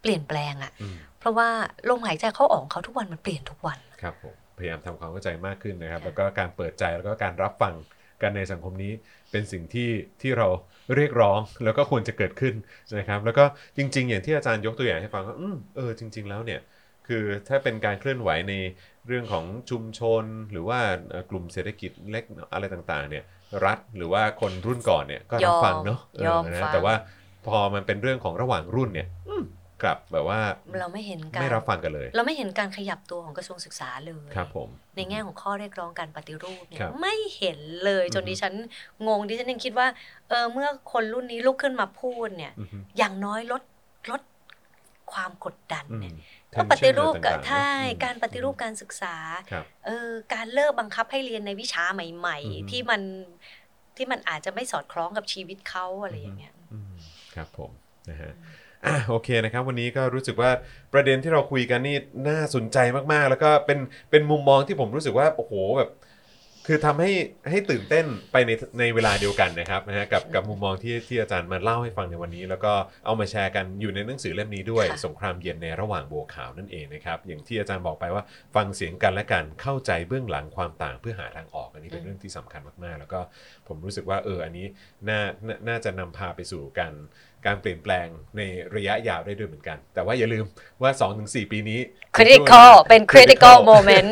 B: เปลี่ยนแปลงอะ
A: อืม
B: เพราะว่าลมหายใจเข้าออกของเขาทุกวันมันเปลี่ยนทุกวัน
A: ครับผมพยายามทำความเข้าใจมากขึ้นนะครับ
B: ค่ะ
A: แล้วก็การเปิดใจแล้วก็การรับฟังกันในสังคมนี้เป็นสิ่งที่ที่เราเรียกร้องแล้วก็ควรจะเกิดขึ้นนะครับ แล้วก็จริง ๆ อย่างที่อาจารย์ยกตัวอย่างให้ฟังว่าอืมเออจริง ๆ แล้วเนี่ย คือถ้าเป็นการเคลื่อนไหวในเรื่องของชุมชน หรือว่าเอ่อกลุ่มเศรษฐกิจเล็กอะไรต่างๆ เนี่ยรัฐหรือว่าคนรุ่นก่อนเนี่ยก็รับฟังเนาะเ
B: ยอม
A: นะ
B: ฟัง
A: แต่ว่าพอมันเป็นเรื่องของระหว่างรุ่นเนี่ยอืมกลับแบบว่า
B: เราไม่เห็นการ
A: ไม่รับฟังกันเลย
B: เราไม่เห็นการขยับตัวของกระทรวงศึกษาเลย
A: ครับผม
B: ในแง่ของข้อเรียกร้องการปฏิรูปเนี่ย
A: ครับ
B: ไม่เห็นเลยจน
A: อือฮึ
B: ดิฉันงงดิฉันยังคิดว่าเออเมื่อคนรุ่นนี้ลุกขึ้นมาพูดเนี่ย
A: อือฮึ
B: อย่างน้อยลดลดความกดดัน
A: อืม
B: เนี่ย
A: เท
B: ก็
A: น
B: ป
A: ชั่
B: ฏิ
A: น
B: รูป
A: อะ
B: กับ
A: ไต่งๆ
B: ใช่
A: อืม
B: การปฏิรูปการศึกษา
A: ครับ
B: เออการเลิกบังคับให้เรียนในวิชาใหม่
A: อือฮึ
B: ๆ ที่มันที่มันอาจจะไม่สอดคล้องกับชีวิตเขาอะไรอย่างเงี้ย
A: อืมครับผมนะฮะอ่ะโอเคนะครับ วันนี้ก็รู้สึกว่าประเด็นที่เราคุยกันนี่น่าสนใจมากๆ แล้วก็เป็นเป็นมุมมองที่ผมรู้สึกว่าโอ้โหแบบ คือทำให้ให้ตื่นเต้นไปในในเวลาเดียวกันนะครับนะฮะกับกับมุมมองที่ที่อาจารย์มาเล่าให้ฟังในวันนี้ แล้วก็เอามาแชร์กันอยู่ในหนังสือเล่มนี้ด้วย
B: ค่ะ
A: สงครามเย็นในระหว่างบัวขาวนั่นเองนะครับอย่างที่อาจารย์บอกไปว่าฟังเสียงกันและกันเข้าใจเบื้องหลังความต่างเพื่อหาทางออกอันนี้เป็นเรื่องที่สำคัญมากๆ แล้วก็ผมรู้สึกว่าเอออันนี้น่าน่าน่าจะนำพาไปสู่การการเปลี่ยนแปลงในระยะยาวได้ด้วยเหมือนกัน แต่ว่าอย่าลืมว่า 2-4 ปีนี้
B: critical เป็น critical moment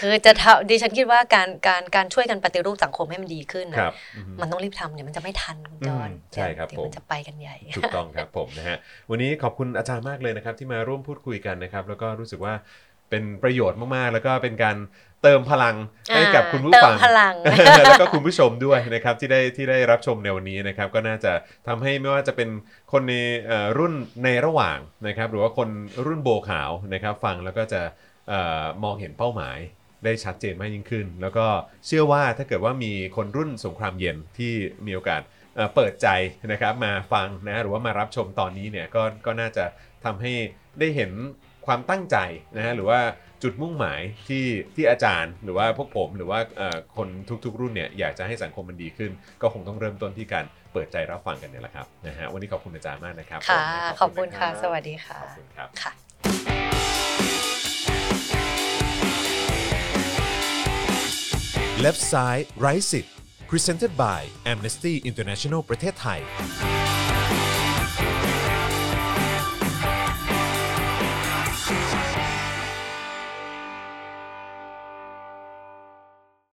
B: คือจะทำดิฉันคิดว่าการการการช่วยกันปฏิรูปสังคมให้มันดีขึ้น
A: ค
B: นะ
A: รับอือฮึ
B: มันต้องรีบทำเนี่ยมันจะไม่ทันคุณจอน
A: อืมใช่ครับ
B: เดี๋ยวมั
A: ผม
B: นจะไปกันใหญ่
A: ถูกต้องครับผมนะฮะวันนี้ขอบคุณอาจารย์มากเลยนะครับ ที่มาร่วมพูดคุยกันนะครับ แล้วก็รู้สึกว่าเป็นประโยชน์มากๆ แล้วก็เป็นการเติมพลังให้กับคุณผู้ฟัง
B: เติมพ ลัง
A: แล้วก็คุณผู้ชมด้วยนะครับที่ได้ที่ได้รับชมในวันนี้นะครับ ก็น่าจะทำให้ไม่ว่าจะเป็นคนในเอ่อรุ่นในระหว่างนะครับ หรือว่าคนรุ่นโบขาวนะครับ ฟังแล้วก็จะเอ่อมองเห็นเป้าหมายได้ชัดเจนมากยิ่งขึ้น แล้วก็เชื่อว่าถ้าเกิดว่ามีคนรุ่นสงครามเย็นที่มีโอกาสเอ่อเปิดใจนะครับมาฟังนะหรือว่ามารับชมตอนนี้เนี่ยก็ก็น่าจะทำให้ได้เห็นความตั้งใจนะฮะหรือว่า จุดมุ่งหมายที่ที่อาจารย์ หรือว่าพวกผมหรือว่าเอ่อคนทุกๆ รุ่นเนี่ยอยากจะให้สังคมมันดีขึ้น ก็คงต้องเริ่มต้นที่การเปิดใจรับฟังกันเนี่ยแหละครับนะฮะวันนี้ขอบคุณอาจารย์มากนะครับ
B: ค่ะ
A: ผม
B: ขอบคุณค่ะ
A: นรับ
B: สวัสดีค่ะ
A: ขอบคุณครับ
B: ค่ะ
A: Left Side Right 10 Presented by Amnesty International ประเทศไทย